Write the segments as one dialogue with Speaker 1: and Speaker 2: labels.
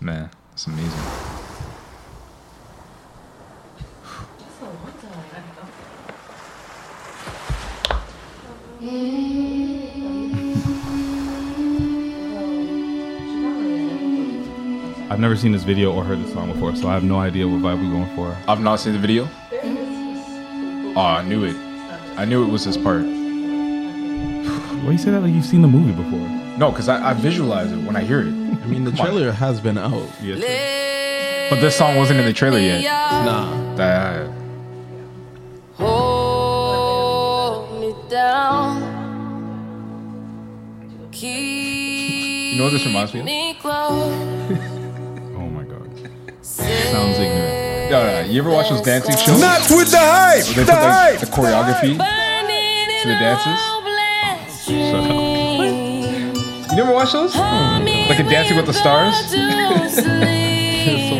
Speaker 1: Man, it's amazing. Oh,
Speaker 2: I've never seen this video or heard this song before, so I have no idea what vibe we're going for.
Speaker 1: I've not seen the video. Oh, I knew it. I knew it was this part.
Speaker 2: Why you say that like you've seen the movie before?
Speaker 1: No, because I, I visualize it when I hear it.
Speaker 3: I mean, the trailer has been out.
Speaker 2: Yes.
Speaker 1: But this song wasn't in the trailer yet.
Speaker 3: Nah.
Speaker 1: That,
Speaker 4: Hold me down. Keep
Speaker 1: you know what this reminds me of?
Speaker 4: me close.
Speaker 2: Oh my god.
Speaker 4: Sounds
Speaker 2: ignorant.
Speaker 1: No, no, no. You ever watch those dancing shows?
Speaker 5: Not with the hype.
Speaker 1: They put
Speaker 5: the
Speaker 1: like,
Speaker 5: hype.
Speaker 1: the choreography.
Speaker 4: Burning
Speaker 1: To the
Speaker 4: in
Speaker 1: dances?
Speaker 4: a blessed
Speaker 2: up.
Speaker 4: dream.
Speaker 1: You never watch those?
Speaker 4: Hold me
Speaker 1: Like a Dancing with the Stars?
Speaker 4: to
Speaker 3: ridiculous.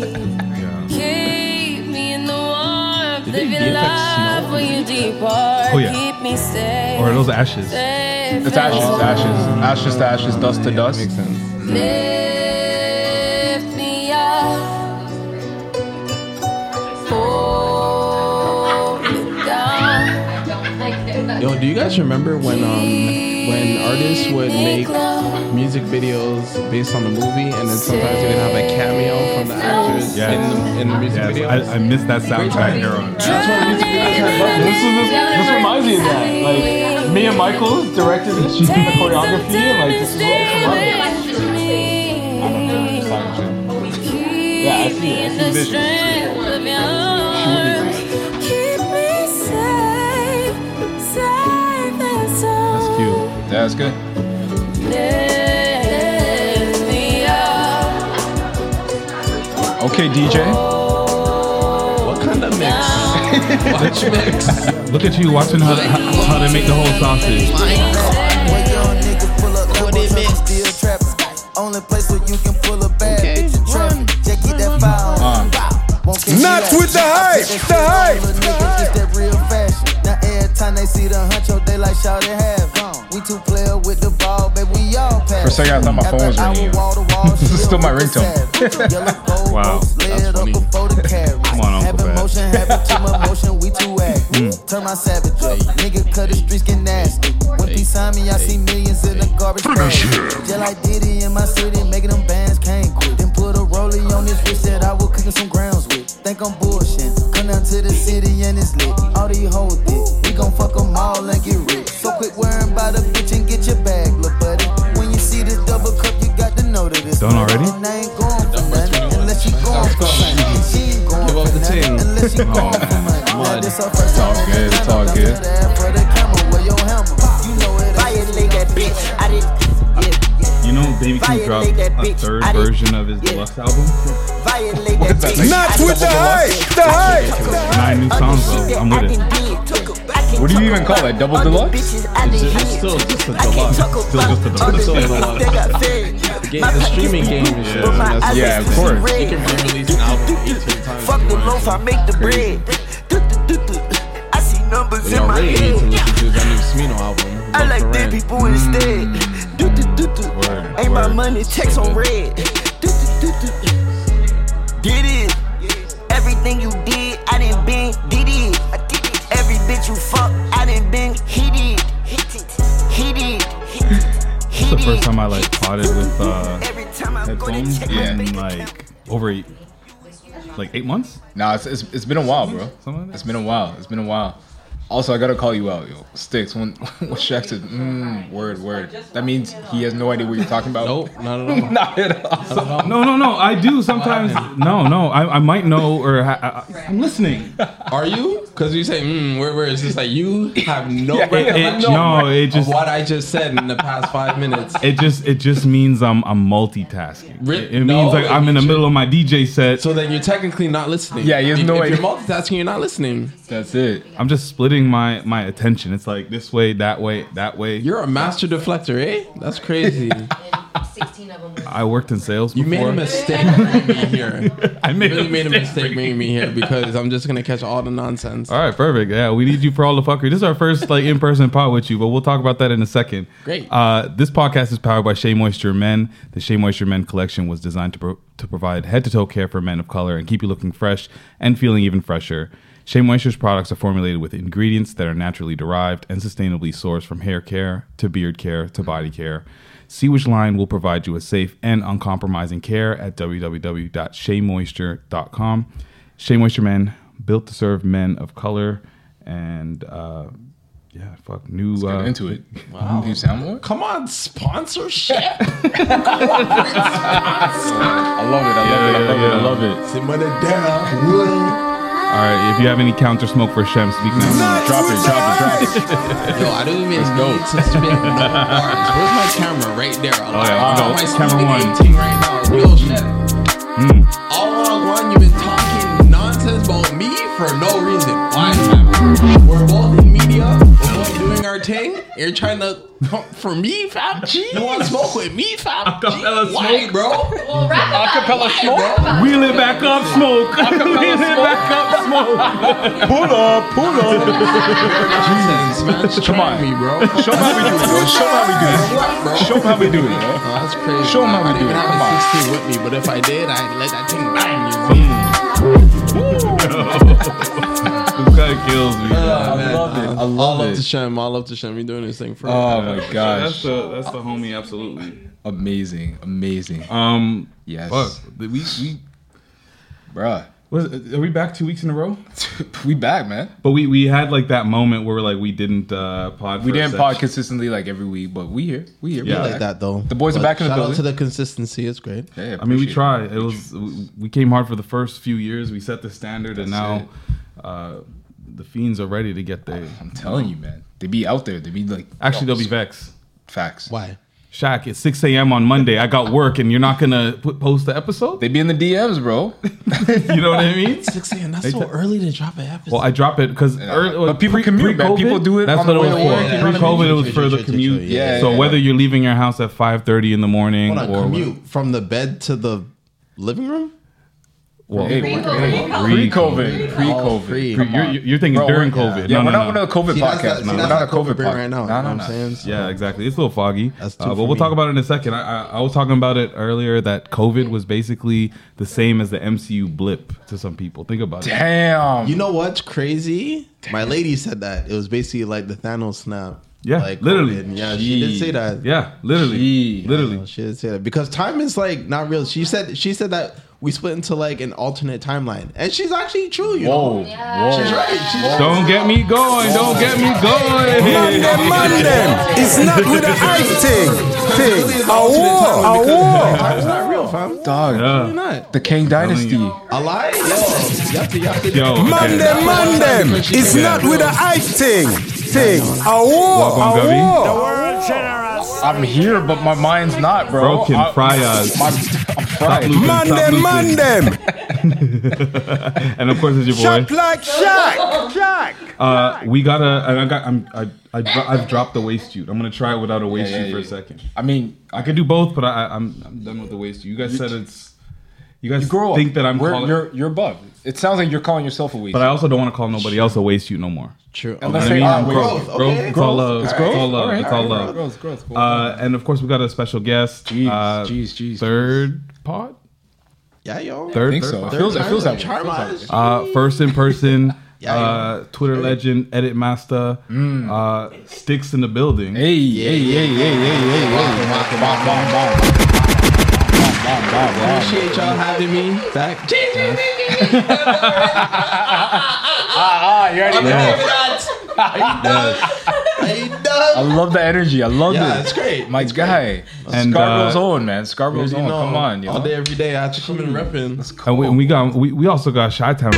Speaker 4: sleep.
Speaker 1: Yeah.
Speaker 4: Keep me in the warmth.
Speaker 3: Did they
Speaker 4: Live your
Speaker 3: VFX
Speaker 4: life
Speaker 3: snow?
Speaker 4: when you depart.
Speaker 2: Oh, yeah.
Speaker 4: Keep me safe.
Speaker 2: Or are those ashes?
Speaker 4: safe
Speaker 1: It's ashes,
Speaker 4: and
Speaker 1: to ashes, ashes to ashes, dust to dust.
Speaker 3: Makes sense.
Speaker 4: Lift me up. Hold me down.
Speaker 3: Yo, do you guys remember when um when artists would make music videos based on the movie, and then sometimes they would have a cameo from the actors
Speaker 2: Yes.
Speaker 3: in the in the music
Speaker 2: Yes,
Speaker 3: video?
Speaker 2: I, I missed that soundtrack era.
Speaker 3: That's what music videos have brought
Speaker 6: This, is, this, this reminds me of that. Like, me and Michael directed and she did the choreography, and like, this is what it reminded me of.
Speaker 4: Yeah,
Speaker 6: I see it. I see visions.
Speaker 4: Keep me safe, safe and sound.
Speaker 2: That's cute.
Speaker 1: That's good.
Speaker 4: Lift me up.
Speaker 1: Okay, DJ.
Speaker 3: What kind of mix? Watch mix.
Speaker 2: Look at you watching how, how, how they make the whole sausage.
Speaker 7: When young nigga pull up numbers, I'm still trapping. Only place where you can pull a bag,
Speaker 3: Okay,
Speaker 7: bitch, you trapping. Just get that file. Won't catch
Speaker 5: Not
Speaker 7: you
Speaker 5: with the
Speaker 7: out.
Speaker 5: hype, the hype,
Speaker 7: Little niggas, it's that real fashion. Now every time they see the huncho, they like shout it have on. We two player with the ball, baby, we all pass.
Speaker 1: For a second, I thought my phone was ringing.
Speaker 7: This
Speaker 1: is still my ringtone.
Speaker 2: Wow,
Speaker 7: that's
Speaker 3: funny.
Speaker 7: Come
Speaker 2: on, Uncle Pat.
Speaker 7: motion, having too much motion, we too
Speaker 2: Mm.
Speaker 7: active. Turn my savage up, nigga, cut the streets get nasty. When peace on me, I see millions in the garbage trash. Just like Diddy in my city, making them bands can't quit. Then put a rollie on this wrist that I was cooking some grounds with. Think I'm bullshit. Come down to the city and it's lit. All these hoes did. We gon' fuck them all and get rich. So quit worrying about a bitch and get your bag, little buddy. When you see this double cup, you got to know that it's
Speaker 2: Done already?
Speaker 7: And I ain't going for nothing unless she going for something. She ain't going
Speaker 3: Give
Speaker 7: for
Speaker 3: up the
Speaker 7: nothing
Speaker 3: ting.
Speaker 7: unless she going for money.
Speaker 3: Mud.
Speaker 7: This her first
Speaker 1: all
Speaker 7: time in
Speaker 1: good,
Speaker 7: the
Speaker 1: it's all
Speaker 7: lineup.
Speaker 1: good.
Speaker 7: Don't do that for the camera, where your hammer? You know it ain't-
Speaker 8: Violate that bitch. I did. Yeah.
Speaker 2: You know, Baby Keem dropped
Speaker 8: Violate that
Speaker 2: a
Speaker 8: bitch.
Speaker 2: third
Speaker 8: I did-
Speaker 2: version of his
Speaker 8: Yeah.
Speaker 2: deluxe album.
Speaker 8: Violate that
Speaker 1: that
Speaker 8: bitch.
Speaker 5: Not with the hype. The hype.
Speaker 2: Nine new songs though. I'm with it.
Speaker 1: What do you even call that? Double deluxe?
Speaker 3: It's still just a deluxe.
Speaker 2: Still just a deluxe.
Speaker 3: Still a deluxe. Game, the streaming game is just
Speaker 2: Yeah.
Speaker 3: yeah.
Speaker 1: Yeah, of course.
Speaker 3: You can re-release an album 18 times.
Speaker 8: Fuck
Speaker 3: if you
Speaker 8: the
Speaker 3: want.
Speaker 8: loaf, I make the bread. I see numbers
Speaker 3: We
Speaker 8: in my
Speaker 3: already need to
Speaker 8: head.
Speaker 3: listen to that new Smino album.
Speaker 8: I like
Speaker 3: Love for Rent.
Speaker 8: dead people
Speaker 2: Mm.
Speaker 8: instead. Do do do do.
Speaker 2: Word,
Speaker 8: Ain't my
Speaker 2: word.
Speaker 8: money checks on red. Do do do do. Did it. Everything you did, I didn't been did it. I did it. Every bitch you fuck, I didn't been hit it. Hit it. Hit it.
Speaker 2: It's the first time I like caught it with uh,
Speaker 8: Every time I go to
Speaker 2: headphones
Speaker 8: check
Speaker 1: Yeah.
Speaker 8: my
Speaker 2: in
Speaker 8: bank account.
Speaker 2: like over eight, like eight months.
Speaker 1: Nah, it's, it's, it's been a while, bro.
Speaker 2: Something like that.
Speaker 1: It's been a while. It's been a while. Also, I gotta call you out, yo. Sticks. When when Shaq said, mm, word, word. That means he has no idea what you're talking about.
Speaker 3: Nope, not at all.
Speaker 1: Not at all.
Speaker 2: No, no, no. I do sometimes. No, no. I, I might know or ha- I, I, I'm listening.
Speaker 3: Are you? Because you say, mm, where, where is this? Like, you have no
Speaker 1: Yeah, yeah,
Speaker 2: It,
Speaker 3: recollection
Speaker 2: no, it
Speaker 3: of
Speaker 2: just
Speaker 3: what I just said in the past five minutes.
Speaker 2: it just it just means I'm I'm multitasking.
Speaker 3: Re-
Speaker 2: It, it
Speaker 3: no,
Speaker 2: means like
Speaker 3: it
Speaker 2: I'm in the
Speaker 3: means
Speaker 2: middle of my DJ set.
Speaker 3: So then you're technically not listening.
Speaker 1: Yeah, you have
Speaker 3: If-
Speaker 1: no
Speaker 3: if
Speaker 1: idea.
Speaker 3: you're multitasking, you're not listening.
Speaker 1: That's it.
Speaker 2: I'm just splitting my my attention. It's like this way, that way, that way.
Speaker 3: You're a master deflector, eh? That's crazy.
Speaker 9: and 16 of them
Speaker 2: I worked in sales.
Speaker 3: You
Speaker 2: Before.
Speaker 3: made a mistake bringing me here.
Speaker 2: I
Speaker 3: You
Speaker 2: made
Speaker 3: really
Speaker 2: a
Speaker 3: made a
Speaker 2: mistake.
Speaker 3: mistake bringing me here because I'm just gonna catch all the nonsense.
Speaker 2: All right, perfect. Yeah, we need you for all the fuckery. This is our first like in-person pod with you, but we'll talk about that in a second.
Speaker 3: Great.
Speaker 2: Uh, this podcast is powered by Shea Moisture Men. The Shea Moisture Men collection was designed to pro- to provide head-to-toe care for men of color and keep you looking fresh and feeling even fresher. Shea Moisture's products are formulated with ingredients that are naturally derived and sustainably sourced from hair care to beard care to body care. See which line will provide you with safe and uncompromising care at www.sheamoisture.com. Shea Moisture Men, built to serve men of color, and uh, yeah, fuck, new. uh,
Speaker 1: Get into it. Wow. you sound more?
Speaker 3: Come on, sponsorship.
Speaker 1: I love it. I love it. I love it. I love it.
Speaker 3: See, mother, down, wood.
Speaker 2: All right, if you have any counter smoke for Shem, speak now.
Speaker 1: Drop it. Drop it. Drop it.
Speaker 3: Yo, I don't even need to spit no bars. Where's my camera? Right there. I'm
Speaker 2: Oh, yeah.
Speaker 3: I'm
Speaker 2: No,
Speaker 3: on my
Speaker 2: camera
Speaker 3: sneaking 18
Speaker 2: one. Mm.
Speaker 3: right now. Real shit. All wrong one, you've been talking nonsense about me for no reason. Why? fam? We're both in media. We're both doing our thing. You're trying to come for me, fam. Jeez. You want to smoke with me, fam? Jeez. Why, bro?
Speaker 9: Well, rap about
Speaker 6: Acapella
Speaker 9: it.
Speaker 6: smoke?
Speaker 9: Rap about it.
Speaker 2: Wheel it back up, smoke. Wheel it back up, smoke.
Speaker 1: Pull up. Pull up.
Speaker 3: Nonsense, man. Just
Speaker 1: Come
Speaker 3: try
Speaker 1: on.
Speaker 3: me, bro. What,
Speaker 1: Show 'em how we do it. Yo. Show 'em how we
Speaker 3: bro?
Speaker 1: do it. Show 'em how we do it. Yo.
Speaker 3: Oh, that's crazy.
Speaker 1: Show 'em how
Speaker 3: I
Speaker 1: we
Speaker 3: don't
Speaker 1: do
Speaker 3: even
Speaker 1: it.
Speaker 3: have
Speaker 1: Come
Speaker 3: my
Speaker 1: on. Mm.
Speaker 3: 16 with me, but if I did, I'd let that thing bang you.
Speaker 2: That kills me.
Speaker 3: I
Speaker 1: love it. I
Speaker 3: Uh, All
Speaker 1: love
Speaker 3: love Uh, to
Speaker 1: it.
Speaker 3: Shem. All love to Shem. You're doing this thing for
Speaker 1: Oh my
Speaker 2: That's
Speaker 1: gosh.
Speaker 2: the that's the homie, absolutely.
Speaker 1: Amazing. Amazing.
Speaker 2: Um,
Speaker 1: Yes.
Speaker 2: fuck, we we
Speaker 1: Bruh.
Speaker 2: was, are we back two weeks in a row?
Speaker 1: We back, man.
Speaker 2: But we we had like that moment where like we didn't uh, pod.
Speaker 1: We
Speaker 2: for a
Speaker 1: didn't
Speaker 2: sec.
Speaker 1: pod consistently like every week, but we here. We here. We
Speaker 2: Yeah.
Speaker 1: back.
Speaker 2: Like
Speaker 3: though.
Speaker 1: The boys are
Speaker 3: But
Speaker 1: back in the
Speaker 3: shout
Speaker 1: building.
Speaker 3: Out to the consistency, it's great.
Speaker 1: Yeah,
Speaker 2: I mean,
Speaker 1: appreciate
Speaker 2: we
Speaker 1: it.
Speaker 2: tried. It was we- we came hard for the first few years. We set the standard, and now uh, the fiends are ready to get there.
Speaker 1: I'm telling you, man. They be out there. They be like
Speaker 2: Actually, they'll be vexed.
Speaker 1: facts.
Speaker 3: Why?
Speaker 2: Shaq, it's 6 a.m. on Monday. I got work, and you're not gonna put, post the episode.
Speaker 1: They be in the DMs, bro.
Speaker 2: You know what I mean?
Speaker 3: Six a.m. That's so
Speaker 2: t-
Speaker 3: early to drop an episode.
Speaker 2: Well, I drop it because
Speaker 1: But people commute, man. People do it
Speaker 2: That's
Speaker 1: on
Speaker 2: what
Speaker 1: the
Speaker 2: it was
Speaker 1: way to work.
Speaker 2: for.
Speaker 1: Yeah.
Speaker 2: Pre-COVID, it was for the
Speaker 3: Yeah.
Speaker 2: commute.
Speaker 1: Yeah,
Speaker 2: So
Speaker 1: yeah,
Speaker 2: whether
Speaker 1: yeah.
Speaker 2: you're leaving your house at 5:30 in the morning
Speaker 3: Hold on,
Speaker 2: or
Speaker 3: commute from the bed to the living room.
Speaker 2: Well,
Speaker 1: Hey,
Speaker 9: Pre-
Speaker 1: we're-
Speaker 9: pre-
Speaker 1: hey,
Speaker 9: pre-
Speaker 1: pre-COVID,
Speaker 3: Oh,
Speaker 1: pre-COVID,
Speaker 3: free.
Speaker 1: Come
Speaker 2: you're,
Speaker 1: on.
Speaker 2: you're- you're thinking
Speaker 1: Bro,
Speaker 2: during
Speaker 1: we're-
Speaker 2: COVID.
Speaker 1: Yeah,
Speaker 2: no,
Speaker 1: we're
Speaker 2: no,
Speaker 1: not
Speaker 2: no.
Speaker 1: on a COVID
Speaker 3: See, that's
Speaker 1: podcast, man.
Speaker 3: that- see,
Speaker 1: We're
Speaker 3: that's
Speaker 1: not a
Speaker 3: that
Speaker 1: COVID
Speaker 3: bring
Speaker 1: podcast
Speaker 3: right now.
Speaker 1: No,
Speaker 3: you know
Speaker 1: no,
Speaker 3: what
Speaker 1: no.
Speaker 3: I'm saying? So-
Speaker 2: Yeah, exactly. It's a little foggy.
Speaker 3: That's two
Speaker 2: Uh, but
Speaker 3: for
Speaker 2: we'll
Speaker 3: me.
Speaker 2: talk about it in a second. I, I, I was talking about it earlier that COVID was basically the same as the MCU blip to some people. Think about it.
Speaker 1: Damn.
Speaker 3: You know what's crazy? My lady said that it was basically like the Thanos snap.
Speaker 2: Yeah,
Speaker 3: like
Speaker 2: literally.
Speaker 3: COVID. Yeah, she did say that.
Speaker 2: Yeah, literally,
Speaker 1: Gee.
Speaker 2: literally.
Speaker 3: She did say that because time is like not real. She said she said that we split into like an alternate timeline, and she's actually true. You
Speaker 1: Whoa,
Speaker 3: know, she's
Speaker 1: whoa.
Speaker 3: right. She's right.
Speaker 2: Don't get me going. Don't get me going.
Speaker 5: Them man them. It's not with the ice thing. Thing. A war. A war.
Speaker 3: It's not real, fam.
Speaker 1: Dog,
Speaker 3: Why
Speaker 2: Yeah.
Speaker 3: not?
Speaker 1: the King Dynasty.
Speaker 3: A lie? Yo, you have to, you have to.
Speaker 2: Yo,
Speaker 5: Man
Speaker 2: okay.
Speaker 5: them, man them. It's not with the ice thing. Thing. A war. A
Speaker 3: Oh,
Speaker 2: Welcome, Gubby.
Speaker 5: war.
Speaker 1: I'm here, but my mind's not, bro.
Speaker 2: Broken
Speaker 1: I-
Speaker 2: fryers.
Speaker 1: My, I'm fried.
Speaker 2: Stop
Speaker 5: Man
Speaker 2: looping.
Speaker 5: them, man them.
Speaker 2: And of course, it's your boy.
Speaker 5: Shot like Shaq. Shaq.
Speaker 2: Uh, we gotta. And I got. I'm. I. I dro- I've dropped the waist chute. I'm gonna try it without a waist
Speaker 1: Yeah, yeah,
Speaker 2: chute for a
Speaker 1: yeah.
Speaker 2: second.
Speaker 1: I mean,
Speaker 2: I could do both, but I, I- I'm. I'm done with the waist chute. You guys said it's. You guys
Speaker 1: you grow up.
Speaker 2: think that I'm
Speaker 1: We're-
Speaker 2: calling.
Speaker 1: You're, you're above. It sounds like you're calling yourself a weak.
Speaker 2: But I also don't want to call nobody else a waste you no more.
Speaker 3: True.
Speaker 1: Unless
Speaker 2: You
Speaker 1: they
Speaker 2: know what I
Speaker 1: are
Speaker 2: mean?
Speaker 1: waste
Speaker 2: Growth,
Speaker 1: you.
Speaker 3: okay.
Speaker 2: growth, it's all love.
Speaker 1: It's
Speaker 2: It's
Speaker 1: growth?
Speaker 2: all love.
Speaker 1: Alright,
Speaker 2: It's all
Speaker 1: alright,
Speaker 2: love.
Speaker 1: growth, growth, growth.
Speaker 2: Uh, and of course, we got a special guest.
Speaker 1: Jeez,
Speaker 2: uh,
Speaker 1: jeez, jeez,
Speaker 2: Third pod,
Speaker 3: Yeah, yo.
Speaker 2: third,
Speaker 1: I think
Speaker 2: third
Speaker 1: so. It
Speaker 2: pod?
Speaker 1: feels, it feels that way.
Speaker 3: Charm
Speaker 2: Uh, first in person.
Speaker 3: Yeah,
Speaker 2: uh, Twitter legend, edit master, uh, sticks in the building.
Speaker 1: Mm. Hey, hey, hey, hey, hey, hey, hey. Bomb, bomb, bomb. Bomb, bomb, bomb, bomb.
Speaker 3: Appreciate y'all having me back.
Speaker 1: Ah, you already know. I
Speaker 3: Yeah,
Speaker 1: love the energy. I love it.
Speaker 3: it's great.
Speaker 1: My guy.
Speaker 2: And,
Speaker 1: Scarborough's
Speaker 2: uh,
Speaker 1: on, man. Scarborough's on. Come on, yo.
Speaker 3: All day, every day, I have to come and repping.
Speaker 2: And we, and we got we, we also got Chi Town.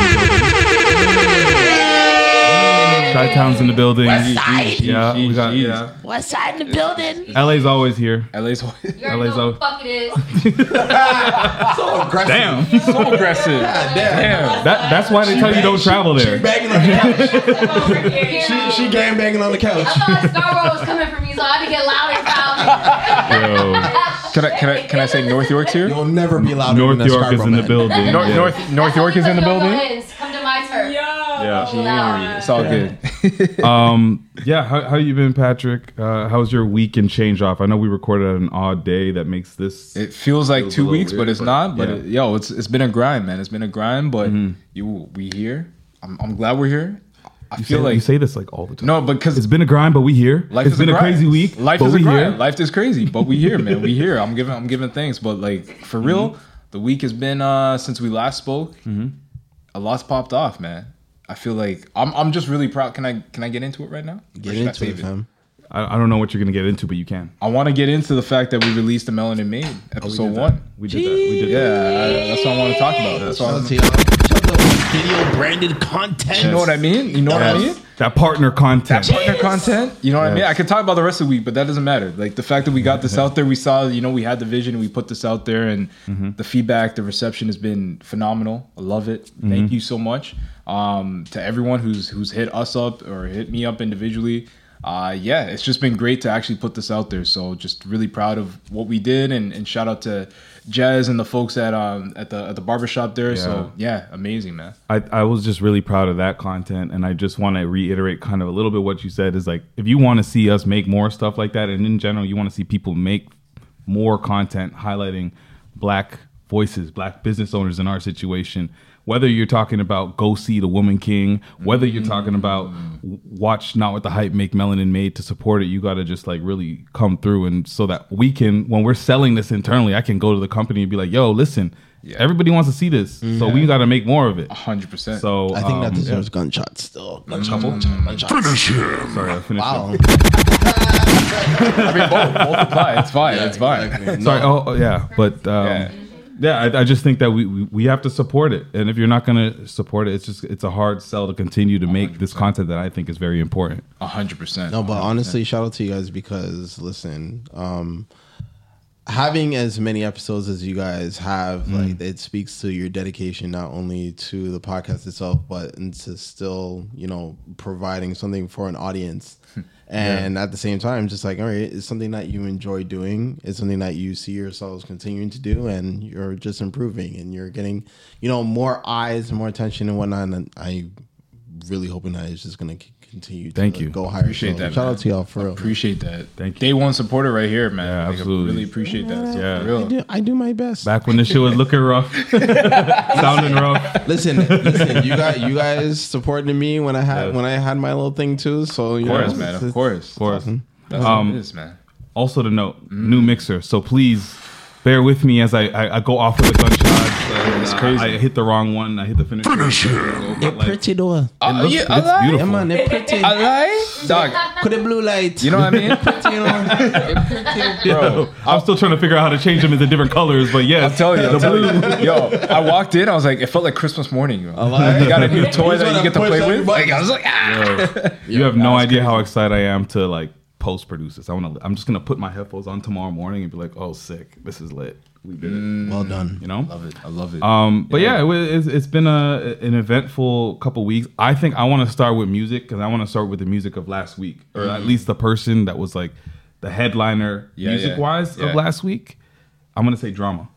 Speaker 2: Chi Town's in the building. Yeah, we got yeah.
Speaker 10: West side in the building.
Speaker 2: LA's always here.
Speaker 1: LA's
Speaker 9: You already
Speaker 2: LA's
Speaker 9: know who the
Speaker 2: out.
Speaker 9: fuck it is.
Speaker 3: So aggressive.
Speaker 2: Damn,
Speaker 1: so aggressive.
Speaker 3: Damn.
Speaker 1: Damn.
Speaker 2: that that's why they tell you don't travel there.
Speaker 3: Banging on the couch.
Speaker 9: Over here.
Speaker 3: She, she gang banging on the couch.
Speaker 9: I thought Star Wars was coming for me, so I had to get loud and proud.
Speaker 2: Yo.
Speaker 1: Can I can I can I say North York's here?
Speaker 3: You'll never be allowed
Speaker 2: North
Speaker 3: in the
Speaker 2: York is
Speaker 3: Scarborough
Speaker 2: in the
Speaker 3: Band.
Speaker 2: building.
Speaker 1: North
Speaker 2: yeah.
Speaker 1: North, North York is in the building.
Speaker 9: Come to my turf.
Speaker 2: Yeah.
Speaker 1: Yeah, It's all good.
Speaker 2: Um, yeah. How, how you been, Patrick? Uh, how's your week and change off? I know we recorded on an odd day that makes this.
Speaker 1: It feels like
Speaker 2: Feels a
Speaker 1: two
Speaker 2: little
Speaker 1: weeks,
Speaker 2: weird,
Speaker 1: but it's
Speaker 2: but
Speaker 1: not. But
Speaker 2: yeah.
Speaker 1: it- yo, it's it's been a grind, man. It's been a grind, but you we here. I'm, I'm glad we're here. I
Speaker 2: you,
Speaker 1: feel
Speaker 2: say,
Speaker 1: like
Speaker 2: you say this like all the time.
Speaker 1: no, because
Speaker 2: It's been a grind, but we here.
Speaker 1: Life
Speaker 2: it's
Speaker 1: is
Speaker 2: been a,
Speaker 1: grind.
Speaker 2: crazy week.
Speaker 1: Life
Speaker 2: but
Speaker 1: is a
Speaker 2: we
Speaker 1: grind.
Speaker 2: Here.
Speaker 1: Life is crazy, but we here, man. We here. I'm giving I'm giving thanks, but like for real,
Speaker 2: Mm-hmm.
Speaker 1: the week has been uh since we last spoke. A lot's popped off, man. I feel like I'm I'm just really proud. Can I can I get into it right now? Or
Speaker 3: Get
Speaker 1: should I
Speaker 3: into it,
Speaker 1: save
Speaker 3: fam.
Speaker 2: I, I don't know what you're gonna get into, but you can.
Speaker 1: I want to get into the fact that we released the Melanin Made episode
Speaker 2: did that.
Speaker 1: one.
Speaker 2: Oh, We did that. We did
Speaker 1: Yeah,
Speaker 2: that.
Speaker 1: I- that's what I want to talk about. That's what
Speaker 3: Shout
Speaker 1: I'm,
Speaker 3: out to y'all. Shout out to video branded content.
Speaker 1: you know what I mean? You know what I mean?
Speaker 2: Yes. That partner content.
Speaker 1: partner content. You know what I mean?
Speaker 2: Yes.
Speaker 1: I could talk about the rest of the week, but that doesn't matter. Like the fact that we got this out there, we saw, you know, we had the vision, we put this out there, and the feedback, the reception has been phenomenal. I love it. Thank you so much um, to everyone who's who's hit us up or hit me up individually. Uh, yeah, it's just been great to actually put this out there. So just really proud of what we did, and, and shout out to Jez and the folks at um at the at the barbershop there. So yeah, amazing man.
Speaker 2: I, I was just really proud of that content and i just want to reiterate kind of a little bit what you said is like if you want to see us make more stuff like that and in general you want to see people make more content highlighting black voices black business owners in our situation whether you're talking about go see the woman king whether you're talking about w- watch not what the hype make melanin made to support it you got to just like really come through and so that we can when we're selling this internally i can go to the company and be like yo listen everybody wants to see this so we got to make more of it
Speaker 1: Hundred percent.
Speaker 2: so
Speaker 3: I think that
Speaker 2: um,
Speaker 3: deserves gunshots still. Gunshots. gunshots.
Speaker 2: sorry, I finished
Speaker 3: Wow.
Speaker 2: up.
Speaker 1: I mean, both, both apply. It's fine. it's fine.
Speaker 3: Exactly.
Speaker 2: Sorry. Oh, oh, yeah, but um,
Speaker 1: Yeah.
Speaker 2: yeah, I, I just think that we, we we have to support it, and if you're not going to support it, it's just it's a hard sell to continue to make this content that I think is very important.
Speaker 1: A hundred percent.
Speaker 3: No, but honestly, shout out to you guys because listen, um, having as many episodes as you guys have,
Speaker 2: Mm.
Speaker 3: like it speaks to your dedication not only to the podcast itself, but into still, you know, providing something for an audience. And at the same time, just like, all right, it's something that you enjoy doing. It's something that you see yourselves continuing to do, and you're just improving and you're getting, you know, more eyes and more attention and whatnot. And I really hoping that it's just going to continue to
Speaker 2: Thank
Speaker 3: like,
Speaker 2: you.
Speaker 3: go higher.
Speaker 1: Appreciate
Speaker 3: So,
Speaker 1: that,
Speaker 3: Shout
Speaker 1: man.
Speaker 3: out to y'all for real.
Speaker 1: Appreciate that.
Speaker 2: Thank you.
Speaker 1: Day one supporter right here, man.
Speaker 2: Yeah,
Speaker 1: Like, I
Speaker 2: absolutely.
Speaker 1: really appreciate that.
Speaker 2: Yeah.
Speaker 1: yeah.
Speaker 3: I do, I do my best.
Speaker 2: Back when this shit was looking rough, sounding rough,
Speaker 3: Listen, listen, you got you guys supporting me when I had
Speaker 2: Yeah.
Speaker 3: when I had my little thing too. So you
Speaker 1: Of course,
Speaker 3: know,
Speaker 1: man. Of
Speaker 3: it's-
Speaker 1: course.
Speaker 2: of course.
Speaker 1: That's
Speaker 2: Um,
Speaker 1: what it is, man.
Speaker 2: Also to note, new mixer. So please bear with me as I I, I go off with the gunshots. Uh,
Speaker 1: It's
Speaker 2: I-
Speaker 1: crazy.
Speaker 2: I, hit the wrong one. I hit the finisher. But, like,
Speaker 3: Pretty door.
Speaker 2: it looks,
Speaker 1: Uh, yeah,
Speaker 2: but it's
Speaker 1: I like-
Speaker 2: beautiful.
Speaker 3: Come on, it pretty.
Speaker 1: I lie, dog.
Speaker 3: Could it blue light?
Speaker 1: You know what I mean? Bro,
Speaker 2: I'm still trying to figure out how to change them into different colors, but yeah,
Speaker 1: I'm telling you, I'm telling you. Yo, I walked in. I was like, it felt like Christmas morning. Yo.
Speaker 3: lie?
Speaker 1: You got a new toy that
Speaker 3: You just
Speaker 1: you
Speaker 3: wanna
Speaker 1: get to
Speaker 3: push
Speaker 1: play
Speaker 3: every
Speaker 1: with.
Speaker 3: button.
Speaker 1: Like, I was like, ah.
Speaker 2: you have no idea how excited I am to like post produce this. I want to. I'm just gonna put my headphones on tomorrow morning and be like, oh, sick, this is lit. We did it.
Speaker 3: Well done.
Speaker 2: You know.
Speaker 1: Love it. I love it.
Speaker 2: Um, but yeah, it wa- it's, it's been a an eventful couple weeks. I think I want to start with music because I want to start with the music of last week, or at least the person that was like the headliner
Speaker 1: Mm-hmm. Yeah, yeah,
Speaker 2: music wise
Speaker 1: yeah.
Speaker 2: of last week. I'm gonna say drama.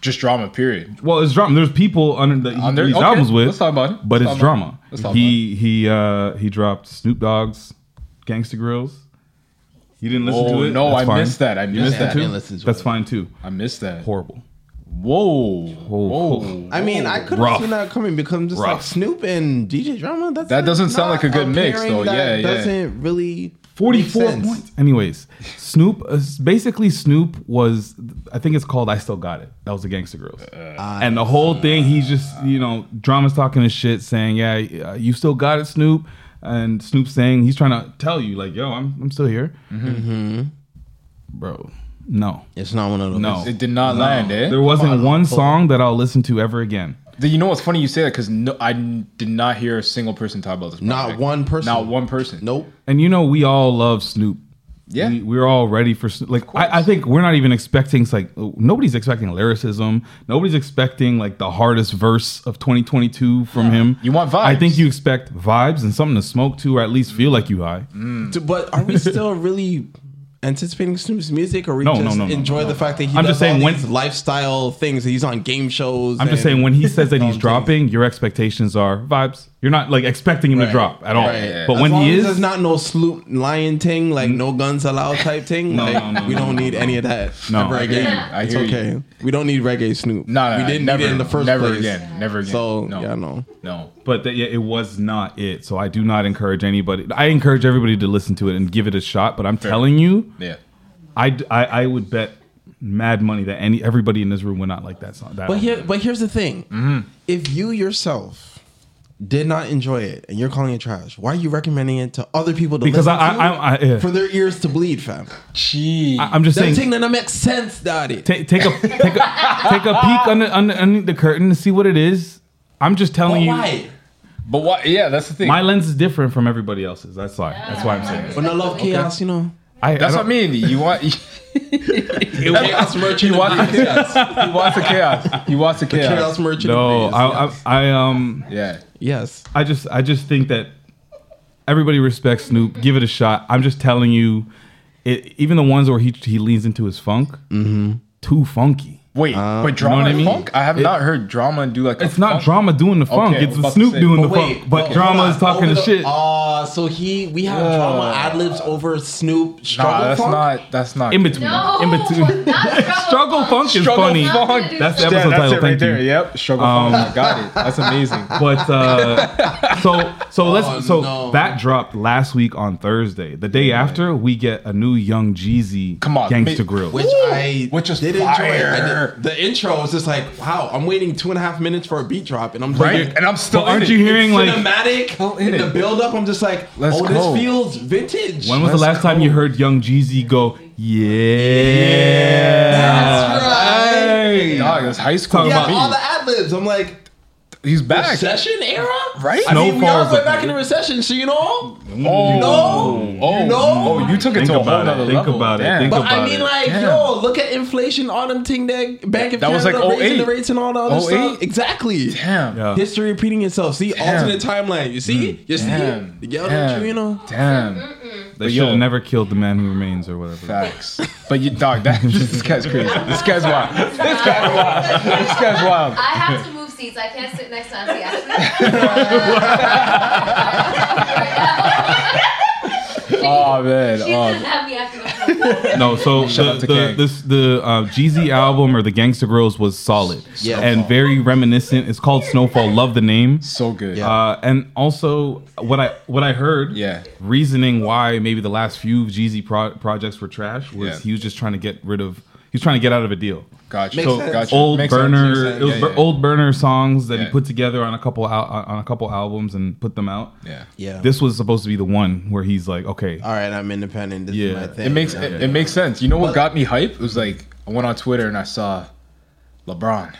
Speaker 1: Just drama. Period.
Speaker 2: Well, it's drama. There's people under that he
Speaker 1: Under-
Speaker 2: released
Speaker 1: okay,
Speaker 2: albums with.
Speaker 1: let's talk about it.
Speaker 2: But
Speaker 1: Let's
Speaker 2: it's
Speaker 1: talk about it.
Speaker 2: drama.
Speaker 1: Let's talk
Speaker 2: he he uh he dropped Snoop Dogg's Gangsta Grills. You didn't listen
Speaker 1: Oh
Speaker 2: to it?
Speaker 1: no,
Speaker 2: That's
Speaker 1: I
Speaker 2: fine.
Speaker 1: missed that. I
Speaker 2: You missed
Speaker 1: missed
Speaker 3: Yeah, I
Speaker 2: that
Speaker 1: that.
Speaker 3: didn't
Speaker 2: too.
Speaker 3: listen to
Speaker 2: That's
Speaker 3: it.
Speaker 2: fine too.
Speaker 1: I missed that.
Speaker 2: Horrible.
Speaker 1: Whoa.
Speaker 2: Whoa.
Speaker 1: Whoa.
Speaker 3: I mean, I could
Speaker 2: Rough.
Speaker 3: have seen that coming because I'm just like
Speaker 2: Rough.
Speaker 3: Snoop and DJ Drama. That's
Speaker 1: That doesn't
Speaker 3: not
Speaker 1: sound like a good mix,
Speaker 3: pairing
Speaker 1: though.
Speaker 3: that
Speaker 1: Yeah, yeah.
Speaker 3: Doesn't really.
Speaker 2: Forty-four
Speaker 3: make sense.
Speaker 2: points. Anyways, Snoop. Uh, basically, Snoop was. I think it's called "I Still Got It." That was the Gangsta Girls,
Speaker 3: Uh,
Speaker 2: and the whole thing. He's just you know drama's talking his shit, saying, "Yeah, uh, you still got it, Snoop." And Snoop saying he's trying to tell you, like, "Yo, I'm I'm still here,
Speaker 3: Mm-hmm.
Speaker 2: bro." No,
Speaker 3: It's not one of those.
Speaker 2: No.
Speaker 1: It did not land, eh?
Speaker 2: there wasn't one song that I'll listen to ever again.
Speaker 1: Do You know what's funny? You say that because no, I n- did not hear a single person talk about this.
Speaker 3: Not
Speaker 1: project.
Speaker 3: one person.
Speaker 1: Not one person.
Speaker 3: Nope.
Speaker 2: And you know, we all love Snoop.
Speaker 1: Yeah.
Speaker 2: we, we're all ready for Snoop. Like, I, I think we're not even expecting it's like nobody's expecting lyricism. Nobody's expecting like the hardest verse of 2022 from him.
Speaker 1: You want vibes.
Speaker 2: I think you expect vibes and something to smoke to, or at least feel like you high.
Speaker 3: Dude, But are we still really anticipating Snoop's music, or we
Speaker 2: No,
Speaker 3: just
Speaker 2: no, no, no,
Speaker 3: enjoy
Speaker 2: no,
Speaker 3: the fact that he
Speaker 2: I'm
Speaker 3: does
Speaker 2: just saying
Speaker 3: all
Speaker 2: when-
Speaker 3: these lifestyle things. He's on game shows.
Speaker 2: I'm just
Speaker 3: and-
Speaker 2: saying when he says that
Speaker 3: No,
Speaker 2: he's
Speaker 3: I'm
Speaker 2: dropping, your expectations are vibes. You're not like expecting him to
Speaker 1: Right.
Speaker 2: drop at all.
Speaker 3: Right, yeah.
Speaker 2: But
Speaker 3: As
Speaker 2: when
Speaker 3: long
Speaker 2: he
Speaker 3: as
Speaker 2: is, Mm.
Speaker 3: there's not no Sloop Lion thing, like no guns allowed type thing.
Speaker 2: No,
Speaker 3: like,
Speaker 2: no, no,
Speaker 3: we
Speaker 2: no,
Speaker 3: don't
Speaker 2: no,
Speaker 3: need
Speaker 2: no.
Speaker 3: any of that.
Speaker 2: No.
Speaker 3: ever
Speaker 2: I
Speaker 1: hear
Speaker 3: again.
Speaker 1: you. I
Speaker 3: it's
Speaker 1: hear you.
Speaker 3: okay. We don't need reggae Snoop.
Speaker 1: No, no,
Speaker 3: we didn't
Speaker 1: never,
Speaker 3: need it in the first
Speaker 1: never
Speaker 3: place.
Speaker 1: again, never again.
Speaker 3: So
Speaker 1: no,
Speaker 3: yeah, no.
Speaker 1: no.
Speaker 2: but that, yeah, it was not it. So I do not encourage anybody. I encourage everybody to listen to it and give it a shot. But I'm telling you,
Speaker 1: Yeah,
Speaker 2: I, I I would bet mad money that any everybody in this room would not like that song. That
Speaker 3: But
Speaker 2: album.
Speaker 3: here, but here's the thing:
Speaker 2: Mm-hmm.
Speaker 3: if you yourself did not enjoy it and you're calling it trash, why are you recommending it to other people to
Speaker 2: because I
Speaker 3: listen
Speaker 2: I, I,
Speaker 3: to
Speaker 2: I, yeah.
Speaker 3: for their ears to bleed, fam?
Speaker 2: I am just
Speaker 3: That
Speaker 2: saying.
Speaker 3: thing that makes sense, daddy.
Speaker 2: take, take a take a take a peek under, under under the curtain to see what it is. I'm just
Speaker 3: But
Speaker 2: telling you,
Speaker 3: why?
Speaker 1: but why? Yeah, that's the thing.
Speaker 2: my lens is different from everybody else's. That's why. That's why I'm saying. It.
Speaker 3: When I love chaos, you know.
Speaker 2: I,
Speaker 1: that's what I
Speaker 2: don't-
Speaker 1: mean. You want
Speaker 3: Chaos merchant.
Speaker 1: You want
Speaker 3: of breed, Chaos.
Speaker 1: he wants the chaos. He wants the chaos.
Speaker 3: Chaos merchant. of
Speaker 2: No,
Speaker 3: breed,
Speaker 2: I,
Speaker 3: yes.
Speaker 2: I, I um,
Speaker 1: Yeah,
Speaker 3: yes.
Speaker 2: I just, I just think that everybody respects Snoop. Give it a shot. I'm just telling you, it, even the ones where he he leans into his funk, too funky.
Speaker 1: Wait,
Speaker 3: Uh,
Speaker 1: but drama
Speaker 2: what I
Speaker 1: and
Speaker 2: mean?
Speaker 1: funk? I have not heard drama do like a
Speaker 2: It's not
Speaker 1: funk.
Speaker 2: drama doing the funk.
Speaker 1: Okay, I
Speaker 2: it's
Speaker 1: was about to
Speaker 2: Snoop
Speaker 1: say.
Speaker 2: doing
Speaker 1: But
Speaker 2: the funk. But
Speaker 3: okay,
Speaker 2: drama
Speaker 3: hold
Speaker 2: is
Speaker 3: on.
Speaker 2: talking
Speaker 3: Over
Speaker 2: the, shit.
Speaker 3: Ah, so he we have drama ad libs over Snoop struggle
Speaker 1: Nah, that's
Speaker 3: funk?
Speaker 1: not. That's not.
Speaker 2: in between,
Speaker 9: No,
Speaker 2: in between.
Speaker 9: not
Speaker 2: Struggle funk is
Speaker 1: Struggle
Speaker 2: funny.
Speaker 1: funk.
Speaker 2: That's the
Speaker 1: Yeah, that's
Speaker 2: episode title.
Speaker 1: it right
Speaker 2: Thank you.
Speaker 1: there. Yep, struggle
Speaker 2: Um,
Speaker 1: funk. I got it. That's amazing.
Speaker 2: But uh, so so
Speaker 3: Oh,
Speaker 2: let's so
Speaker 3: no.
Speaker 2: that dropped last week on Thursday. The day after, we get a new Young Jeezy
Speaker 1: Come on,
Speaker 2: Gangsta
Speaker 1: ma-
Speaker 2: Grill.
Speaker 3: which I
Speaker 1: which is
Speaker 3: did enjoy. I
Speaker 1: fire.
Speaker 3: did- the intro was just like, wow, I'm waiting two and a half minutes for a beat drop, and I'm
Speaker 1: Right, and I'm still.
Speaker 2: But aren't
Speaker 1: in
Speaker 2: you
Speaker 1: it.
Speaker 2: hearing like
Speaker 3: cinematic
Speaker 1: Well, in
Speaker 3: in the
Speaker 1: it.
Speaker 3: build up. I'm just like,
Speaker 1: Let's
Speaker 3: oh,
Speaker 1: go.
Speaker 3: this feels vintage.
Speaker 2: when was the last time you heard Young Jeezy go yeah?
Speaker 3: That's right.
Speaker 2: Hey.
Speaker 1: Dog, it's high school.
Speaker 2: Talking
Speaker 3: yeah,
Speaker 2: about-
Speaker 1: beat.
Speaker 3: all the ad libs. I'm like,
Speaker 1: He's back.
Speaker 3: recession era,
Speaker 1: Right?
Speaker 3: I mean, we are
Speaker 2: Snowfall's
Speaker 3: way
Speaker 2: up
Speaker 3: back
Speaker 2: there.
Speaker 3: in the recession, so you know.
Speaker 1: Oh,
Speaker 3: know?
Speaker 1: oh,
Speaker 3: You know?
Speaker 1: oh, you took it
Speaker 2: Think
Speaker 1: to a whole
Speaker 2: about it.
Speaker 1: nother
Speaker 2: Think
Speaker 1: level.
Speaker 2: about it.
Speaker 1: Damn.
Speaker 2: Think
Speaker 3: But
Speaker 2: about
Speaker 3: I mean,
Speaker 2: it.
Speaker 3: like,
Speaker 1: Yeah.
Speaker 3: yo, look at inflation, all them ting that Bank of
Speaker 1: That was
Speaker 3: Canada
Speaker 1: like
Speaker 3: raising
Speaker 1: 08.
Speaker 3: the rates and all the other stuff.
Speaker 1: 08.
Speaker 3: Exactly.
Speaker 1: Damn.
Speaker 2: Yeah.
Speaker 3: History repeating itself. See,
Speaker 1: Damn. Mm-hmm.
Speaker 3: alternate timeline. You see? You see?
Speaker 1: Damn.
Speaker 3: The yellow
Speaker 1: Damn.
Speaker 3: tree, you know?
Speaker 1: Damn.
Speaker 2: They should
Speaker 1: yo-
Speaker 2: have never killed the man who remains or whatever.
Speaker 1: Facts. But you, dog, that, this guy's crazy. This guy's wild. This guy's wild. This guy's wild.
Speaker 9: I have to move seats. I can't sit next to Auntie Ashley.
Speaker 1: Oh, man.
Speaker 9: She's gonna
Speaker 1: Oh,
Speaker 9: have me after the
Speaker 2: No, so
Speaker 1: Shout
Speaker 2: the
Speaker 1: out to
Speaker 2: the,
Speaker 1: Kang.
Speaker 2: this, the uh, Jeezy album or the Gangsta Grills was solid
Speaker 3: Yeah.
Speaker 2: and very reminiscent. It's called Snowfall. Love the name.
Speaker 1: so good.
Speaker 3: Yeah.
Speaker 2: Uh, and also, what I what I heard,
Speaker 1: Yeah.
Speaker 2: reasoning why maybe the last few Jeezy pro- projects were trash was
Speaker 1: Yeah.
Speaker 2: he was just trying to get rid of he was trying to get out of a deal.
Speaker 1: Gotcha.
Speaker 3: Makes sense.
Speaker 1: gotcha.
Speaker 2: Old
Speaker 1: Makes sense.
Speaker 2: burner,
Speaker 1: Makes sense.
Speaker 2: it was
Speaker 1: Yeah,
Speaker 2: bur-
Speaker 1: yeah.
Speaker 2: old burner songs that he
Speaker 1: Yeah.
Speaker 2: put together on a couple al- on a couple albums and put them out.
Speaker 1: Yeah.
Speaker 3: Yeah.
Speaker 2: This was supposed to be the one where he's like, okay,
Speaker 3: all right, I'm independent. This
Speaker 2: Yeah.
Speaker 3: is my thing.
Speaker 1: It makes
Speaker 3: Yeah.
Speaker 1: it, it makes sense. You know what got me hype? It was like I went on Twitter and I saw LeBron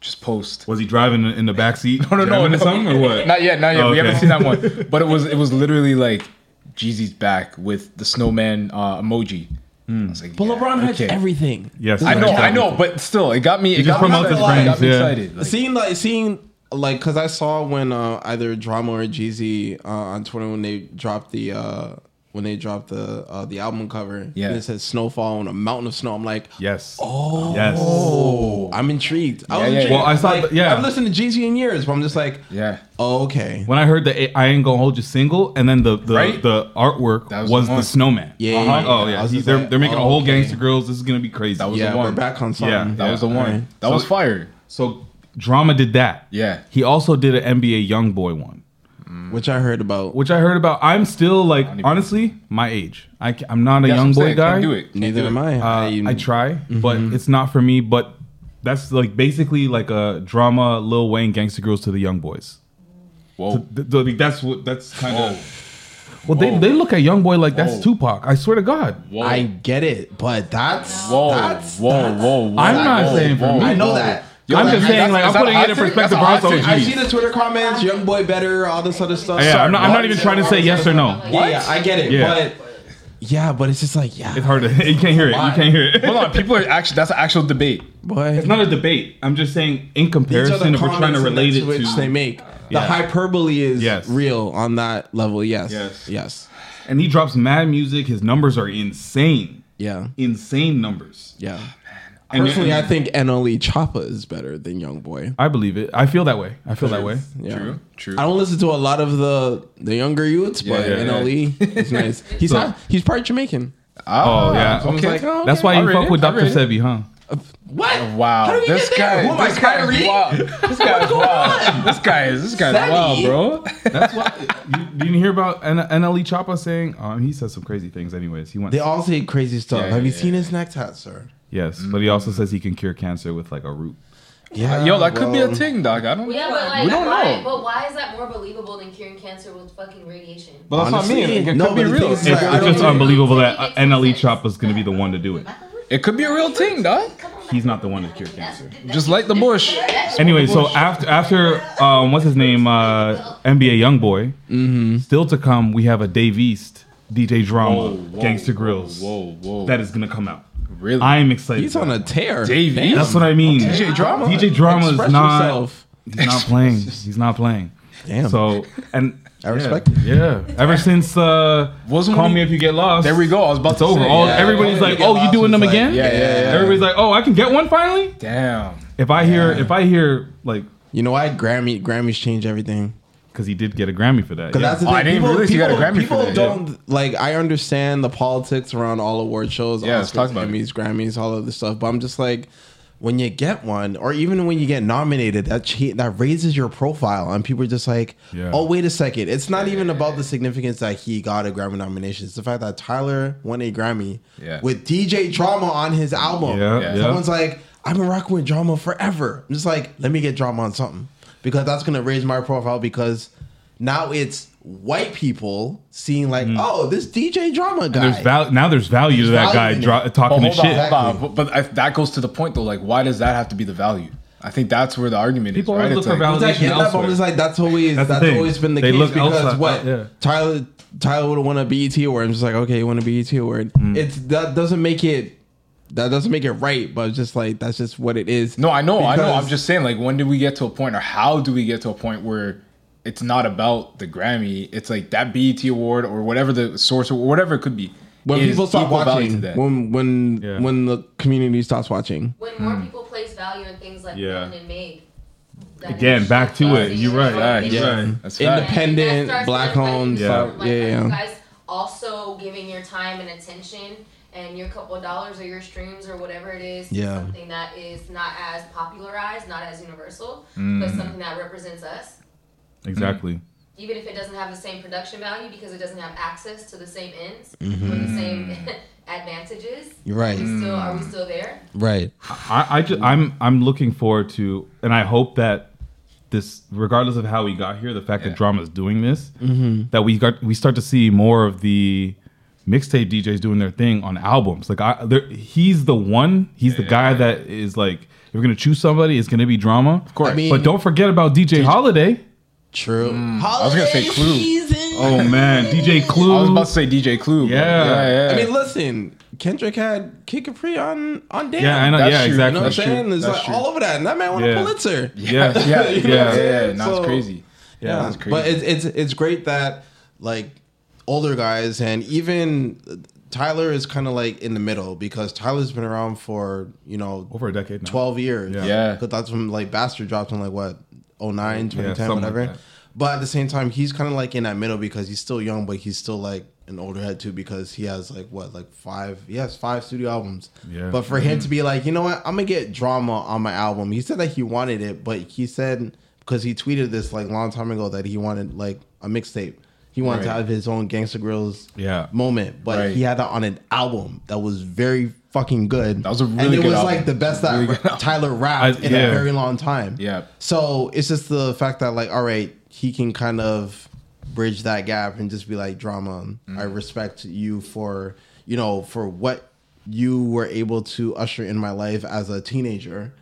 Speaker 1: just post.
Speaker 2: was he driving in the backseat?
Speaker 1: No, no, no,
Speaker 2: jamming
Speaker 1: no.
Speaker 2: or something or what?
Speaker 1: Not yet, not yet.
Speaker 2: Oh,
Speaker 1: We
Speaker 2: okay.
Speaker 1: haven't seen that one. But it was it was literally like Jeezy's back with the snowman uh, emoji.
Speaker 2: Hmm.
Speaker 1: I was like,
Speaker 3: But
Speaker 1: yeah,
Speaker 3: LeBron has
Speaker 1: okay.
Speaker 3: everything.
Speaker 2: Yes,
Speaker 1: I know, I know, but still, it got me. It
Speaker 2: just
Speaker 1: got me,
Speaker 2: promotes his
Speaker 1: excited. It got me
Speaker 2: friends, yeah.
Speaker 1: excited. Like,
Speaker 3: seeing like seeing like because I saw when uh, either Drama or Jeezy uh, on Twitter when they dropped the uh, when they dropped the uh, the album cover.
Speaker 1: Yeah.
Speaker 3: and it says snowfall on a mountain of snow. I'm like,
Speaker 2: Yes. Oh. Yes.
Speaker 3: oh, I'm intrigued. I
Speaker 1: Yeah,
Speaker 3: was
Speaker 1: yeah,
Speaker 3: intrigued.
Speaker 1: yeah.
Speaker 2: Well, I saw
Speaker 3: Like,
Speaker 2: the- yeah.
Speaker 3: I've listened to Jeezy in years, but I'm just like,
Speaker 1: yeah,
Speaker 3: oh, okay,
Speaker 2: When I heard the I ain't gonna hold you single, and then the the,
Speaker 1: Right?
Speaker 2: the artwork
Speaker 1: That
Speaker 2: was,
Speaker 1: was the one.
Speaker 2: the,
Speaker 1: Uh-huh.
Speaker 2: snowman.
Speaker 3: Yeah, yeah, yeah.
Speaker 2: Oh
Speaker 3: I
Speaker 2: yeah.
Speaker 3: was
Speaker 2: He-
Speaker 3: just
Speaker 2: they're
Speaker 3: like,
Speaker 2: they're making a
Speaker 3: oh,
Speaker 2: whole
Speaker 3: okay.
Speaker 2: gangsta girls. This is gonna be crazy.
Speaker 1: That was
Speaker 3: yeah,
Speaker 1: the
Speaker 3: we're
Speaker 1: one.
Speaker 3: back on
Speaker 2: Yeah.
Speaker 3: something.
Speaker 1: that was the
Speaker 2: all
Speaker 1: one.
Speaker 3: right.
Speaker 1: That was fire.
Speaker 2: so drama did that.
Speaker 1: Yeah.
Speaker 2: He also did an NBA YoungBoy one,
Speaker 3: which I heard about.
Speaker 2: which I heard about. I'm still like
Speaker 1: don't even-
Speaker 2: honestly my age. I ca- I'm not a YoungBoy
Speaker 1: That's what I'm saying.
Speaker 2: guy.
Speaker 1: Can't do it. Can't
Speaker 3: Neither
Speaker 1: do
Speaker 3: am
Speaker 1: it.
Speaker 3: I. How
Speaker 2: Uh,
Speaker 3: do you-
Speaker 2: I try, but it's not for me. But that's like basically like a drama, Lil Wayne, Gangsta Girls to the Young Boys.
Speaker 1: Whoa.
Speaker 2: Th- th- that's what that's kind
Speaker 1: Whoa.
Speaker 2: of. Well, they, they look at Young Boy like that's
Speaker 1: Whoa.
Speaker 2: Tupac. I swear to God.
Speaker 1: Whoa.
Speaker 3: I get it, but that's
Speaker 1: whoa,
Speaker 3: that's
Speaker 1: whoa, whoa, whoa.
Speaker 2: I'm not saying for me.
Speaker 3: I know that.
Speaker 1: like,
Speaker 2: I'm just
Speaker 1: that's-
Speaker 2: saying, like, I'm
Speaker 1: that's
Speaker 2: putting
Speaker 1: how
Speaker 2: it in
Speaker 1: I think-
Speaker 2: perspective
Speaker 1: that's how I
Speaker 2: for us,
Speaker 1: think.
Speaker 2: OG.
Speaker 3: I see the Twitter comments, young boy better, all this other stuff.
Speaker 2: Yeah, I'm not, I'm not
Speaker 3: Sorry,
Speaker 2: even
Speaker 3: what?
Speaker 2: trying to say yes or no.
Speaker 3: Yeah, yeah, I get it,
Speaker 2: Yeah.
Speaker 3: but yeah, but it's just like yeah,
Speaker 2: It's hard to. You can't hear it. You can't hear it.
Speaker 1: Hold on, people are actually. That's an actual debate.
Speaker 3: boy.
Speaker 2: It's not a debate. I'm just saying in comparison, if we're trying to relate it
Speaker 3: which they
Speaker 2: to.
Speaker 3: make.
Speaker 2: Yeah.
Speaker 3: The hyperbole is
Speaker 2: Yes.
Speaker 3: real on that level. Yes,
Speaker 2: Yes.
Speaker 3: yes.
Speaker 2: And he drops mad music. His numbers are insane.
Speaker 3: Yeah.
Speaker 2: Insane numbers.
Speaker 3: Yeah.
Speaker 2: And-
Speaker 3: Personally, I think NLE Choppa is better than Young Boy.
Speaker 2: I believe it. I feel that way. I feel that way.
Speaker 3: Yeah.
Speaker 1: True, true.
Speaker 3: I don't listen to a lot of the the younger youths, but
Speaker 1: Yeah, yeah,
Speaker 3: NLE is nice. He's
Speaker 2: So-
Speaker 3: not, he's part Jamaican.
Speaker 2: Oh, yeah.
Speaker 1: So I was
Speaker 3: Okay.
Speaker 1: like, oh,
Speaker 2: That's why
Speaker 1: I
Speaker 2: you
Speaker 1: read
Speaker 2: fuck
Speaker 1: it,
Speaker 2: with
Speaker 1: I
Speaker 2: Dr.
Speaker 1: read it.
Speaker 2: Sebi, huh?
Speaker 3: What?
Speaker 1: Wow,
Speaker 3: How did we
Speaker 1: this
Speaker 3: get there?
Speaker 1: guy,
Speaker 3: Who am I,
Speaker 1: this guy is
Speaker 3: Kyrie?
Speaker 1: wild. This guy is wild. This guy is this guy is wild, bro.
Speaker 2: That's why. you, you didn't hear about N- NLE Choppa saying? Um, he says some crazy things, anyways. He wants.
Speaker 3: They all say crazy stuff.
Speaker 1: Yeah,
Speaker 3: Have you
Speaker 1: yeah,
Speaker 3: seen his neck tat, sir?
Speaker 2: yes, but he also says he can cure cancer with like a root.
Speaker 3: Yeah,
Speaker 1: Yo, that could be a
Speaker 3: bro.
Speaker 1: thing, dog. I don't.
Speaker 9: Yeah, but like,
Speaker 1: We don't
Speaker 9: why,
Speaker 1: know.
Speaker 9: But why is that more believable than curing cancer with fucking radiation?
Speaker 1: But that's
Speaker 3: Honestly,
Speaker 1: what I mean. It
Speaker 3: no,
Speaker 1: could be
Speaker 3: but the
Speaker 1: real.
Speaker 3: thing is,
Speaker 1: It,
Speaker 3: like, I
Speaker 2: It's
Speaker 3: don't
Speaker 2: just
Speaker 3: know.
Speaker 2: unbelievable that uh, NLE Choppa's going to be the one to do it.
Speaker 1: it could be a real thing, dog.
Speaker 2: He's not the one to cure cancer.
Speaker 1: Just light the bush.
Speaker 2: Anyway, so after after um, what's his name uh, NBA YoungBoy,
Speaker 1: Mm-hmm.
Speaker 2: still to come, we have a Dave East, DJ Drama, Gangster Grills.
Speaker 1: Whoa, whoa.
Speaker 2: That is going to come out.
Speaker 1: really.
Speaker 2: I am excited.
Speaker 3: He's
Speaker 2: for
Speaker 3: on
Speaker 2: that.
Speaker 3: a tear.
Speaker 1: Dave
Speaker 3: Damn.
Speaker 1: East.
Speaker 2: That's what I mean.
Speaker 1: DJ Drama.
Speaker 2: DJ Drama is
Speaker 3: Express
Speaker 2: not.
Speaker 3: yourself.
Speaker 2: He's not playing. He's not playing.
Speaker 3: Damn.
Speaker 2: So and
Speaker 3: I respect it.
Speaker 2: Yeah. Ever since uh,
Speaker 1: Wasn't
Speaker 2: Call
Speaker 1: when
Speaker 2: Me
Speaker 1: he-
Speaker 2: If You Get Lost.
Speaker 1: There we go. I was about
Speaker 2: It's
Speaker 1: to
Speaker 2: over.
Speaker 1: say.
Speaker 2: All,
Speaker 1: yeah.
Speaker 2: everybody's
Speaker 3: Call Me
Speaker 2: like,
Speaker 3: If You Get
Speaker 2: "Oh, you
Speaker 3: Lost
Speaker 2: doing
Speaker 3: was
Speaker 2: them
Speaker 3: like-
Speaker 2: again?"
Speaker 1: Yeah, yeah, yeah.
Speaker 2: Everybody's like, "Oh, I can get one finally."
Speaker 1: Damn.
Speaker 2: If I hear, if I hear, like,
Speaker 3: You know why Grammy Grammys change everything?
Speaker 2: because he did get a Grammy for that.
Speaker 3: Because
Speaker 2: yeah.
Speaker 3: that's the
Speaker 1: Oh,
Speaker 3: thing.
Speaker 1: I didn't realize you got a Grammy for
Speaker 3: people
Speaker 1: that,
Speaker 3: don't like. I understand the politics around all award shows,
Speaker 1: Yeah, let's
Speaker 3: Oscars,
Speaker 1: talk about it.
Speaker 3: Emmys, Grammys, all of this stuff. But I'm just like, when you get one, or even when you get nominated, that cha- that raises your profile, and people are just like,
Speaker 2: Yeah.
Speaker 3: oh wait a second. It's not even about the significance that he got a Grammy nomination. It's the fact that Tyler won a Grammy
Speaker 1: Yeah.
Speaker 3: with DJ Drama on his album.
Speaker 2: Yeah,
Speaker 1: Yeah.
Speaker 2: yeah.
Speaker 3: Someone's like, I've been rocking with drama forever. I'm just like, let me get drama on something because that's gonna raise my profile because now it's white people seeing like, oh, this DJ drama guy.
Speaker 2: Mm-hmm. there's val- now there's value to that
Speaker 3: There's
Speaker 2: guy
Speaker 3: value in it.
Speaker 2: dro- talking
Speaker 1: But
Speaker 2: his
Speaker 1: hold on,
Speaker 2: shit.
Speaker 1: hold on. But, but I, that goes to the point though. Like, why does that have to be the value? I think that's where the argument
Speaker 2: People
Speaker 1: is.
Speaker 2: always
Speaker 1: Right?
Speaker 2: look for
Speaker 3: It's like,
Speaker 2: validation
Speaker 3: yeah, that, but I'm
Speaker 2: elsewhere.
Speaker 3: just like, that's always
Speaker 2: That's
Speaker 3: that's,
Speaker 2: the thing.
Speaker 3: always been the
Speaker 2: They
Speaker 3: case
Speaker 2: look
Speaker 3: because
Speaker 2: outside-
Speaker 3: what
Speaker 2: yeah.
Speaker 3: Tyler Tyler would have won a BET award. I'm just like, okay, you want a BET award?
Speaker 2: Mm.
Speaker 3: It's that doesn't make it that doesn't make it right, but it's just like that's just what it is.
Speaker 1: No, I know, I know.
Speaker 3: Because-
Speaker 1: I'm just saying, like, when did we get to a point, or how do we get to a point where it's not about the Grammy? It's like that BET award or whatever the source or whatever it could be.
Speaker 3: when
Speaker 1: is
Speaker 3: people stop
Speaker 1: equal value
Speaker 3: watching,
Speaker 1: to that.
Speaker 3: when when
Speaker 2: Yeah.
Speaker 3: when the community stops watching.
Speaker 9: When more people place value in things like
Speaker 2: Hmm. Yeah.
Speaker 9: melanin made. that
Speaker 2: Again,
Speaker 9: is-
Speaker 2: back to it. You're right.
Speaker 1: Facts,
Speaker 2: You're
Speaker 1: yeah.
Speaker 2: right.
Speaker 1: That's fact.
Speaker 3: Independent. Independent,
Speaker 9: And that starts
Speaker 3: black
Speaker 9: with, like,
Speaker 3: owned,
Speaker 9: you
Speaker 2: Yeah.
Speaker 9: know, like,
Speaker 3: yeah,
Speaker 9: are
Speaker 3: yeah.
Speaker 9: You guys also giving your time and attention and your couple of dollars or your streams or whatever it is to
Speaker 3: Yeah.
Speaker 9: something that is not as popularized, not as universal,
Speaker 2: Hmm.
Speaker 9: but something that represents us.
Speaker 2: Exactly.
Speaker 9: Even if it doesn't have the same production value because it doesn't have access to the same ends or the same advantages.
Speaker 3: You're right.
Speaker 9: We still, are we still there?
Speaker 3: Right.
Speaker 2: I, I just, I'm, I'm looking forward to, and I hope that this, regardless of how we got here, the fact that drama is doing this, that we got, we start to see more of the mixtape DJs doing their thing on albums. Like, I, there, he's the one, he's the guy that is like, if we're gonna choose somebody, it's gonna be drama. Of
Speaker 3: course. I mean-
Speaker 2: but don't forget about DJ Holiday.
Speaker 3: True.
Speaker 1: I was gonna say Clue.
Speaker 2: Oh man, DJ Clue.
Speaker 1: I was about to say DJ Clue. but
Speaker 2: Yeah.
Speaker 1: yeah, yeah.
Speaker 3: I mean, listen, Kendrick had Kid Capri on on Damn.
Speaker 2: yeah, I know.
Speaker 1: That's
Speaker 2: Yeah,
Speaker 1: true.
Speaker 3: You know
Speaker 2: exactly.
Speaker 3: what I'm
Speaker 1: That's true.
Speaker 3: saying? It's
Speaker 1: That's
Speaker 3: like
Speaker 1: true.
Speaker 3: all over that, and that man won
Speaker 2: Yeah.
Speaker 3: a Pulitzer.
Speaker 2: Yeah,
Speaker 1: yeah, yeah,
Speaker 3: You know what
Speaker 2: yeah,
Speaker 3: I'm
Speaker 1: yeah, yeah.
Speaker 3: saying?
Speaker 1: No,
Speaker 3: So-
Speaker 1: it's crazy.
Speaker 3: Yeah,
Speaker 1: that's crazy.
Speaker 3: But it's it's it's great that like older guys and even Tyler is kind of like in the middle because Tyler's been around for you know
Speaker 2: Over a decade now.
Speaker 3: twelve years.
Speaker 2: Yeah.
Speaker 1: Yeah.
Speaker 3: because that's when like Bastard dropped in like what 09, 2010,
Speaker 2: something like
Speaker 3: whatever.
Speaker 2: that.
Speaker 3: but at the same time, he's kind of like in that middle because he's still young, but he's still like an older head too because he has like what like five he has five studio albums.
Speaker 2: Yeah.
Speaker 3: But for him to be like, you know what, I'm gonna get drama on my album. He said that he wanted it, but he said because he tweeted this like long time ago that he wanted like a mixtape. He wanted to
Speaker 1: Right.
Speaker 3: have his own Gangsta Grills
Speaker 2: Yeah.
Speaker 3: moment, but
Speaker 1: Right.
Speaker 3: he had that on an album that was very fucking good.
Speaker 1: That was a
Speaker 3: and
Speaker 1: really
Speaker 3: it
Speaker 1: good
Speaker 3: was
Speaker 1: album.
Speaker 3: like the best that
Speaker 1: Really good album.
Speaker 3: Tyler rapped
Speaker 2: I-
Speaker 3: in
Speaker 2: yeah.
Speaker 3: a very long time.
Speaker 1: Yeah.
Speaker 3: So it's just the fact that like, all right, he can kind of bridge that gap and just be like, drama.
Speaker 1: Mm-hmm.
Speaker 3: I respect you for you know for what you were able to usher in my life as a teenager,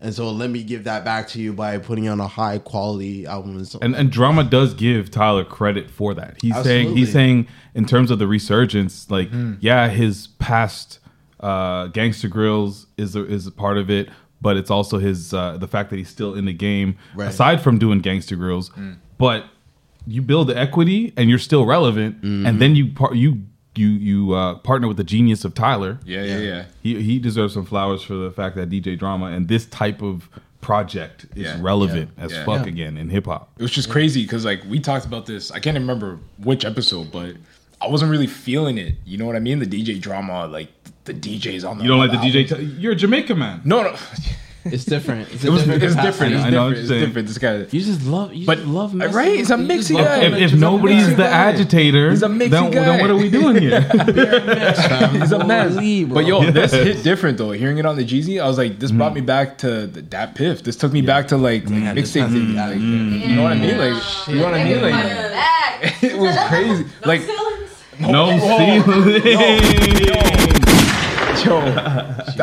Speaker 3: and so let me give that back to you by putting on a high quality album. And, so,
Speaker 2: and and drama does give Tyler credit for that. He's saying he's
Speaker 3: Absolutely.
Speaker 2: saying in terms of the resurgence, like
Speaker 1: Hmm.
Speaker 2: yeah, his past uh, gangster grills is a, is a part of it, but it's also his uh, the fact that he's still in the game
Speaker 3: Right.
Speaker 2: aside from doing gangster
Speaker 1: Hmm. Mm-hmm.
Speaker 2: grills. But you build the equity and you're still relevant, and then you par- you you you uh, partner with the genius of Tyler.
Speaker 1: Yeah, yeah, yeah.
Speaker 2: He he deserves some flowers for the fact that DJ Drama and this type of project is
Speaker 1: Yeah.
Speaker 2: relevant as
Speaker 1: Yeah.
Speaker 2: fuck
Speaker 1: Yeah.
Speaker 2: again in hip hop.
Speaker 1: It was just crazy because like we talked about this. I can't remember which episode, but I wasn't really feeling it. You know what I mean? The DJ drama, like the DJs on the
Speaker 2: You don't like the
Speaker 1: on
Speaker 2: DJ?
Speaker 1: album.
Speaker 2: T- you're a Jamaica man.
Speaker 1: no, no.
Speaker 6: It's different. It's,
Speaker 1: It was
Speaker 6: different
Speaker 1: it's
Speaker 6: capacity.
Speaker 1: different. It's
Speaker 2: I know, I'm
Speaker 1: different. It's
Speaker 2: just saying.
Speaker 1: different. This guy.
Speaker 6: You just love. You
Speaker 1: But-
Speaker 6: just love.
Speaker 1: right,
Speaker 6: Messing
Speaker 1: it's a
Speaker 6: you
Speaker 1: mixed
Speaker 6: just love
Speaker 1: guy.
Speaker 6: it.
Speaker 2: If,
Speaker 1: He's
Speaker 2: if
Speaker 1: a
Speaker 2: nobody's
Speaker 1: mixing
Speaker 2: the
Speaker 1: guy.
Speaker 2: agitator,
Speaker 1: He's a
Speaker 2: then,
Speaker 1: mixing
Speaker 2: then
Speaker 1: guy.
Speaker 2: what are we doing here?
Speaker 1: He's a mess.
Speaker 6: Holy, bro.
Speaker 1: But yo, this
Speaker 2: Yes.
Speaker 1: hit different though. Hearing it on the Jeezy, I was like, this brought me back to the, that piff. This took me back to like, like mixtape. days. Like, You know what I mean? Like, you know what I mean? Like,
Speaker 9: Back.
Speaker 1: it was crazy. Like,
Speaker 2: no ceiling.
Speaker 1: yo,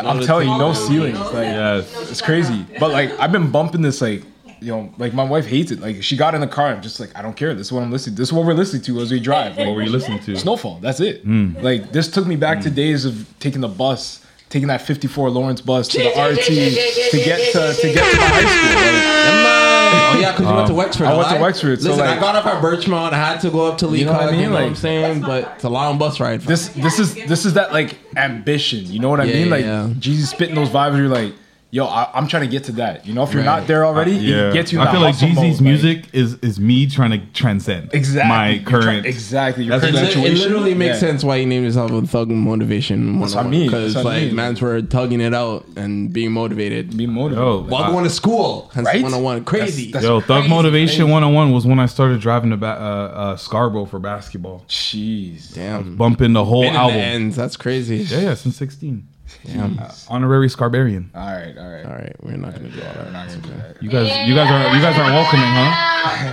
Speaker 1: I'm telling you, no ceilings. Like,
Speaker 2: Yes.
Speaker 1: it's crazy. But like I've been bumping this like you know, like my wife hates it. Like she got in the car, I'm just like, I don't care. This is what I'm listening. This is what we're listening to as we drive.
Speaker 2: What
Speaker 1: Like
Speaker 2: were you listening to?
Speaker 1: snowfall. That's it.
Speaker 2: Mm.
Speaker 1: Like this took me back to days of taking the bus, taking that 54 Lawrence bus to the RT to get to to get to my high school. Like,
Speaker 3: Oh yeah, because you went to Wexford.
Speaker 1: Uh, I went to
Speaker 3: lied.
Speaker 1: Wexford, so,
Speaker 3: Listen,
Speaker 1: like-
Speaker 3: I got up at Birchmont. I had to go up to Lee. You know what I mean? You know what I'm
Speaker 1: Like-
Speaker 3: saying? But it's a long bus ride.
Speaker 1: this this is this is that like ambition. You know what I
Speaker 3: Yeah,
Speaker 1: mean? Like
Speaker 3: yeah.
Speaker 1: Jesus spitting those vibes. You're like, yo, I, I'm trying to get to that. You know, if you're
Speaker 3: Right.
Speaker 1: not there already, it gets you. in
Speaker 2: Uh,
Speaker 1: that
Speaker 2: I feel like
Speaker 1: hustle mode,
Speaker 2: Jeezy's music is is me trying to transcend
Speaker 1: Exactly. You're
Speaker 2: my
Speaker 1: try-
Speaker 2: current.
Speaker 1: exactly. Your
Speaker 2: That's
Speaker 1: current
Speaker 2: what
Speaker 3: It, li- it
Speaker 1: situation.
Speaker 3: literally makes
Speaker 1: Yeah.
Speaker 3: sense why you named yourself a Thug Motivation.
Speaker 1: That's what I mean.
Speaker 3: Because
Speaker 1: That's what I
Speaker 3: like
Speaker 1: mean.
Speaker 3: man's were tugging it out and being motivated.
Speaker 1: Be motivated.
Speaker 2: Yo,
Speaker 3: While going to school, hence
Speaker 1: Right?
Speaker 3: 101. Crazy.
Speaker 1: That's-
Speaker 2: yo, Thug
Speaker 1: crazy.
Speaker 2: Motivation 101 was when I started driving to ba- uh, uh, Scarborough for basketball,
Speaker 1: Jeez.
Speaker 3: Damn.
Speaker 2: bumping the whole
Speaker 3: Been in the
Speaker 2: album.
Speaker 3: ends. That's crazy.
Speaker 2: Yeah, yeah, since 16. Uh, honorary Scarbarian.
Speaker 1: All right, all right.
Speaker 3: All right, we're not gonna do all that.
Speaker 1: We're not gonna do that.
Speaker 2: You guys, you guys are you guys aren't welcoming, huh?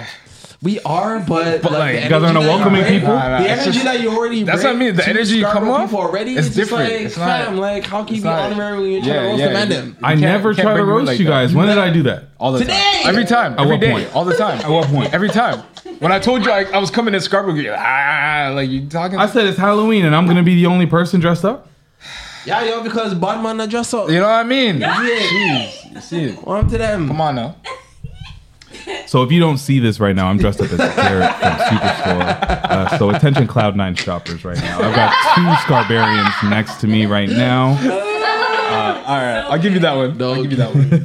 Speaker 3: We are, but,
Speaker 1: But, like,
Speaker 3: the
Speaker 1: you guys
Speaker 2: aren't
Speaker 3: energy
Speaker 2: a
Speaker 3: that you
Speaker 2: welcoming
Speaker 3: bring-
Speaker 2: people?
Speaker 1: Nah, nah,
Speaker 3: the
Speaker 1: it's
Speaker 3: energy
Speaker 1: just-
Speaker 3: that you already
Speaker 1: That's what
Speaker 3: bring
Speaker 1: I mean, the
Speaker 3: to
Speaker 1: energy you come
Speaker 3: Scarborough
Speaker 1: off,
Speaker 3: people already.
Speaker 1: it's
Speaker 3: It's, just
Speaker 1: different.
Speaker 3: Like,
Speaker 1: It's not-
Speaker 3: fam, like how can you
Speaker 1: it's
Speaker 3: be
Speaker 1: not-
Speaker 3: honorary when you're trying to roast
Speaker 1: yeah,
Speaker 3: the man
Speaker 1: yeah.
Speaker 3: them?
Speaker 2: I
Speaker 1: can't-
Speaker 2: never
Speaker 1: can't
Speaker 2: try to
Speaker 1: bring them
Speaker 2: roast
Speaker 1: like
Speaker 2: you
Speaker 1: that.
Speaker 2: guys. When did I do that?
Speaker 1: All the
Speaker 3: Today!
Speaker 1: time. Every time.
Speaker 2: At
Speaker 1: every
Speaker 2: what
Speaker 1: day,
Speaker 2: point?
Speaker 1: All the time. At what point? Every time. When I told you I, I was coming to Scarborough, you're like, ah, like you talking.
Speaker 2: I said it's Halloween and I'm gonna be the only person dressed up.
Speaker 3: Yeah, yo, because bad man not dress up.
Speaker 1: you know what I mean?
Speaker 3: Yeah.
Speaker 1: Jeez. You see it.
Speaker 3: What up to them?
Speaker 1: Come on now.
Speaker 2: So if you don't see this right now, I'm dressed up as Garrett from Superstore. Uh, so attention, Cloud Nine shoppers, right now. I've got two Scarbarians next to me right now.
Speaker 1: Uh, All right. I'll give you that one. I'll give you that one.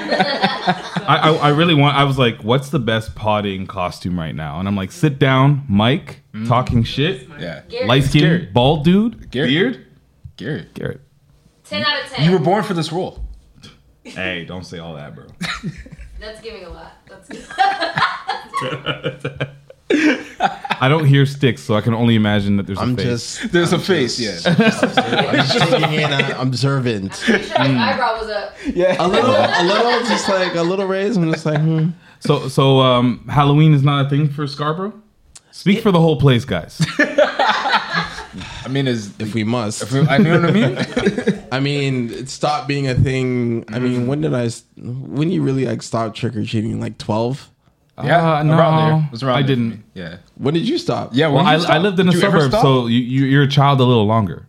Speaker 2: I, I, I really want. I was like, what's the best potting costume right now? And I'm like, sit down, Mike, talking shit,
Speaker 1: Yeah.
Speaker 2: light skin,
Speaker 1: Garrett.
Speaker 2: bald dude,
Speaker 1: Garrett.
Speaker 2: beard,
Speaker 1: Garrett.
Speaker 2: Garrett.
Speaker 9: Ten out of ten.
Speaker 1: You were born for this role.
Speaker 2: Hey, don't say all that, bro.
Speaker 9: That's giving a lot. That's good.
Speaker 2: I don't hear sticks, so I can only imagine that there's a
Speaker 7: I'm
Speaker 2: face.
Speaker 7: just
Speaker 1: There's a face, yeah.
Speaker 7: I'm just taking in uh, observant.
Speaker 9: Pretty sure his eyebrow was up.
Speaker 3: A little, a little, just like a little raise. I'm just like, hmm.
Speaker 2: So, so um, Halloween is not a thing for Scarborough. Speak for the whole place, guys.
Speaker 1: I mean, is
Speaker 3: if we must.
Speaker 1: I know what I mean?
Speaker 2: Uh,
Speaker 3: I mean, it stopped being a thing. I
Speaker 1: Mm-hmm.
Speaker 3: mean, when did I? s- When you really like stop trick or treating? Like twelve.
Speaker 1: Yeah,
Speaker 2: Uh, no,
Speaker 1: around there. It was around
Speaker 2: I
Speaker 1: there.
Speaker 2: didn't.
Speaker 1: Yeah.
Speaker 3: When did you stop?
Speaker 1: Yeah,
Speaker 2: Well,
Speaker 1: when you
Speaker 2: I, I
Speaker 1: stop-
Speaker 2: lived in a
Speaker 1: did you ever
Speaker 2: suburb,
Speaker 1: stop?
Speaker 2: so you, you, you're a child a little longer.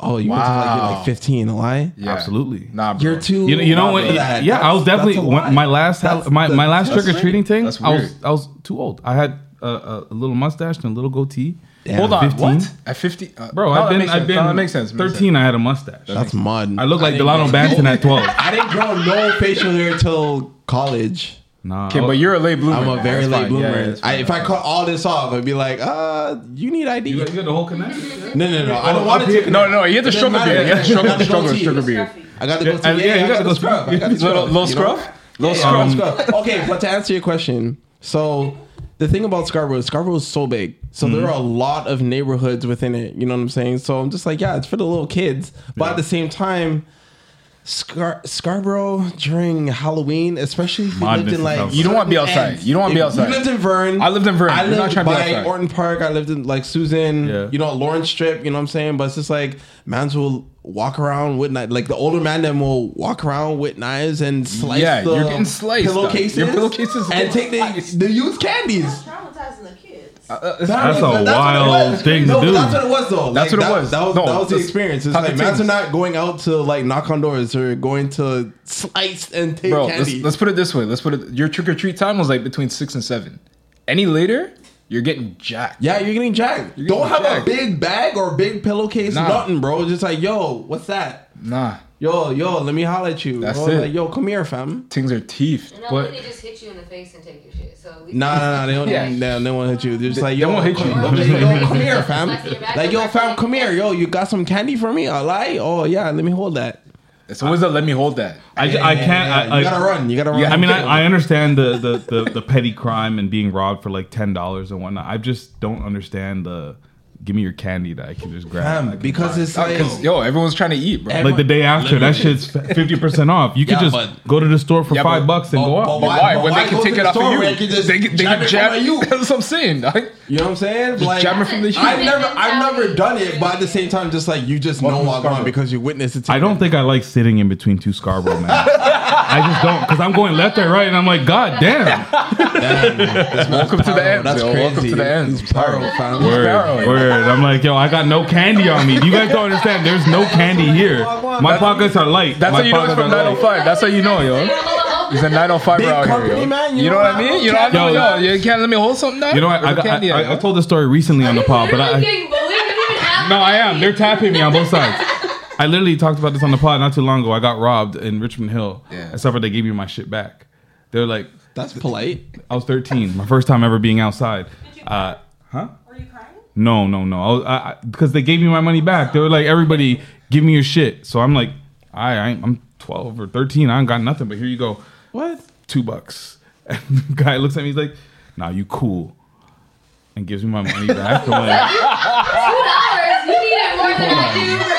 Speaker 3: Oh, you went to like, you're
Speaker 1: Wow.
Speaker 3: like fifteen. A lie.
Speaker 1: Yeah.
Speaker 2: Absolutely.
Speaker 1: Nah, bro.
Speaker 3: You're too.
Speaker 2: You know, you know
Speaker 3: old
Speaker 2: when?
Speaker 3: for that.
Speaker 2: Yeah, I was
Speaker 3: That's-
Speaker 2: definitely
Speaker 3: that's a lie.
Speaker 2: when, my last Hall-
Speaker 3: That's-
Speaker 2: my, my
Speaker 3: that's-
Speaker 2: last trick or treating thing.
Speaker 1: That's
Speaker 2: I was
Speaker 1: weird.
Speaker 2: I was too old. I had a, a, a little mustache and a little goatee.
Speaker 1: Hold
Speaker 2: At
Speaker 1: on, what? At 50? Uh,
Speaker 2: Bro,
Speaker 1: no,
Speaker 2: I've
Speaker 1: that
Speaker 2: been
Speaker 1: makes
Speaker 2: I've
Speaker 1: sense.
Speaker 2: been
Speaker 1: No, that makes sense. makes
Speaker 2: Thirteen, I had a mustache.
Speaker 3: That's mud.
Speaker 2: I look like
Speaker 3: I
Speaker 2: Delano Banton at twelve.
Speaker 3: I didn't grow no facial hair till college.
Speaker 2: Nah, oh.
Speaker 1: sense. Okay, but you're a late bloomer.
Speaker 3: I'm a
Speaker 1: man.
Speaker 3: very
Speaker 1: That's
Speaker 3: late
Speaker 1: fine. Yeah,
Speaker 3: bloomer.
Speaker 1: yeah, that's
Speaker 3: I,
Speaker 1: fine.
Speaker 3: if I cut all this off, I'd be like, uh, you need ID.
Speaker 2: you got, you got the whole connection.
Speaker 3: no, no, no. I don't
Speaker 2: Oh,
Speaker 3: want
Speaker 2: up
Speaker 3: to.
Speaker 2: here-
Speaker 3: take-
Speaker 1: no, no, you have to
Speaker 3: It doesn't
Speaker 1: struggle
Speaker 3: matter.
Speaker 1: beard. You have to
Speaker 3: I
Speaker 1: struggle,
Speaker 3: got to go
Speaker 1: struggle,
Speaker 3: to you.
Speaker 1: struggle beard.
Speaker 3: I gotta go
Speaker 2: Yeah,
Speaker 3: to. Yeah,
Speaker 2: and- yeah,
Speaker 3: I
Speaker 2: you
Speaker 3: gotta
Speaker 2: gotta
Speaker 3: go
Speaker 2: go
Speaker 3: scrub. I
Speaker 2: scrub.
Speaker 3: gotta
Speaker 1: Little,
Speaker 3: scrub.
Speaker 1: little
Speaker 3: you know?
Speaker 1: scruff? Little
Speaker 3: Yeah,
Speaker 1: scruff.
Speaker 3: Scarborough. Um, Okay, but to answer your question, so the thing about Scarborough, is Scarborough is so big, so
Speaker 1: Mm-hmm.
Speaker 3: there are a lot of neighborhoods within it. You know what I'm saying? So I'm just like, yeah, it's for the little kids, but at the same time. Scar- Scarborough during Halloween, especially if you lived
Speaker 2: Madness
Speaker 3: in
Speaker 2: is
Speaker 3: like
Speaker 2: outside.
Speaker 1: You don't want to be
Speaker 3: certain
Speaker 1: outside.
Speaker 3: ends.
Speaker 1: You don't want to be
Speaker 3: If
Speaker 1: outside.
Speaker 3: You lived in Vern.
Speaker 1: I lived in Vern.
Speaker 3: I
Speaker 1: You're not
Speaker 3: lived
Speaker 1: trying to be
Speaker 3: by
Speaker 1: outside.
Speaker 3: Orton Park. I lived in like Susan.
Speaker 2: Yeah.
Speaker 3: You know Lawrence Strip. You know what I'm saying? But it's just like mans will walk around with knives. Like the older man them will walk around with knives and slice.
Speaker 1: Yeah,
Speaker 3: the
Speaker 1: you're getting sliced, dog.
Speaker 3: Pillowcases.
Speaker 1: Your pillowcases are
Speaker 3: and take
Speaker 1: getting
Speaker 3: the,
Speaker 1: sliced.
Speaker 3: the used candies.
Speaker 10: Traumatizing the kids.
Speaker 2: That's a
Speaker 3: what it
Speaker 2: wild
Speaker 3: was.
Speaker 2: thing to
Speaker 3: no, but
Speaker 2: do.
Speaker 3: That's what it was though.
Speaker 1: That's
Speaker 3: Like,
Speaker 1: what it
Speaker 3: that,
Speaker 1: was.
Speaker 3: That was,
Speaker 1: No,
Speaker 3: that was the
Speaker 1: just
Speaker 3: experience. It's
Speaker 1: talk
Speaker 3: like
Speaker 1: to
Speaker 3: mans are
Speaker 1: teens.
Speaker 3: not going out to like knock on doors. They're going to slice and take
Speaker 1: Bro, let's,
Speaker 3: candy.
Speaker 1: let's put it this way. Let's put it. Your trick or treat time was like between six and seven. Any later, you're getting jacked.
Speaker 3: Yeah, you're getting jacked.
Speaker 1: You're
Speaker 3: Don't
Speaker 1: getting
Speaker 3: have
Speaker 1: jacked.
Speaker 3: a big bag or big pillowcase,
Speaker 1: Nah.
Speaker 3: nothing, bro. Just like, yo, what's that?
Speaker 1: Nah,
Speaker 3: Yo, yo, let me holler at you.
Speaker 1: That's
Speaker 3: Bro,
Speaker 1: it.
Speaker 3: Like, yo, come here, fam.
Speaker 1: things are teeth.
Speaker 9: And
Speaker 1: But
Speaker 9: they just hit you in the face and take your shit. So at least
Speaker 3: Nah, nah, nah. They don't.
Speaker 1: Yeah.
Speaker 3: nah, they won't hit you. They're just like, yo,
Speaker 1: won't hit
Speaker 3: come,
Speaker 1: you.
Speaker 3: Yo,
Speaker 1: They'll
Speaker 3: yo,
Speaker 1: just-
Speaker 3: come here, fam.
Speaker 9: Like, you're back
Speaker 3: Like,
Speaker 9: in
Speaker 3: yo,
Speaker 9: my
Speaker 3: fam,
Speaker 9: face.
Speaker 3: come here. Yo, you got some candy for me? I lie. Oh yeah, let me hold that.
Speaker 1: it's always a let me hold that.
Speaker 2: I, ju- I can't. I,
Speaker 3: You gotta
Speaker 2: I,
Speaker 3: run. You gotta run.
Speaker 2: I mean, I, I understand the, the, the, the petty crime and being robbed for like ten dollars and whatnot. I just don't understand the give me your candy that I can just grab. I
Speaker 3: fam,
Speaker 2: can
Speaker 3: because
Speaker 2: buy.
Speaker 3: it's
Speaker 1: Uh,
Speaker 3: like,
Speaker 1: 'cause, yo, everyone's trying to eat, bro.
Speaker 3: Oh, Every-
Speaker 2: like the day after, that shit's fifty percent off. You could
Speaker 3: Yeah,
Speaker 2: just
Speaker 3: but-
Speaker 2: go to the store for
Speaker 1: Yeah,
Speaker 2: five
Speaker 1: but-
Speaker 2: bucks and
Speaker 3: but-
Speaker 2: go
Speaker 3: but
Speaker 2: up.
Speaker 1: But why?
Speaker 3: But
Speaker 1: When
Speaker 3: why
Speaker 1: they can
Speaker 3: go
Speaker 1: take
Speaker 3: to
Speaker 1: it
Speaker 3: the
Speaker 1: off of
Speaker 3: store
Speaker 1: you,
Speaker 3: where I can just
Speaker 1: they can, they
Speaker 3: jab
Speaker 1: can
Speaker 3: it
Speaker 1: jab
Speaker 3: from you?
Speaker 1: That's what I'm saying. Like,
Speaker 3: you know what I'm saying?
Speaker 1: just
Speaker 3: Like,
Speaker 1: jab it from the heat.
Speaker 3: I've never, I've never done it, but at the same time, just like you just know
Speaker 1: Welcome to
Speaker 3: I want
Speaker 1: Scarborough.
Speaker 3: because you witnessed it.
Speaker 2: I don't think I like sitting in between two Scarborough men. I just don't because I'm going left and right, and I'm like, God damn.
Speaker 1: welcome to the end.
Speaker 3: That's
Speaker 1: yo.
Speaker 3: crazy.
Speaker 1: Welcome to the end.
Speaker 3: He's pyro, fam.
Speaker 2: Word,
Speaker 1: Barreling.
Speaker 2: word. I'm like, yo, I got no candy on me. You guys don't understand. There's no candy here. My pockets are light.
Speaker 1: That's
Speaker 2: My
Speaker 1: how you know it's
Speaker 2: pockets
Speaker 1: from
Speaker 2: are
Speaker 1: 905.
Speaker 2: light.
Speaker 1: That's how you know, yo. He's a 905
Speaker 3: Big
Speaker 1: out here,
Speaker 3: company,
Speaker 1: yo.
Speaker 3: man.
Speaker 1: You,
Speaker 3: You
Speaker 1: know
Speaker 3: know
Speaker 1: what I
Speaker 3: I
Speaker 1: mean?
Speaker 3: don't
Speaker 1: You know what I mean?
Speaker 2: care.
Speaker 1: Yo, you can't let me hold something now?
Speaker 2: You know what? I,
Speaker 1: Where's the
Speaker 2: got, I,
Speaker 1: candy at,
Speaker 2: I, I
Speaker 1: yo?
Speaker 2: told this story recently on the pod, but I,
Speaker 9: getting bullied. You don't even have
Speaker 2: no, I am. They're tapping me on both sides. I literally talked about this on the pod not too long ago. I got robbed in Richmond Hill.
Speaker 1: Yeah.
Speaker 2: Except for they gave me my shit back. They're like,
Speaker 3: That's polite.
Speaker 2: I was 13, my first time ever being outside. Uh, huh?
Speaker 11: Were you crying?
Speaker 2: No, no, no. I was- I because they gave me my money back. They were like, everybody, give me your shit. So I'm like, I, I ain't- I'm 12 or 13. I ain't got nothing, but here you go. What? Two bucks. And the guy looks at me. He's like, Nah, you cool. And gives me my money back. I'm like,
Speaker 9: two dollars. You need it more than I do.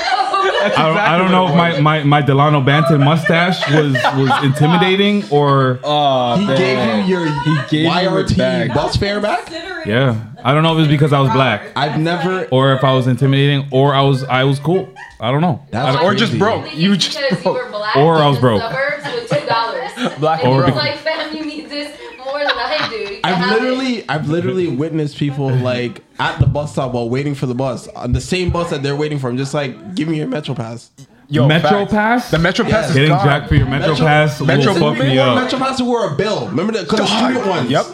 Speaker 2: I, don't, I don't know if my, my, my Delano Banton mustache was, was intimidating or
Speaker 11: Oh.
Speaker 1: Aw,
Speaker 3: He
Speaker 1: man.
Speaker 3: gave you your
Speaker 1: gave you it back.
Speaker 3: YRT bus fare back.
Speaker 11: Considering
Speaker 2: yeah. I don't know if it's because I was black
Speaker 3: I've never.
Speaker 2: or if I was intimidating or I was I was cool. I don't know.
Speaker 3: That's
Speaker 1: Or just
Speaker 3: crazy.
Speaker 1: broke. You just
Speaker 9: because you were
Speaker 1: broke.
Speaker 9: black
Speaker 2: Or I
Speaker 9: in
Speaker 2: was
Speaker 9: the
Speaker 2: broke.
Speaker 9: Suburbs with two dollars.
Speaker 1: Black
Speaker 9: and
Speaker 2: or
Speaker 9: it's
Speaker 2: broke.
Speaker 9: like, fam, you need this more than I do. You
Speaker 3: I've
Speaker 9: have it.
Speaker 3: literally, I've literally witnessed people like at the bus stop while waiting for the bus on the same bus that they're waiting for. I'm just like, give me your Metro Pass.
Speaker 1: Yo,
Speaker 2: Metro
Speaker 1: facts.
Speaker 2: Pass?
Speaker 1: The Metro
Speaker 3: Yes.
Speaker 1: Pass is
Speaker 2: Getting
Speaker 1: gone.
Speaker 2: jacked for your Metro,
Speaker 3: Metro-
Speaker 2: Pass
Speaker 1: Metro-
Speaker 2: will fuck me
Speaker 3: Or
Speaker 2: up.
Speaker 3: Metro Pass were a bill. Remember that? Because the
Speaker 1: Dog.
Speaker 3: student ones.
Speaker 1: Yep.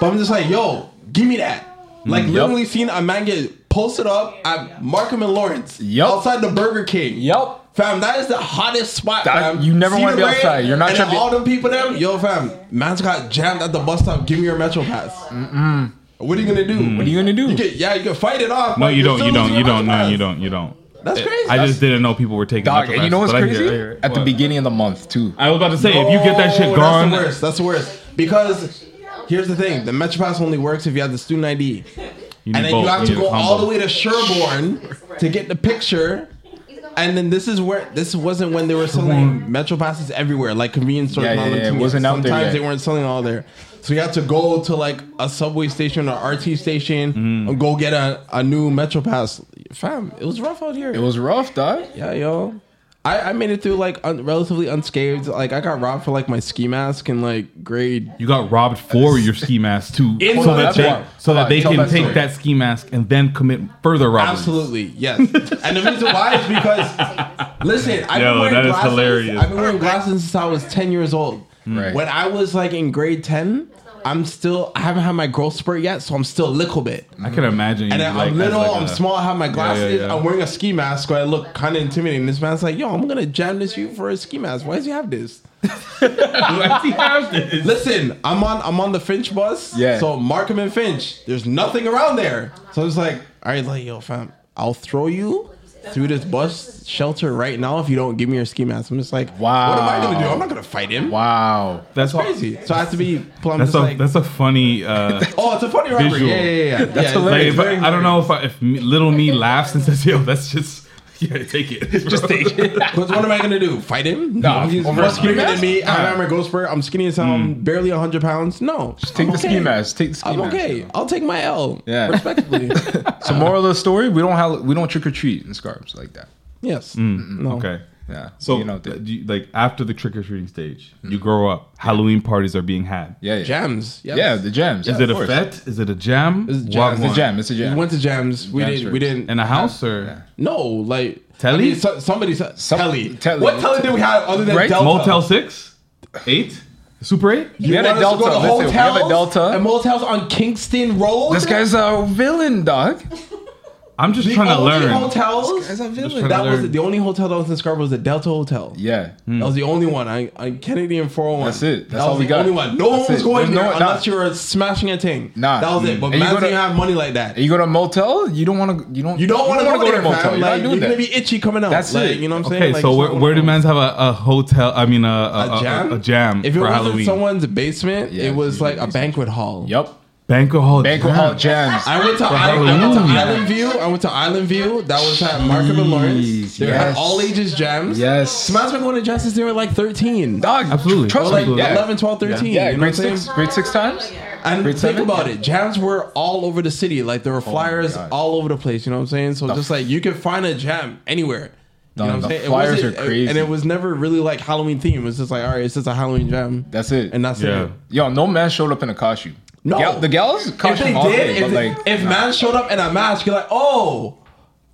Speaker 3: But I'm just like, yo, give me that.
Speaker 2: Mm,
Speaker 3: Like literally seen a man get posted up at Markham and Lawrence.
Speaker 1: Yep.
Speaker 3: Outside the Burger King.
Speaker 1: Yep.
Speaker 3: Fam, that is the hottest spot.
Speaker 1: That-
Speaker 3: fam.
Speaker 1: you never
Speaker 3: See
Speaker 1: wanna
Speaker 3: the
Speaker 1: be
Speaker 3: rain?
Speaker 1: outside. You're not
Speaker 3: and
Speaker 1: trying
Speaker 3: then
Speaker 1: to be-
Speaker 3: all them people them. Yo, fam, man's got jammed at the bus stop. Give me your Metro Pass. Mm-mm. What are you gonna do?
Speaker 1: What are you gonna
Speaker 3: You
Speaker 1: do?
Speaker 3: get, yeah, you can fight it off.
Speaker 2: No,
Speaker 3: but
Speaker 2: you
Speaker 3: you're
Speaker 2: don't. You
Speaker 3: still
Speaker 2: don't.
Speaker 3: losing
Speaker 2: You
Speaker 3: your
Speaker 2: don't.
Speaker 3: Metro
Speaker 2: No,
Speaker 3: Pass.
Speaker 2: you don't. You don't.
Speaker 3: That's crazy.
Speaker 2: I just didn't know people were taking.
Speaker 1: Dog,
Speaker 2: Metro
Speaker 1: and you know
Speaker 2: Passes,
Speaker 1: what's
Speaker 2: but I
Speaker 1: crazy?
Speaker 2: hear- I hear-
Speaker 1: At the
Speaker 2: what?
Speaker 1: beginning of the month too.
Speaker 2: I was about to say if you get that shit
Speaker 3: No,
Speaker 2: gone.
Speaker 3: Oh, That's the worst. That's the worst. Because here's the thing: the MetroPass only works if you have the student ID,
Speaker 2: you need
Speaker 3: and then
Speaker 2: both.
Speaker 3: you have to
Speaker 2: need a
Speaker 3: go all
Speaker 2: combo.
Speaker 3: the way to Sherborne to get the picture. And then this is where this wasn't when they were selling MetroPasses everywhere, like convenience stores.
Speaker 1: Yeah,
Speaker 3: and
Speaker 1: yeah,
Speaker 3: all them
Speaker 1: yeah, it
Speaker 3: things.
Speaker 1: wasn't out there
Speaker 3: Sometimes
Speaker 1: yet.
Speaker 3: they weren't selling all there, so you had to go to like a subway station or RT station
Speaker 1: Mm-hmm.
Speaker 3: and go get a, a new MetroPass. Fam, it was rough out here.
Speaker 1: It was rough, dog.
Speaker 3: Yeah, yo. I, I made it through like un- relatively unscathed. Like I got robbed for like my ski mask and like grade.
Speaker 2: You got robbed for your ski mask too,
Speaker 1: Hold
Speaker 2: so
Speaker 1: on,
Speaker 2: that
Speaker 1: that's
Speaker 2: they
Speaker 1: wild.
Speaker 2: so that
Speaker 1: Hold
Speaker 2: they
Speaker 1: on, tell
Speaker 2: can
Speaker 1: that
Speaker 2: take
Speaker 1: story.
Speaker 2: that ski mask and then commit further robberies.
Speaker 3: Absolutely, yes. and the reason why is because listen, I've
Speaker 2: Yo,
Speaker 3: been wearing
Speaker 2: that is
Speaker 3: glasses.
Speaker 2: hilarious.
Speaker 3: I've been wearing glasses since I was ten years old.
Speaker 1: Right.
Speaker 3: When I was like in grade ten, I'm still I haven't had my growth spurt yet, so I'm still a little bit.
Speaker 2: I can imagine.
Speaker 3: And
Speaker 2: you,
Speaker 3: I'm
Speaker 2: like, as
Speaker 3: little,
Speaker 2: like
Speaker 3: I'm
Speaker 2: a-
Speaker 3: small, I have my
Speaker 2: yeah,
Speaker 3: glasses,
Speaker 2: yeah.
Speaker 3: I'm wearing a ski mask, so I look kind of intimidating. This man's like, yo, I'm gonna jam this you for a ski mask. Why does he have this?
Speaker 2: Why does he have this?
Speaker 3: Listen, I'm on I'm on the Finch bus.
Speaker 1: Yeah.
Speaker 3: So Markham and Finch, there's nothing around there. So I was like, all right, like yo, fam, I'll throw you through this bus shelter right now if you don't give me your ski mask. I'm just like,
Speaker 1: Wow.
Speaker 3: What am I gonna do? I'm not gonna fight him.
Speaker 1: Wow.
Speaker 2: That's
Speaker 3: Crazy. So I have to be. I'm
Speaker 2: That's
Speaker 3: just
Speaker 2: a
Speaker 3: like,
Speaker 2: that's a funny. Uh,
Speaker 3: oh, it's a funny robbery.
Speaker 2: visual.
Speaker 3: Yeah, yeah, yeah. That's
Speaker 2: like,
Speaker 1: hilarious.
Speaker 2: if I, I don't know if I, if me- little me laughs and says, "Yo, that's just yeah, take it."
Speaker 1: Just take it.
Speaker 3: Because what am I gonna do? Fight him?
Speaker 1: Nah,
Speaker 3: he's
Speaker 1: over
Speaker 3: over
Speaker 1: a ski
Speaker 3: skinnier
Speaker 1: mask?
Speaker 3: than me. I am a ghost spur. I'm skinny as hell. I'm barely 100 pounds. No,
Speaker 1: Mm. Take
Speaker 3: I'm
Speaker 1: the ski
Speaker 3: okay.
Speaker 1: mask. Take the ski
Speaker 3: I'm
Speaker 1: mask.
Speaker 3: okay. I'll take my L.
Speaker 1: Yeah.
Speaker 3: respectfully.
Speaker 1: So moral of the story, we don't have we don't trick or treat in scarves like that.
Speaker 3: yes.
Speaker 1: Mm.
Speaker 3: No.
Speaker 2: Okay.
Speaker 1: Yeah.
Speaker 2: So,
Speaker 1: you know,
Speaker 2: uh,
Speaker 1: the,
Speaker 2: do you- like after the trick or treating stage,
Speaker 3: Mm.
Speaker 2: you grow up. Halloween parties are being had.
Speaker 1: yeah, yeah.
Speaker 3: Jams. Yes.
Speaker 1: Yeah, the jams.
Speaker 2: Is
Speaker 1: yeah,
Speaker 2: it a
Speaker 1: of course.
Speaker 2: fete? Is it a jam?
Speaker 3: It's a jam.
Speaker 2: Walk
Speaker 3: It's
Speaker 1: It's a
Speaker 2: one.
Speaker 1: jam. It's a jam.
Speaker 3: We went to jams. We
Speaker 1: Jam
Speaker 3: didn't. We
Speaker 1: church.
Speaker 3: didn't.
Speaker 2: in a house or
Speaker 3: no, like
Speaker 2: Telly?
Speaker 3: I mean, so, somebody said
Speaker 1: Some-
Speaker 3: telly.
Speaker 1: telly.
Speaker 3: What telly did we have other than
Speaker 1: Right?
Speaker 3: Delta?
Speaker 2: Motel Six, Eight. Super Eight.
Speaker 1: We had a
Speaker 3: want us to
Speaker 1: Delta.
Speaker 3: go to
Speaker 1: Listen, we have a
Speaker 3: hotels
Speaker 1: Delta.
Speaker 3: And motels on Kingston Road.
Speaker 1: This guy's a villain, dog.
Speaker 2: I'm just
Speaker 3: the
Speaker 2: trying to
Speaker 3: only
Speaker 2: learn.
Speaker 3: hotels.
Speaker 1: Guy's a
Speaker 2: trying
Speaker 1: villain.
Speaker 2: to
Speaker 3: That was
Speaker 2: learn.
Speaker 3: the only hotel that was in Scarborough was the Delta Hotel.
Speaker 1: Yeah.
Speaker 3: That was the only one. I, I Kennedy and 401.
Speaker 1: That's it. That's
Speaker 3: that
Speaker 1: all
Speaker 3: was
Speaker 1: we
Speaker 3: the
Speaker 1: got.
Speaker 3: Only one. No
Speaker 1: That's
Speaker 3: one was
Speaker 1: it.
Speaker 3: going
Speaker 1: There's no-
Speaker 3: there
Speaker 1: nah.
Speaker 3: unless you were smashing a ting.
Speaker 1: Nah.
Speaker 3: that was it. But
Speaker 1: And you
Speaker 3: man
Speaker 1: go to-
Speaker 3: didn't have money like that.
Speaker 1: And you go to a motel, you don't want to. You don't.
Speaker 3: You don't want to
Speaker 1: wanna
Speaker 3: go, to a motel.
Speaker 1: You're
Speaker 3: Like,
Speaker 1: not doing
Speaker 3: you're gonna
Speaker 1: that.
Speaker 3: be itchy coming out.
Speaker 1: That's
Speaker 3: Like,
Speaker 1: it.
Speaker 3: You know what I'm
Speaker 2: Okay,
Speaker 3: saying? Like,
Speaker 2: so
Speaker 3: it's
Speaker 2: where,
Speaker 3: not
Speaker 2: where do
Speaker 3: one of
Speaker 2: men's have a, a hotel? I mean, a, a,
Speaker 3: those. a
Speaker 2: a-
Speaker 3: jam?
Speaker 2: a jam
Speaker 3: If it
Speaker 2: for
Speaker 3: wasn't
Speaker 2: Halloween.
Speaker 3: someone's basement,
Speaker 1: Yeah,
Speaker 3: it was
Speaker 1: usually
Speaker 3: like a banquet hall.
Speaker 1: Yep.
Speaker 2: banquet hall.
Speaker 1: Banquet
Speaker 2: jam.
Speaker 1: hall jams.
Speaker 3: I went to, I, I went to
Speaker 2: Halloween.
Speaker 3: Island View. I went to Island View. That was at Markham and Lawrence. They had
Speaker 1: yes.
Speaker 3: all ages jams.
Speaker 1: Yes.
Speaker 3: Man's been going to jams since they were like 13.
Speaker 1: Dog,
Speaker 2: Absolutely.
Speaker 1: Trust
Speaker 3: Like
Speaker 1: me.
Speaker 2: Absolutely.
Speaker 1: Yeah.
Speaker 3: 11, 12, 13.
Speaker 1: Yeah,
Speaker 3: you know what I'm
Speaker 1: grade
Speaker 3: saying?
Speaker 1: six, grade six times.
Speaker 3: And
Speaker 1: Grade
Speaker 3: think
Speaker 1: seven? Oh
Speaker 3: about it, jams were all over the city. Like there were flyers
Speaker 1: God.
Speaker 3: all over the place. You know what I'm saying? So just like you could find a jam anywhere. You
Speaker 1: No,
Speaker 3: know what I'm
Speaker 1: the
Speaker 3: saying? It
Speaker 1: flyers
Speaker 3: wasn't-
Speaker 1: are crazy.
Speaker 3: and it was never really like Halloween theme. It was just like, all right, it's just a Halloween jam,
Speaker 1: That's it.
Speaker 3: and that's
Speaker 2: Yeah.
Speaker 3: it.
Speaker 1: Yo, no man showed up in a costume.
Speaker 3: No.
Speaker 1: Gal- the gals
Speaker 3: If they
Speaker 1: costume all
Speaker 3: did,
Speaker 1: day,
Speaker 3: if,
Speaker 1: but
Speaker 3: they-
Speaker 1: like
Speaker 3: if man showed up in a mask, you're like, oh,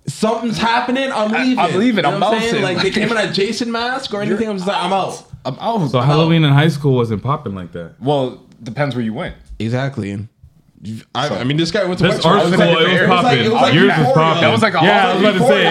Speaker 3: something's happening. I'm leaving.
Speaker 1: I'm leaving,
Speaker 3: You know
Speaker 1: I'm
Speaker 3: what saying?
Speaker 1: bouncing.
Speaker 3: Like they came in a Jason mask or anything. I'm just like, I'm out.
Speaker 1: I'm out.
Speaker 2: So Halloween in high school wasn't popping like that.
Speaker 1: Well, depends where you went.
Speaker 3: Exactly. I, I mean, this guy went to
Speaker 2: This art
Speaker 3: Westchester.
Speaker 2: school,
Speaker 1: was in a
Speaker 2: it
Speaker 1: different era.
Speaker 2: was popping.
Speaker 3: It was like- it was like
Speaker 2: Yours was
Speaker 3: Euphoria.
Speaker 2: popping.
Speaker 1: That was like a
Speaker 2: yeah, I was about to say.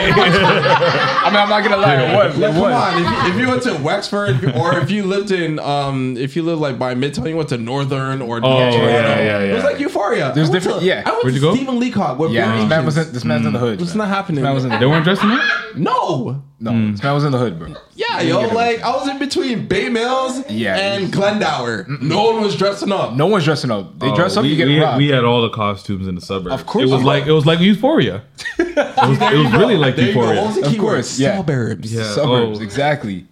Speaker 1: I mean, I'm not gonna lie. It was. It
Speaker 3: Like, come
Speaker 1: was.
Speaker 3: on, if you, if you went to Wexford or if you lived in, um, if you lived like by Midtown, you went to Northern or
Speaker 2: Oh yeah,
Speaker 3: Toronto.
Speaker 2: yeah, yeah.
Speaker 3: It was like Euphoria.
Speaker 1: There's
Speaker 3: I went
Speaker 1: different-
Speaker 3: To,
Speaker 1: yeah.
Speaker 3: I went
Speaker 2: Where'd
Speaker 3: to
Speaker 2: you go?
Speaker 3: Stephen Leacock. With
Speaker 1: Yeah,
Speaker 3: Blue
Speaker 1: this man was
Speaker 3: Angels.
Speaker 1: in, this man's in the hood.
Speaker 3: It's
Speaker 1: man.
Speaker 3: not happening.
Speaker 1: This man was in the
Speaker 2: they weren't dressed in Mm. it.
Speaker 3: no.
Speaker 1: no. This man was in the hood, bro.
Speaker 3: Yeah, yo, like I was in between Bay Mills
Speaker 1: Yeah.
Speaker 3: and Glendower. No one was dressing up.
Speaker 1: No one's dressing up. They dress up,
Speaker 2: Oh, we,
Speaker 1: you get
Speaker 2: we
Speaker 1: robbed.
Speaker 2: Had, we had all the costumes in the suburbs.
Speaker 1: Of course
Speaker 2: it was
Speaker 1: you
Speaker 2: like
Speaker 1: did.
Speaker 2: it was like Euphoria. It was, it was really like
Speaker 3: There you go. What was
Speaker 2: Euphoria.
Speaker 3: the
Speaker 1: Of
Speaker 3: keyword?
Speaker 1: course, yeah.
Speaker 3: Suburbs.
Speaker 2: Yeah.
Speaker 1: Suburbs,
Speaker 2: oh.
Speaker 1: exactly.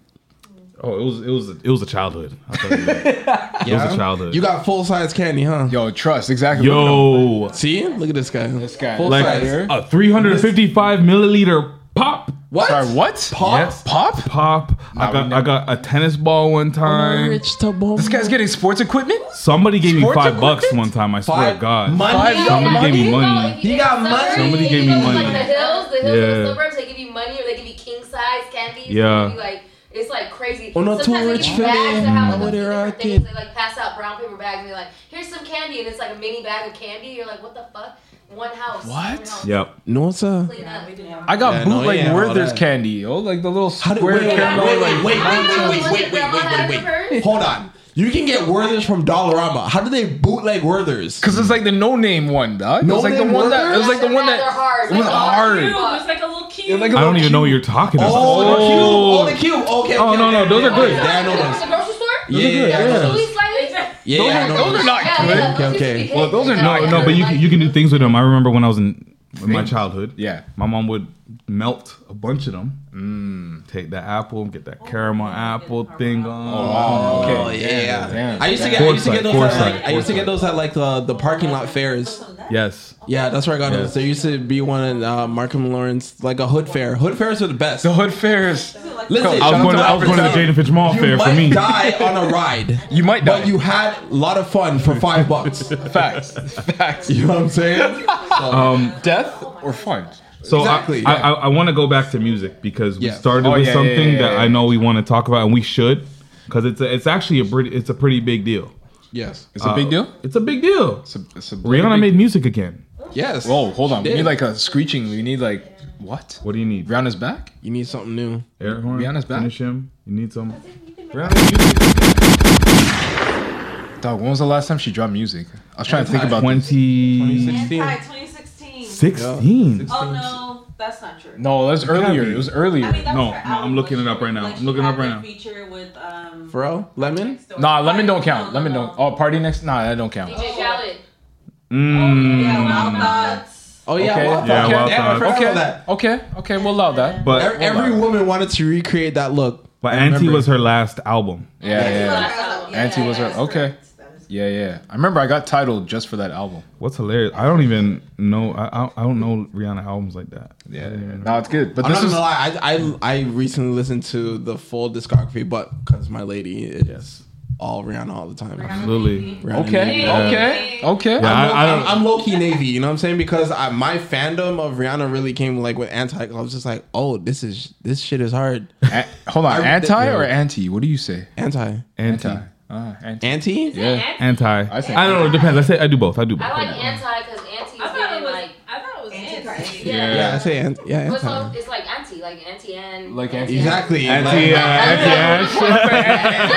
Speaker 2: Oh, it was it was it was a childhood. I'll tell you that. It was a childhood.
Speaker 3: You got full size candy, huh?
Speaker 1: Yo, trust, exactly. Look
Speaker 2: yo
Speaker 3: See, look at this guy. This
Speaker 1: guy.
Speaker 3: full
Speaker 2: like
Speaker 3: size.
Speaker 2: a 355 milliliter pop.
Speaker 3: What?
Speaker 1: at him. Sorry, what?
Speaker 3: Pop?
Speaker 2: Yes.
Speaker 1: Pop?
Speaker 2: Pop. I
Speaker 1: we
Speaker 2: got I
Speaker 1: never-
Speaker 2: got a tennis ball one time.
Speaker 3: Rich to bone.
Speaker 1: This guy's getting sports equipment?
Speaker 2: Somebody gave me
Speaker 1: Sports
Speaker 2: five bucks
Speaker 1: equipment?
Speaker 2: one time. I swear to
Speaker 3: Five
Speaker 2: God.
Speaker 3: Money.
Speaker 1: Five
Speaker 2: Somebody
Speaker 1: dollars?
Speaker 2: gave me
Speaker 9: No,
Speaker 2: money.
Speaker 9: if
Speaker 3: You
Speaker 9: live
Speaker 3: got
Speaker 9: in the
Speaker 3: money.
Speaker 9: suburbs,
Speaker 2: Somebody
Speaker 9: you
Speaker 2: gave me
Speaker 9: go to,
Speaker 2: money.
Speaker 9: Like the hills, the hills
Speaker 2: Yeah.
Speaker 9: in the suburbs, they give you money or they give you king size candies. They
Speaker 2: Yeah.
Speaker 9: give you, like it's like crazy.
Speaker 3: Oh, not too
Speaker 9: Sometimes they
Speaker 3: rich
Speaker 9: give
Speaker 3: for
Speaker 9: you bags
Speaker 3: me.
Speaker 9: that have
Speaker 3: Mm.
Speaker 9: like a few
Speaker 3: Whatever I
Speaker 9: different things.
Speaker 3: think.
Speaker 9: They like pass out brown paper bags and they're like, "Here's some candy," and it's like a mini bag of candy. You're like, "What the fuck?" One house.
Speaker 1: What?
Speaker 9: One house.
Speaker 2: Yep.
Speaker 3: No, sir.
Speaker 9: Clean up.
Speaker 1: I got
Speaker 3: Yeah, no,
Speaker 1: bootleg
Speaker 3: yeah, all
Speaker 1: Werther's
Speaker 3: that.
Speaker 1: candy, yo. Like the little
Speaker 3: How did,
Speaker 1: square
Speaker 3: wait, wait,
Speaker 1: candy.
Speaker 3: wait, wait, wait, wait,
Speaker 9: Grandma
Speaker 3: wait, wait, wait,
Speaker 9: had
Speaker 3: wait,
Speaker 9: it
Speaker 3: wait, wait.
Speaker 9: first.
Speaker 3: Hold on. You can get Werther's from Dollarama. How do they bootleg Werther's?
Speaker 1: Cause it's like the no name one, dog. it was like the
Speaker 3: No-name
Speaker 1: one that it was
Speaker 9: Werther's?
Speaker 1: like the one that
Speaker 9: They're hard.
Speaker 1: it was
Speaker 9: They're hard.
Speaker 1: hard. It
Speaker 9: Ew.
Speaker 11: It's like a little key.
Speaker 1: was like a
Speaker 2: I don't
Speaker 1: little
Speaker 2: even know what
Speaker 1: cute-
Speaker 2: you're talking about.
Speaker 3: Oh, the cube. Oh, the cube. Okay.
Speaker 2: Oh,
Speaker 3: okay,
Speaker 2: no,
Speaker 3: okay,
Speaker 2: no,
Speaker 3: okay,
Speaker 2: those are
Speaker 3: okay.
Speaker 2: good.
Speaker 3: Yeah, I know
Speaker 9: At the
Speaker 3: those.
Speaker 9: grocery store.
Speaker 3: Yeah, yeah,
Speaker 2: good,
Speaker 3: yeah.
Speaker 2: yeah.
Speaker 9: Those sweet slices.
Speaker 3: Yeah, yeah, I know
Speaker 1: Those are not
Speaker 9: Yeah,
Speaker 1: good.
Speaker 9: yeah, those
Speaker 3: Okay,
Speaker 9: used to be
Speaker 3: okay.
Speaker 9: cake.
Speaker 1: Well, those are
Speaker 9: Yeah,
Speaker 1: not-
Speaker 9: yeah,
Speaker 2: No, but you
Speaker 9: like-
Speaker 2: can, you can do things with them. I remember when I was in, in my
Speaker 1: Things?
Speaker 2: childhood.
Speaker 1: Yeah.
Speaker 2: my mom would melt a bunch of them.
Speaker 1: Mm.
Speaker 2: Take that apple, get that caramel apple thing on.
Speaker 1: Oh, okay.
Speaker 3: Oh yeah,
Speaker 1: Damn.
Speaker 3: I used to get, I used to get those. at,
Speaker 2: Foresight,
Speaker 3: like, I used to get those at like uh, the, the parking lot fairs.
Speaker 1: Oh.
Speaker 2: Yes,
Speaker 3: Yeah, that's where I got
Speaker 2: Yeah.
Speaker 3: those. There used to be one in uh, Markham and Lawrence, like a hood fair. Hood fairs are the best.
Speaker 1: The hood fairs.
Speaker 3: Listen,
Speaker 2: I was
Speaker 3: shout out
Speaker 2: going. To, I was
Speaker 3: Alfred
Speaker 2: going to the
Speaker 3: Town.
Speaker 2: Jada Fitch Mall
Speaker 3: You
Speaker 2: fair
Speaker 3: might
Speaker 2: for me.
Speaker 3: die on a ride,
Speaker 1: You might die.
Speaker 3: but you had a lot of fun for five bucks.
Speaker 1: facts. Facts.
Speaker 3: You know what I'm saying?
Speaker 2: Um,
Speaker 1: Death
Speaker 9: Oh
Speaker 1: or fun?
Speaker 2: so
Speaker 3: Exactly.
Speaker 2: I, I, I want to go back to music because we
Speaker 3: Yeah.
Speaker 2: started
Speaker 1: Oh,
Speaker 2: with
Speaker 1: yeah, yeah,
Speaker 2: something
Speaker 1: yeah,
Speaker 2: that
Speaker 1: yeah.
Speaker 2: I know we want to talk about and we should because it's a, it's actually a pretty it's a pretty big deal.
Speaker 3: Yes.
Speaker 1: It's a big deal.
Speaker 2: It's a big deal.
Speaker 1: It's a, it's a
Speaker 2: Rihanna
Speaker 1: big-
Speaker 2: made music again.
Speaker 3: Yes.
Speaker 1: Whoa, hold on. We
Speaker 3: did.
Speaker 1: need like a screeching. We need like what?
Speaker 2: What do you need?
Speaker 1: Rihanna's back.
Speaker 3: You need something new.
Speaker 2: Air horn.
Speaker 1: Rihanna's back.
Speaker 2: Finish him. You need some.
Speaker 1: Dog. When was the last time she dropped music? I was trying to think about. this.
Speaker 2: 2016.
Speaker 3: 2016.
Speaker 11: Anti 2016. Oh no, that's not true.
Speaker 1: No, that was earlier.
Speaker 2: be.
Speaker 1: It was earlier.
Speaker 11: I mean, that
Speaker 2: No,
Speaker 11: was her
Speaker 2: no, I'm
Speaker 11: album,
Speaker 2: looking
Speaker 11: but
Speaker 2: it up
Speaker 11: she-
Speaker 2: right now.
Speaker 11: like,
Speaker 2: I'm
Speaker 11: she
Speaker 2: looking it
Speaker 11: had
Speaker 2: up right
Speaker 11: that
Speaker 2: now.
Speaker 11: Feature with um.
Speaker 3: Bro, lemon.
Speaker 1: Nah, lemon don't count. Lemon don't. Oh, party next. Nah, that don't count.
Speaker 9: DJ Khaled.
Speaker 2: Mm.
Speaker 11: Yeah, Wild Thoughts.
Speaker 3: Oh yeah.
Speaker 1: Okay.
Speaker 3: Wild
Speaker 1: Yeah,
Speaker 3: Thought.
Speaker 2: Wild
Speaker 3: Damn, I
Speaker 2: Thought.
Speaker 3: forgot about
Speaker 1: Okay.
Speaker 3: that.
Speaker 1: Okay. Okay. We'll allow that.
Speaker 2: But
Speaker 3: Every, every woman wanted to recreate that look.
Speaker 2: but Auntie
Speaker 1: remember-
Speaker 2: was her last album.
Speaker 1: Yeah. Yeah. yeah.
Speaker 11: album.
Speaker 1: Auntie was her.
Speaker 11: that's
Speaker 1: Okay.
Speaker 11: correct. That is-
Speaker 1: Yeah. Yeah. I remember I got titled just for that album.
Speaker 2: What's hilarious? I don't even know. I I, I don't know Rihanna albums like that.
Speaker 1: Yeah. No, it's good. But
Speaker 3: I'm
Speaker 1: this
Speaker 3: not
Speaker 1: is.
Speaker 3: gonna lie. I, I I recently listened to the full discography, but because my lady is all Rihanna all the time.
Speaker 2: Absolutely.
Speaker 3: Rihanna
Speaker 1: Okay.
Speaker 3: Navy.
Speaker 1: Okay. Okay.
Speaker 2: Yeah, I, I
Speaker 3: I'm,
Speaker 2: don't.
Speaker 3: I'm low key Navy, you know what I'm saying? Because I, my fandom of Rihanna really came like with anti. I was just like, oh, this is this shit is hard.
Speaker 1: A- hold on.
Speaker 3: I-
Speaker 1: anti
Speaker 3: yeah.
Speaker 1: or anti? What do you say?
Speaker 3: Anti.
Speaker 2: Auntie.
Speaker 1: Anti. Uh, anti.
Speaker 3: Auntie?
Speaker 1: Yeah.
Speaker 2: Anti.
Speaker 1: I say
Speaker 2: I don't know. It depends. I say I do both. I do both.
Speaker 9: I like anti because anti is
Speaker 11: I thought it
Speaker 9: getting
Speaker 11: was.
Speaker 9: like.
Speaker 11: I thought it was anti.
Speaker 9: Yeah.
Speaker 1: Yeah.
Speaker 3: Yeah, I say aunt, yeah,
Speaker 9: What's
Speaker 3: auntie.
Speaker 9: all- it's like auntie, like auntie Ann.
Speaker 1: Like auntie.
Speaker 3: Exactly.
Speaker 2: Anti. Uh, anti.
Speaker 3: no,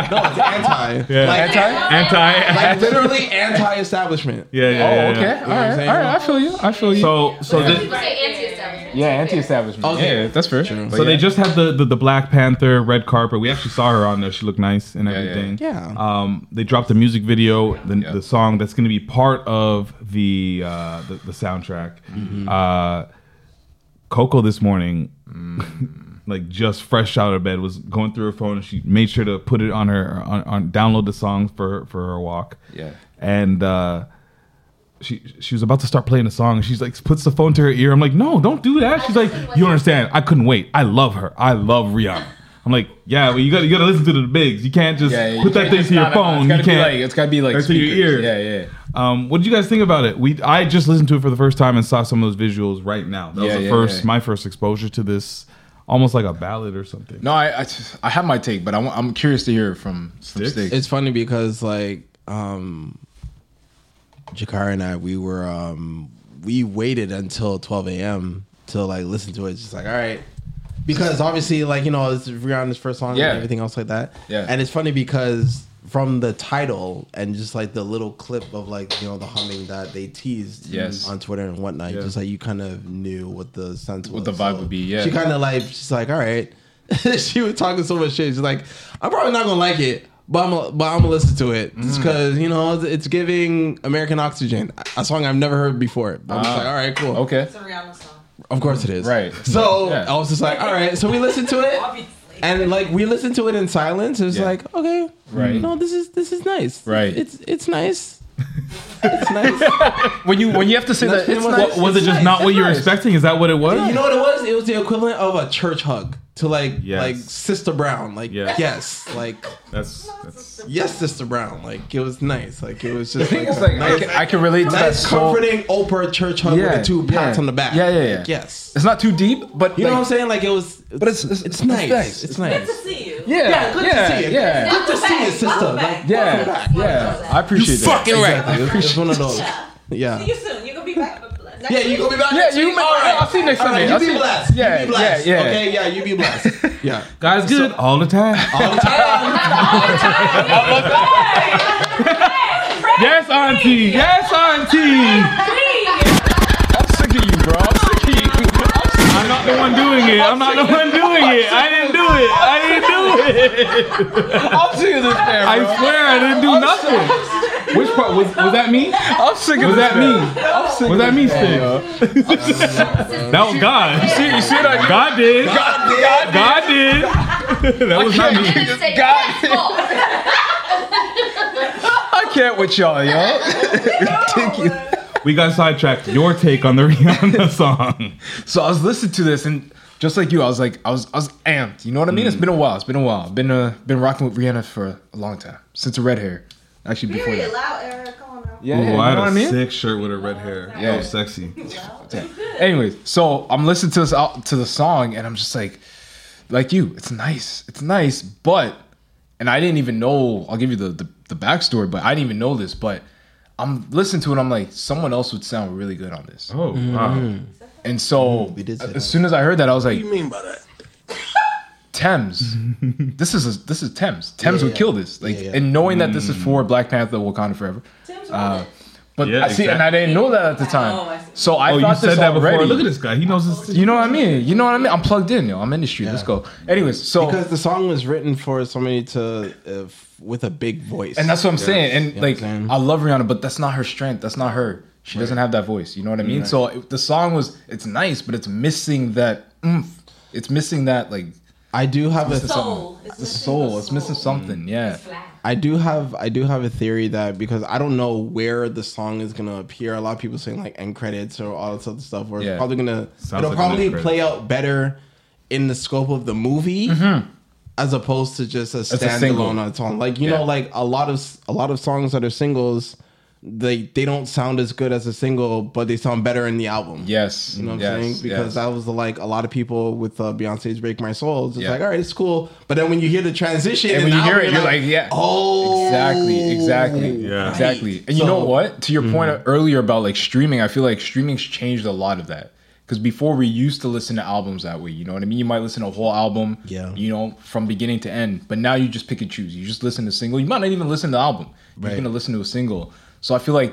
Speaker 3: it's anti.
Speaker 2: Yeah.
Speaker 3: Like,
Speaker 2: Anti.
Speaker 3: like literally anti-establishment.
Speaker 2: Yeah. Yeah.
Speaker 1: Oh,
Speaker 2: yeah.
Speaker 1: okay. All
Speaker 3: what I'm
Speaker 1: right.
Speaker 3: saying?
Speaker 1: All right. I feel you. I feel you.
Speaker 2: So so
Speaker 9: Some
Speaker 2: this,
Speaker 9: people say anti-establishment.
Speaker 6: Yeah, anti-establishment.
Speaker 3: Okay.
Speaker 1: yeah, that's fair. But
Speaker 3: Mm.
Speaker 2: so they
Speaker 1: yeah.
Speaker 2: just had the, the the Black Panther red carpet. We actually saw her on there. She looked nice and
Speaker 1: yeah, yeah.
Speaker 2: everything.
Speaker 3: Yeah.
Speaker 2: Um, they dropped the music video, the,
Speaker 1: Yeah.
Speaker 2: the song that's going to be part of the uh, the, the soundtrack.
Speaker 1: Mm-hmm.
Speaker 2: Uh, Coco this morning,
Speaker 1: Mm.
Speaker 2: like just fresh out of bed, was going through her phone. and She made sure to put it on her on, on download the song for for her walk.
Speaker 1: Yeah.
Speaker 2: and. uh she she was about to start playing a song and she's like puts the phone to her ear. I'm like, no, don't do that. She's like, you don't understand. I couldn't wait. I love her. I love Rihanna. I'm like, yeah, well, you gotta you gotta listen to the bigs. You can't just
Speaker 1: Yeah, yeah, you
Speaker 2: put that
Speaker 1: can't
Speaker 2: thing
Speaker 1: just
Speaker 2: to your
Speaker 1: not- no,
Speaker 2: phone. You
Speaker 1: It's gotta be
Speaker 2: can't.
Speaker 1: like it's gotta be like
Speaker 2: Or to your
Speaker 1: speakers.
Speaker 2: ear.
Speaker 1: Yeah, yeah.
Speaker 2: um, what did you guys think about it? We I just listened to it for the first time and saw some of those visuals right now. That
Speaker 1: Yeah,
Speaker 2: was the
Speaker 1: yeah,
Speaker 2: first
Speaker 1: yeah.
Speaker 2: my first exposure to this, almost like a ballad or something.
Speaker 1: No, I I, I have my take, but I'm, I'm curious to hear from some
Speaker 2: Sticks?
Speaker 1: Sticks.
Speaker 3: It's funny because like um Jakar and I we were um we waited until 12 a.m. to like listen to it. It's just like all right. Because obviously like you know it's Rihanna's first song
Speaker 1: Yeah.
Speaker 3: and everything else like that.
Speaker 1: Yeah.
Speaker 3: And it's funny because from the title and just like the little clip of like you know the humming that they teased
Speaker 1: Yes.
Speaker 3: on Twitter and whatnot,
Speaker 2: Yeah.
Speaker 3: just like you kind of knew what the sense
Speaker 1: What the vibe would be, yeah.
Speaker 3: she kind of like she's like, all right. she was talking so much shit. She's like, I'm probably not gonna like it, but I'm a, but I'm gonna listen to it just
Speaker 1: Mm.
Speaker 3: because you know it's- it's giving American Oxygen, a song I've never heard before. But I'm just like, all right, cool.
Speaker 1: Ah. Okay.
Speaker 11: It's a Rihanna song.
Speaker 3: Of course it is.
Speaker 1: Right.
Speaker 3: So
Speaker 1: Yeah.
Speaker 3: I was just like, all right. So we listened to it,
Speaker 11: Obviously.
Speaker 3: and like we listened to it in silence. It was
Speaker 1: Yeah.
Speaker 3: like, okay,
Speaker 1: Right.
Speaker 3: No, this is this is nice.
Speaker 1: Right.
Speaker 3: It's it's nice. it's nice.
Speaker 1: When you when you have to say that,
Speaker 3: pretty
Speaker 1: it's
Speaker 3: much
Speaker 1: nice.
Speaker 3: what-
Speaker 2: was it
Speaker 3: It's
Speaker 2: just
Speaker 3: nice,
Speaker 2: not what
Speaker 3: it's
Speaker 2: you were
Speaker 3: nice.
Speaker 2: expecting? Is that what it was?
Speaker 3: You know what it was? It was the equivalent of a church hug to like
Speaker 2: Yes.
Speaker 3: like Sister Brown. Like
Speaker 2: Yes.
Speaker 3: yes, like
Speaker 2: That's, that's
Speaker 3: yes, Sister Brown. Like it was nice. Like it was
Speaker 1: The
Speaker 3: just
Speaker 1: thing
Speaker 3: like,
Speaker 1: is,
Speaker 3: a
Speaker 1: like, I,
Speaker 3: nice,
Speaker 1: can, I can relate to that.
Speaker 3: nice
Speaker 1: So,
Speaker 3: comforting Oprah church hug with
Speaker 1: Yeah,
Speaker 3: the two pats
Speaker 1: yeah.
Speaker 3: on the back.
Speaker 1: Yeah, yeah, yeah.
Speaker 3: Like, yes.
Speaker 1: it's not too deep, but
Speaker 3: You know
Speaker 1: like,
Speaker 3: what I'm saying? Like it was,
Speaker 1: But it's it's,
Speaker 3: it's nice. It's,
Speaker 11: Good
Speaker 3: nice.
Speaker 11: to see you.
Speaker 1: yeah,
Speaker 3: Yeah, good to
Speaker 1: yeah,
Speaker 3: see you.
Speaker 1: Yeah,
Speaker 3: Good to see you, sister.
Speaker 11: Welcome
Speaker 3: Like,
Speaker 11: back.
Speaker 1: yeah,
Speaker 3: back.
Speaker 1: yeah. I appreciate that.
Speaker 3: exactly. It's, it's one of those.
Speaker 11: See
Speaker 3: Yeah.
Speaker 11: you soon. You're gonna be back. Next
Speaker 3: Yeah, you gonna be back.
Speaker 1: Yeah,
Speaker 3: next
Speaker 1: you
Speaker 3: week?
Speaker 1: may- I'll see you next
Speaker 3: All right,
Speaker 1: Sunday. I'll
Speaker 3: You
Speaker 1: see-
Speaker 3: be blessed.
Speaker 1: yeah,
Speaker 3: You be blessed.
Speaker 1: yeah, yeah.
Speaker 3: Okay. Yeah. You be blessed. Yeah.
Speaker 2: guys good all the time.
Speaker 3: All the time.
Speaker 2: yes, auntie. Yes, auntie.
Speaker 1: I'm sick of you, bro. I'm sick of you.
Speaker 2: I'm not the one doing it. I'm not the one doing it. I didn't do it. I didn't do it.
Speaker 1: I'm sick of this man, bro.
Speaker 2: I swear I didn't do nothing. Which part was was that me?
Speaker 1: I'm sick of
Speaker 2: Was
Speaker 1: this
Speaker 2: that
Speaker 1: man.
Speaker 2: me?
Speaker 1: I'm sick of
Speaker 2: Was that
Speaker 1: this
Speaker 2: me,
Speaker 1: man,
Speaker 2: Stig?
Speaker 1: yo.
Speaker 2: That was God. You see, you see that? God did. God did. God did. that was not me.
Speaker 9: Just say,
Speaker 1: God.
Speaker 9: "That's full."
Speaker 1: I can't with y'all, yo. Ridiculous.
Speaker 2: We got sidetracked. Your take on the Rihanna song.
Speaker 1: So I was listening to this and just like you, I was like, I was, I was amped. You know what I mean? It's been a while. It's been a while. Been, uh, been rocking with Rihanna for a long time since the red hair. Actually, before
Speaker 11: Period.
Speaker 1: that.
Speaker 11: Loud era. Come on now.
Speaker 1: Yeah, yeah,
Speaker 2: Ooh,
Speaker 1: you know
Speaker 2: I had
Speaker 1: what
Speaker 2: a
Speaker 1: I mean?
Speaker 2: sick shirt with a red hair. Yeah.
Speaker 1: Yeah.
Speaker 2: That was sexy.
Speaker 1: Anyways, so I'm listening to this out to the song, and I'm just like, like you, it's nice, it's nice, but, and I didn't even know. I'll give you the the, the backstory, but I didn't even know this, but I'm listening to it. I'm like, someone else would sound really good on this,
Speaker 2: Oh
Speaker 1: Mm-hmm.
Speaker 2: wow.
Speaker 1: and so
Speaker 3: we did say that.
Speaker 1: as soon as I heard that, I was like,
Speaker 5: mean by that?
Speaker 1: Thames, this is this is Thames. Thames would kill this, like,
Speaker 3: yeah.
Speaker 1: and knowing that this is for Black Panther, Wakanda Forever.
Speaker 11: Tim's
Speaker 1: Uh,
Speaker 11: rolling.
Speaker 1: but
Speaker 2: Mm. Yeah,
Speaker 1: I see, and I
Speaker 2: exactly.
Speaker 1: didn't know that at the time.
Speaker 11: Oh, I see.
Speaker 1: So I
Speaker 2: Oh, you
Speaker 1: thought
Speaker 2: said
Speaker 1: this
Speaker 2: that before.
Speaker 1: already.
Speaker 2: Look at this guy. He knows his.
Speaker 1: You know what I mean? You know what I mean? I'm plugged in, yo. I'm in the street. Let's go. Anyways, so
Speaker 3: because the song was written for somebody to uh, f- with a big voice
Speaker 1: and that's what I'm saying. And
Speaker 3: You know
Speaker 1: like,
Speaker 3: what I'm saying?
Speaker 1: I love Rihanna, but that's not her strength. That's not her. She doesn't have that voice. You know what I mean? So it, the song was, it's nice, but it's missing that oomph. It's missing that like
Speaker 3: i do have a
Speaker 11: Soul. It's
Speaker 1: the
Speaker 11: missing
Speaker 1: soul. It's missing something. Yeah.
Speaker 3: i do have i do have a theory that because i don't know where the song is gonna appear a lot of people saying like end credits or all this other stuff where
Speaker 1: Yeah.
Speaker 3: it's probably gonna
Speaker 2: Sounds
Speaker 3: it'll
Speaker 2: like an
Speaker 3: probably
Speaker 2: end credit.
Speaker 3: play out better in the scope of the movie as opposed to just a
Speaker 1: Mm-hmm. single.
Speaker 3: standalone on its own like you
Speaker 1: Yeah.
Speaker 3: know like a lot of s- a lot of songs that are singles
Speaker 12: they they don't sound as good as a single, but they sound better in the album.
Speaker 1: Yes,
Speaker 12: You know what
Speaker 1: yes,
Speaker 12: I'm saying? Because
Speaker 1: yes.
Speaker 12: that was the, like a lot of people with uh, Beyonce's "Break My Soul." It's just
Speaker 1: Yeah.
Speaker 12: like, all right, it's cool, but then when you hear the transition,
Speaker 1: and
Speaker 12: in
Speaker 1: when
Speaker 12: the
Speaker 1: you hear
Speaker 12: album,
Speaker 1: it, you're like, yeah,
Speaker 12: oh,
Speaker 1: exactly, exactly,
Speaker 2: Yeah.
Speaker 1: exactly. And you
Speaker 12: So- Mm.
Speaker 1: know what? To your point earlier about like streaming, I feel like streaming's changed a lot of that. Because before we used to listen to albums that way, you know what I mean. You might listen to a whole album,
Speaker 12: Yeah.
Speaker 1: you know, from beginning to end. But now you just pick and choose. You just listen to single. You might not even listen to the album. You're
Speaker 12: Right.
Speaker 1: just gonna listen to a single. So I feel like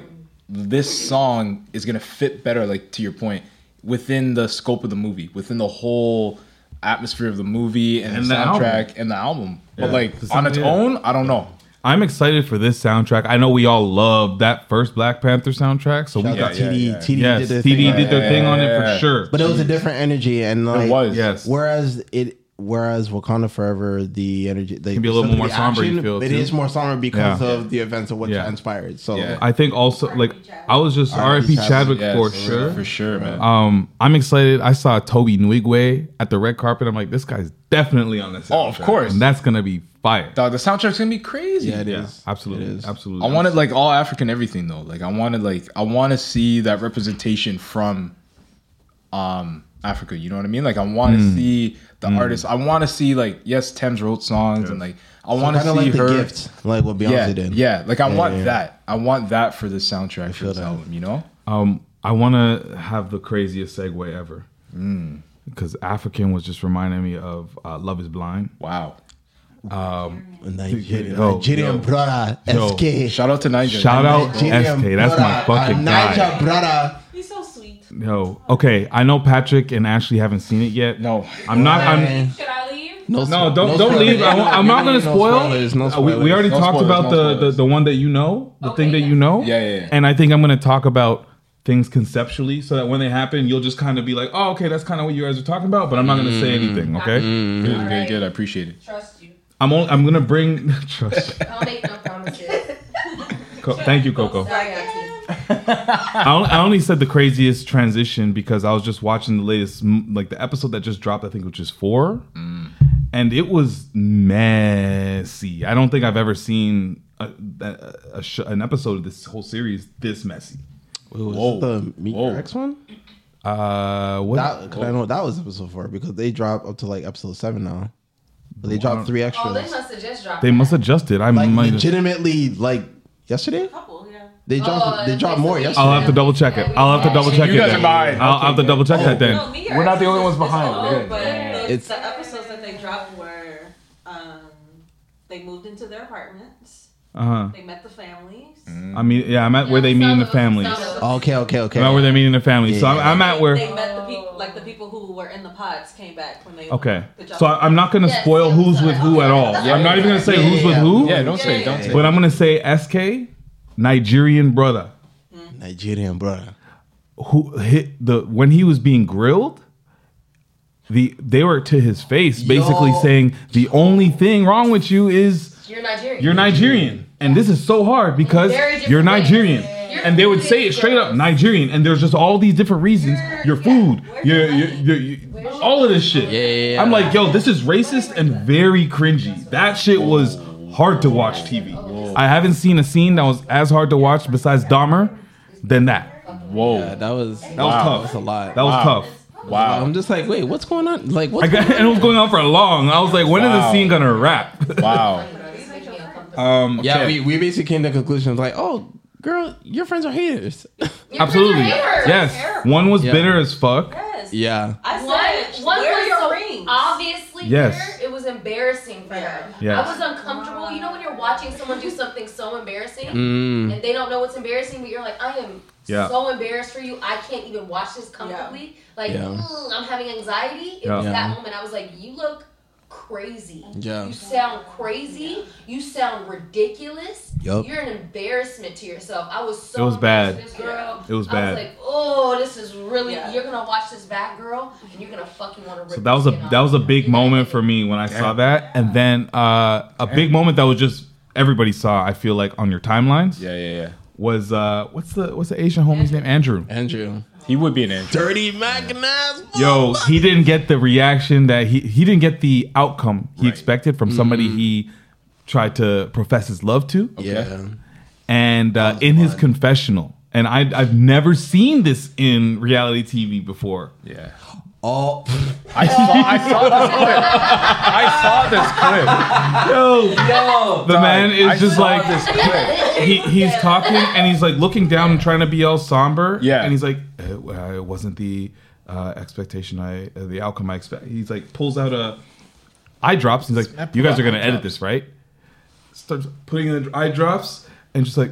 Speaker 1: this song is gonna fit better, like to your point, within the scope of the movie, within the whole atmosphere of the movie and,
Speaker 2: And
Speaker 1: the
Speaker 2: the album.
Speaker 1: soundtrack and the album. But
Speaker 2: Yeah.
Speaker 1: like
Speaker 2: It's
Speaker 1: on its
Speaker 2: something-
Speaker 1: own, I don't know.
Speaker 2: I'm excited for this soundtrack. I know we all loved that first Black Panther soundtrack, so we
Speaker 12: Shout out
Speaker 2: got
Speaker 1: yeah,
Speaker 12: TD,
Speaker 1: yeah.
Speaker 12: TD
Speaker 2: yes,
Speaker 12: did their
Speaker 2: TD
Speaker 12: thing on
Speaker 2: did
Speaker 12: it.
Speaker 2: their thing on it
Speaker 1: Yeah.
Speaker 2: for sure.
Speaker 12: but it was a different energy, and like,
Speaker 1: It was.
Speaker 2: yes,
Speaker 12: Whereas it, whereas Wakanda Forever, the energy they
Speaker 2: Can be a little more somber, you feel,
Speaker 12: It
Speaker 2: too.
Speaker 12: is more somber because
Speaker 2: Yeah.
Speaker 12: of the events of what
Speaker 2: Yeah.
Speaker 12: transpired. So
Speaker 1: Yeah.
Speaker 2: I think also like I was just
Speaker 12: R.I.P.
Speaker 2: R.I.P. Chadwick
Speaker 1: Yes,
Speaker 2: for sure.
Speaker 1: For sure, man.
Speaker 2: Um, I'm excited. I saw Toby Nwigwe at the red carpet. I'm like, this guy's definitely on this.
Speaker 1: Oh, of
Speaker 2: soundtrack.
Speaker 1: course.
Speaker 2: and that's gonna be fire.
Speaker 1: Dog, the soundtrack's gonna be crazy.
Speaker 12: yeah, it is.
Speaker 2: Absolutely,
Speaker 12: It is.
Speaker 2: absolutely.
Speaker 1: I wanted like all African everything though. Like I wanted like I want to see that representation from um Africa. You know what I mean? Like I want
Speaker 2: Hmm.
Speaker 1: to see the artists. I want to see like yes, Thames wrote songs and like I want to
Speaker 12: Kind
Speaker 1: see
Speaker 12: of like
Speaker 1: her.
Speaker 12: the gift, like what Beyonce
Speaker 1: Yeah,
Speaker 12: did.
Speaker 1: yeah. Like I want
Speaker 12: yeah, yeah.
Speaker 1: that. I want that for the soundtrack for this album. You know?
Speaker 2: Um, I want to have the craziest segue ever
Speaker 12: Mm.
Speaker 2: because African was just reminding me of uh, Love Is Blind.
Speaker 1: Wow.
Speaker 12: Nigerian,
Speaker 2: Yo,
Speaker 12: Nigerian
Speaker 2: yo.
Speaker 12: brother,
Speaker 2: Yo.
Speaker 12: SK.
Speaker 1: Shout out to Niger.
Speaker 2: Shout out
Speaker 12: Nigerian
Speaker 2: SK. That's my
Speaker 12: brother,
Speaker 2: fucking
Speaker 12: a
Speaker 2: guy.
Speaker 12: Niger brother.
Speaker 11: He's so sweet.
Speaker 2: No, okay. I know Patrick and Ashley haven't seen it yet.
Speaker 1: No.
Speaker 2: I'm not. I'm.
Speaker 11: Should I leave?
Speaker 2: No, don't don't
Speaker 12: spoilers.
Speaker 2: leave. I won't, I'm not
Speaker 12: No
Speaker 2: going to spoil.
Speaker 12: spoilers, no
Speaker 2: Uh, we- We,
Speaker 12: spoilers.
Speaker 2: already
Speaker 1: No
Speaker 2: talked
Speaker 1: spoilers,
Speaker 2: about
Speaker 1: no
Speaker 2: the, the
Speaker 1: spoilers.
Speaker 2: the one that you know, the
Speaker 11: Okay,
Speaker 2: thing that
Speaker 11: yeah.
Speaker 2: you know.
Speaker 1: Yeah, yeah, yeah.
Speaker 2: And I think I'm going to talk about things conceptually, so that when they happen, you'll just kind of be like, "Oh, okay, that's kind of what you guys are talking about," but I'm not going to say anything. Okay.
Speaker 11: Mm.
Speaker 1: Good,
Speaker 4: All
Speaker 1: good,
Speaker 4: right.
Speaker 1: good. I appreciate it.
Speaker 11: Trust you.
Speaker 2: I'm only, I'm going to bring. trust.
Speaker 4: Don't make no promises.
Speaker 2: Co- thank you, Coco.
Speaker 4: Sorry, Auntie.
Speaker 2: I only, I only said the craziest transition because I was just watching the latest, m- like the episode that just dropped, I think, which is four. And it was messy. I don't think I've ever seen a, a, a sh- an episode of this whole series this messy.
Speaker 12: Was it the Meet
Speaker 1: Whoa.
Speaker 12: Your Ex one?
Speaker 2: Uh, what?
Speaker 12: That, cause I know that was episode four because they dropped up to like episode seven now. But they dropped three
Speaker 4: Oh,
Speaker 12: extras.
Speaker 4: they must have just dropped.
Speaker 2: they
Speaker 4: that.
Speaker 2: must adjust it. I
Speaker 12: like
Speaker 2: might.
Speaker 12: legitimately, like yesterday,
Speaker 11: Couple, yeah.
Speaker 12: they dropped
Speaker 4: Oh,
Speaker 12: they dropped more
Speaker 4: it's-
Speaker 12: yesterday.
Speaker 2: I'll have to double check it. I'll have to double check
Speaker 1: You
Speaker 2: it.
Speaker 1: guys
Speaker 2: then.
Speaker 1: are behind.
Speaker 2: I'll, I'll have to double check that then.
Speaker 11: No, me
Speaker 13: We're not the only ones behind.
Speaker 11: Oh,
Speaker 13: Yeah.
Speaker 11: but the,
Speaker 12: It's-
Speaker 11: the episodes that they dropped were um, they moved into their apartments.
Speaker 2: Uh
Speaker 11: They met the families.
Speaker 2: huh. I mean, yeah, I'm at
Speaker 4: Yeah,
Speaker 2: where they
Speaker 4: we
Speaker 2: meet
Speaker 4: saw
Speaker 2: in the
Speaker 4: those, we
Speaker 2: families.
Speaker 4: saw
Speaker 2: I'm
Speaker 4: those.
Speaker 12: okay, okay, okay.
Speaker 2: at where they meet in the families. So I'm,
Speaker 12: Yeah.
Speaker 2: I'm at where.
Speaker 11: They met the people, like the people who were in the pods came back when they.
Speaker 2: Okay.
Speaker 11: the job-
Speaker 2: So I- I'm not going to
Speaker 4: Yes,
Speaker 2: spoil
Speaker 4: yes,
Speaker 2: who's
Speaker 4: sorry.
Speaker 2: with who at all.
Speaker 1: Yeah,
Speaker 2: I'm not even going to say
Speaker 12: yeah,
Speaker 2: who's
Speaker 12: yeah,
Speaker 2: with
Speaker 12: yeah.
Speaker 2: who,
Speaker 1: Yeah, don't say, don't say.
Speaker 2: but I'm going to say SK, Nigerian brother,
Speaker 12: Nigerian brother.
Speaker 2: who hit the when he was being grilled. The they were to his face, basically
Speaker 12: Yo.
Speaker 2: saying the only thing wrong with you is
Speaker 4: You're Nigerian.
Speaker 2: you're Nigerian, and this is so hard because
Speaker 4: Very different
Speaker 2: you're
Speaker 4: ways.
Speaker 2: Nigerian.
Speaker 4: Your
Speaker 2: And they would
Speaker 4: food
Speaker 2: say it
Speaker 4: is
Speaker 2: straight up
Speaker 4: gross.
Speaker 2: Nigerian, and there's just all these different reasons. Your food, your, your, your, your- all of this shit.
Speaker 12: yeah, yeah.
Speaker 2: I'm like, yo, this is racist and very cringy. That shit was hard to watch TV. I haven't seen a scene that was as hard to watch besides Dahmer than that.
Speaker 1: Whoa.
Speaker 12: That was that
Speaker 2: That was
Speaker 12: was
Speaker 2: tough.
Speaker 12: a lot.
Speaker 2: That was tough.
Speaker 1: Wow.
Speaker 12: I'm just like, wait, what's going on? Like,
Speaker 2: I
Speaker 12: what's
Speaker 2: got, and it was going on for long. I was like, when is this
Speaker 1: Wow.
Speaker 2: scene gonna wrap?
Speaker 1: Wow.
Speaker 2: Um,
Speaker 12: Yeah,
Speaker 2: okay.
Speaker 12: we, we basically came to the conclusion like, oh, girl, your friends are haters.
Speaker 2: absolutely.
Speaker 4: You're Nigerian.
Speaker 2: Yes, one was
Speaker 12: Yeah.
Speaker 2: bitter as fuck.
Speaker 11: Yes.
Speaker 12: yeah.
Speaker 11: I
Speaker 4: One,
Speaker 11: said,
Speaker 4: one
Speaker 11: where
Speaker 4: was
Speaker 11: are your
Speaker 4: so
Speaker 11: rings?
Speaker 4: obviously
Speaker 2: Yes.
Speaker 4: her, It was embarrassing for her.
Speaker 2: Yes.
Speaker 4: I was uncomfortable. You know when you're watching someone do something so embarrassing
Speaker 12: Mm.
Speaker 4: and they don't know what's embarrassing, but you're like, I am
Speaker 2: Yeah.
Speaker 4: so embarrassed for you. I can't even watch this comfortably. Like,
Speaker 12: Yeah.
Speaker 4: mm, I'm having anxiety. It was
Speaker 2: Yeah.
Speaker 4: that moment. I was like, you look crazy.
Speaker 12: Yeah.
Speaker 4: You sound crazy. You sound ridiculous.
Speaker 12: Yup.
Speaker 4: You're an embarrassment to yourself. I was so
Speaker 2: It was
Speaker 4: embarrassed
Speaker 2: bad.
Speaker 4: with This girl.
Speaker 2: It was
Speaker 4: I
Speaker 2: bad.
Speaker 4: was like, oh, this is really.
Speaker 11: Yeah.
Speaker 4: You're gonna watch this back, girl, and you're gonna fucking want to. Rip
Speaker 2: So that was a that was a big moment for me when I saw that, and then uh, a big moment that was just everybody saw. I feel like on your timelines
Speaker 1: Yeah, yeah, yeah.
Speaker 2: was uh, what's the what's the Asian homie's name? Andrew.
Speaker 12: Andrew.
Speaker 1: He would be an angel.
Speaker 12: Dirty mechanized.
Speaker 2: Yo, he didn't get the reaction that he he didn't get the outcome he
Speaker 1: Right. Mm-hmm.
Speaker 2: expected from somebody he tried to profess his love to,
Speaker 12: Yeah.
Speaker 2: and uh, in his confessional, and I, I've never seen this in reality TV before.
Speaker 1: Yeah.
Speaker 3: Oh,
Speaker 1: I saw, I saw this clip. Oh, I saw this clip.
Speaker 2: Yo,
Speaker 6: Yo,
Speaker 2: the man is
Speaker 1: I
Speaker 2: just
Speaker 1: saw
Speaker 2: like
Speaker 1: this clip.
Speaker 2: he, he's talking and he's like looking down and trying to be all somber.
Speaker 1: Yeah.
Speaker 2: and he's like, "Eh, well, it wasn't the uh, expectation I, uh, the outcome I expect. He's like pulls out a eye drops. He's like,
Speaker 1: Snap
Speaker 2: you guys are
Speaker 1: out
Speaker 2: gonna
Speaker 1: eye
Speaker 2: edit
Speaker 1: drops.
Speaker 2: this, right? Starts putting in the eye drops and just like,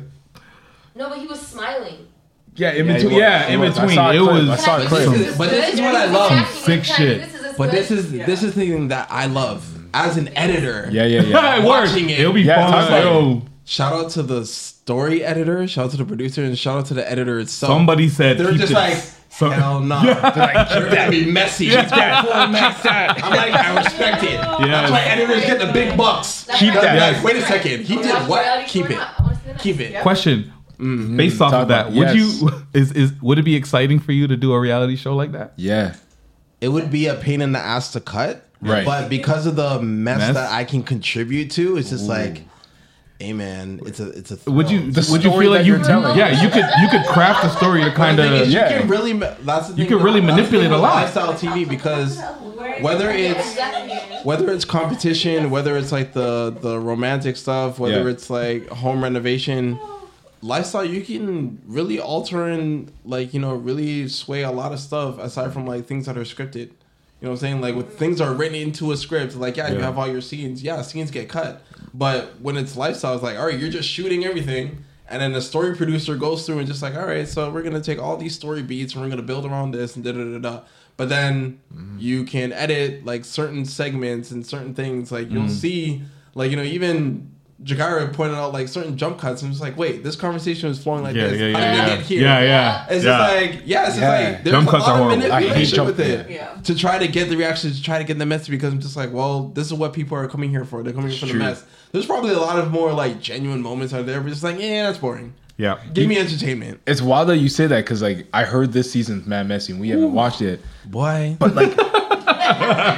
Speaker 9: No, but he was smiling.
Speaker 2: yeah, in
Speaker 1: Yeah, he
Speaker 2: between,
Speaker 1: was.
Speaker 2: yeah,
Speaker 1: He
Speaker 2: in
Speaker 1: was. I
Speaker 2: between,
Speaker 1: saw a
Speaker 2: it
Speaker 1: clip. I
Speaker 2: was.
Speaker 1: saw a
Speaker 9: Like,
Speaker 1: clip.
Speaker 9: this
Speaker 3: But this
Speaker 9: good.
Speaker 3: is what I
Speaker 9: He's
Speaker 3: love.
Speaker 9: acting like
Speaker 2: Sick
Speaker 9: this.
Speaker 2: shit.
Speaker 9: This is as
Speaker 3: but
Speaker 9: good.
Speaker 3: this is this is thing that I love as an editor.
Speaker 1: Yeah, yeah, yeah.
Speaker 2: It worked.
Speaker 3: Watching it.
Speaker 2: It'll be
Speaker 1: Yeah, talk
Speaker 2: fun.
Speaker 1: about
Speaker 2: Yo,
Speaker 3: Shout out to the story editor, shout out to the producer, and shout out to the editor itself.
Speaker 2: somebody said
Speaker 3: They're
Speaker 2: keep
Speaker 3: just
Speaker 2: this.
Speaker 3: like,
Speaker 2: So-
Speaker 3: hell no. They're like, you're gonna be messy. It's gonna be full of mess. I'm like, I respect it. That's why editors get the big bucks.
Speaker 1: Keep
Speaker 3: I'm
Speaker 1: that.
Speaker 3: like, wait a second. He did what? Keep it. Keep it.
Speaker 2: Question. Based off
Speaker 1: Mm-hmm. Talk
Speaker 2: of that,
Speaker 1: about-
Speaker 2: would
Speaker 1: yes.
Speaker 2: you is is would it be exciting for you to do a reality show like that?
Speaker 1: Yeah.
Speaker 3: It would be a pain in the ass to cut.
Speaker 1: Right.
Speaker 3: But because of the mess,
Speaker 2: Mess?
Speaker 3: that I can contribute to, it's just like, hey man, it's a it's a
Speaker 2: Would
Speaker 3: thrill.
Speaker 2: you
Speaker 1: The
Speaker 2: would you
Speaker 1: story
Speaker 2: feel
Speaker 1: that
Speaker 2: like you
Speaker 1: you're telling.
Speaker 2: Yeah, you could you could craft a story to kind
Speaker 12: Uh,
Speaker 3: The thing
Speaker 2: of
Speaker 3: is,
Speaker 2: yeah.
Speaker 1: yeah.
Speaker 3: You can really ma- that's the
Speaker 2: You
Speaker 3: thing
Speaker 2: can really
Speaker 3: about- that's the
Speaker 2: manipulate
Speaker 3: thing
Speaker 2: a
Speaker 3: about
Speaker 2: lot.
Speaker 3: lifestyle TV because whether it's whether it's competition, whether it's like the the romantic stuff, whether
Speaker 1: Yeah.
Speaker 3: it's like home renovation, lifestyle, you can really alter and like you know really sway a lot of stuff aside from like things that are scripted. You know what I'm saying? Like with things are written into a script, like yeah, you
Speaker 2: Yeah.
Speaker 3: have all your scenes. Yeah, scenes get cut, but when it's lifestyle, it's like all right, you're just shooting everything. And then the story producer goes through and just like, all right, so we're gonna take all these story beats and we're gonna build around this and da da da da. But then
Speaker 2: Mm-hmm.
Speaker 3: you can edit like certain segments and certain things. Like
Speaker 2: Mm-hmm.
Speaker 3: you'll see, like you know, even Jagara pointed out like certain jump cuts. I'm just like, wait, this conversation was flowing like
Speaker 2: Yeah,
Speaker 3: this.
Speaker 2: yeah,
Speaker 3: How did
Speaker 2: yeah,
Speaker 3: we
Speaker 2: yeah.
Speaker 3: get here?
Speaker 2: Yeah, yeah.
Speaker 3: It's
Speaker 2: yeah.
Speaker 3: just like, yeah, it's
Speaker 1: Yeah.
Speaker 3: just like there's
Speaker 2: Jump
Speaker 3: a
Speaker 2: cuts
Speaker 3: lot
Speaker 2: are
Speaker 3: of
Speaker 2: horrible. I hate
Speaker 3: manipulation
Speaker 1: jump-
Speaker 3: with it
Speaker 11: Yeah.
Speaker 3: to try to get the reactions, to try to get the message because I'm just like, well, this is what people are coming here for. They're coming here for the
Speaker 2: True.
Speaker 3: mess. There's probably a lot of more like genuine moments out there, but it's like, yeah, that's boring.
Speaker 2: yeah.
Speaker 3: Give me entertainment.
Speaker 1: It's wild that you say that because like I heard this season's Mad Messy and we haven't watched it.
Speaker 3: Boy.
Speaker 1: But like
Speaker 2: Yo.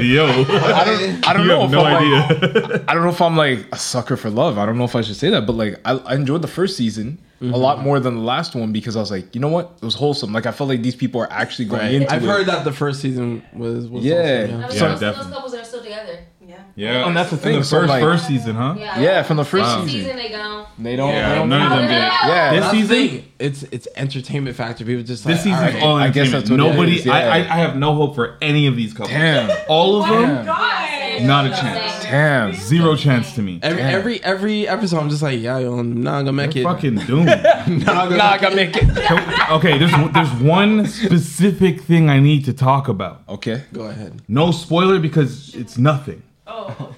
Speaker 2: Yo.
Speaker 1: I don't I don't
Speaker 2: You
Speaker 1: know if
Speaker 2: have no
Speaker 1: I'm like,
Speaker 2: idea.
Speaker 1: I don't know if I'm like a sucker for love. I don't know if I should say that, but like I, I enjoyed the first season a lot more than the last one because I was like, you know what? It was wholesome. Like I felt like these people are actually going into
Speaker 3: I've
Speaker 1: it.
Speaker 3: heard that the first season was, was
Speaker 1: Yeah.
Speaker 3: awesome,
Speaker 9: I
Speaker 1: Yeah,
Speaker 9: mean, yeah,
Speaker 2: definitely.
Speaker 9: Those couples are still together.
Speaker 11: Yeah.
Speaker 2: yeah.
Speaker 1: And that's the thing,
Speaker 2: The
Speaker 1: so,
Speaker 2: first
Speaker 1: like-
Speaker 2: first season, huh?
Speaker 9: Yeah.
Speaker 1: Yeah, from the first
Speaker 9: First
Speaker 1: season.
Speaker 9: season they gone.
Speaker 1: They don't.
Speaker 2: Yeah,
Speaker 1: they don't
Speaker 2: none of them did.
Speaker 1: Yeah.
Speaker 3: This
Speaker 2: This season-
Speaker 3: season, it's it's entertainment factor. People just like,
Speaker 2: This season's
Speaker 3: alright.
Speaker 2: all
Speaker 1: I guess
Speaker 2: entertainment.
Speaker 1: that's what it
Speaker 2: Nobody
Speaker 1: is, yeah.
Speaker 2: I, I I have no hope for any of these couples.
Speaker 1: Damn.
Speaker 2: All of them
Speaker 11: God.
Speaker 2: not a chance.
Speaker 1: Damn.
Speaker 2: Zero chance to me.
Speaker 3: every,
Speaker 1: Damn.
Speaker 3: every every episode. I'm just like, yeah, yo, nah, I'm gonna make
Speaker 2: You're
Speaker 3: it.
Speaker 2: fucking doomed.
Speaker 3: Nah, I'm gonna make it.
Speaker 2: Can- okay, there's there's one specific thing I need to talk about.
Speaker 1: Okay.
Speaker 3: Go ahead.
Speaker 2: No spoiler because it's nothing.
Speaker 11: Oh,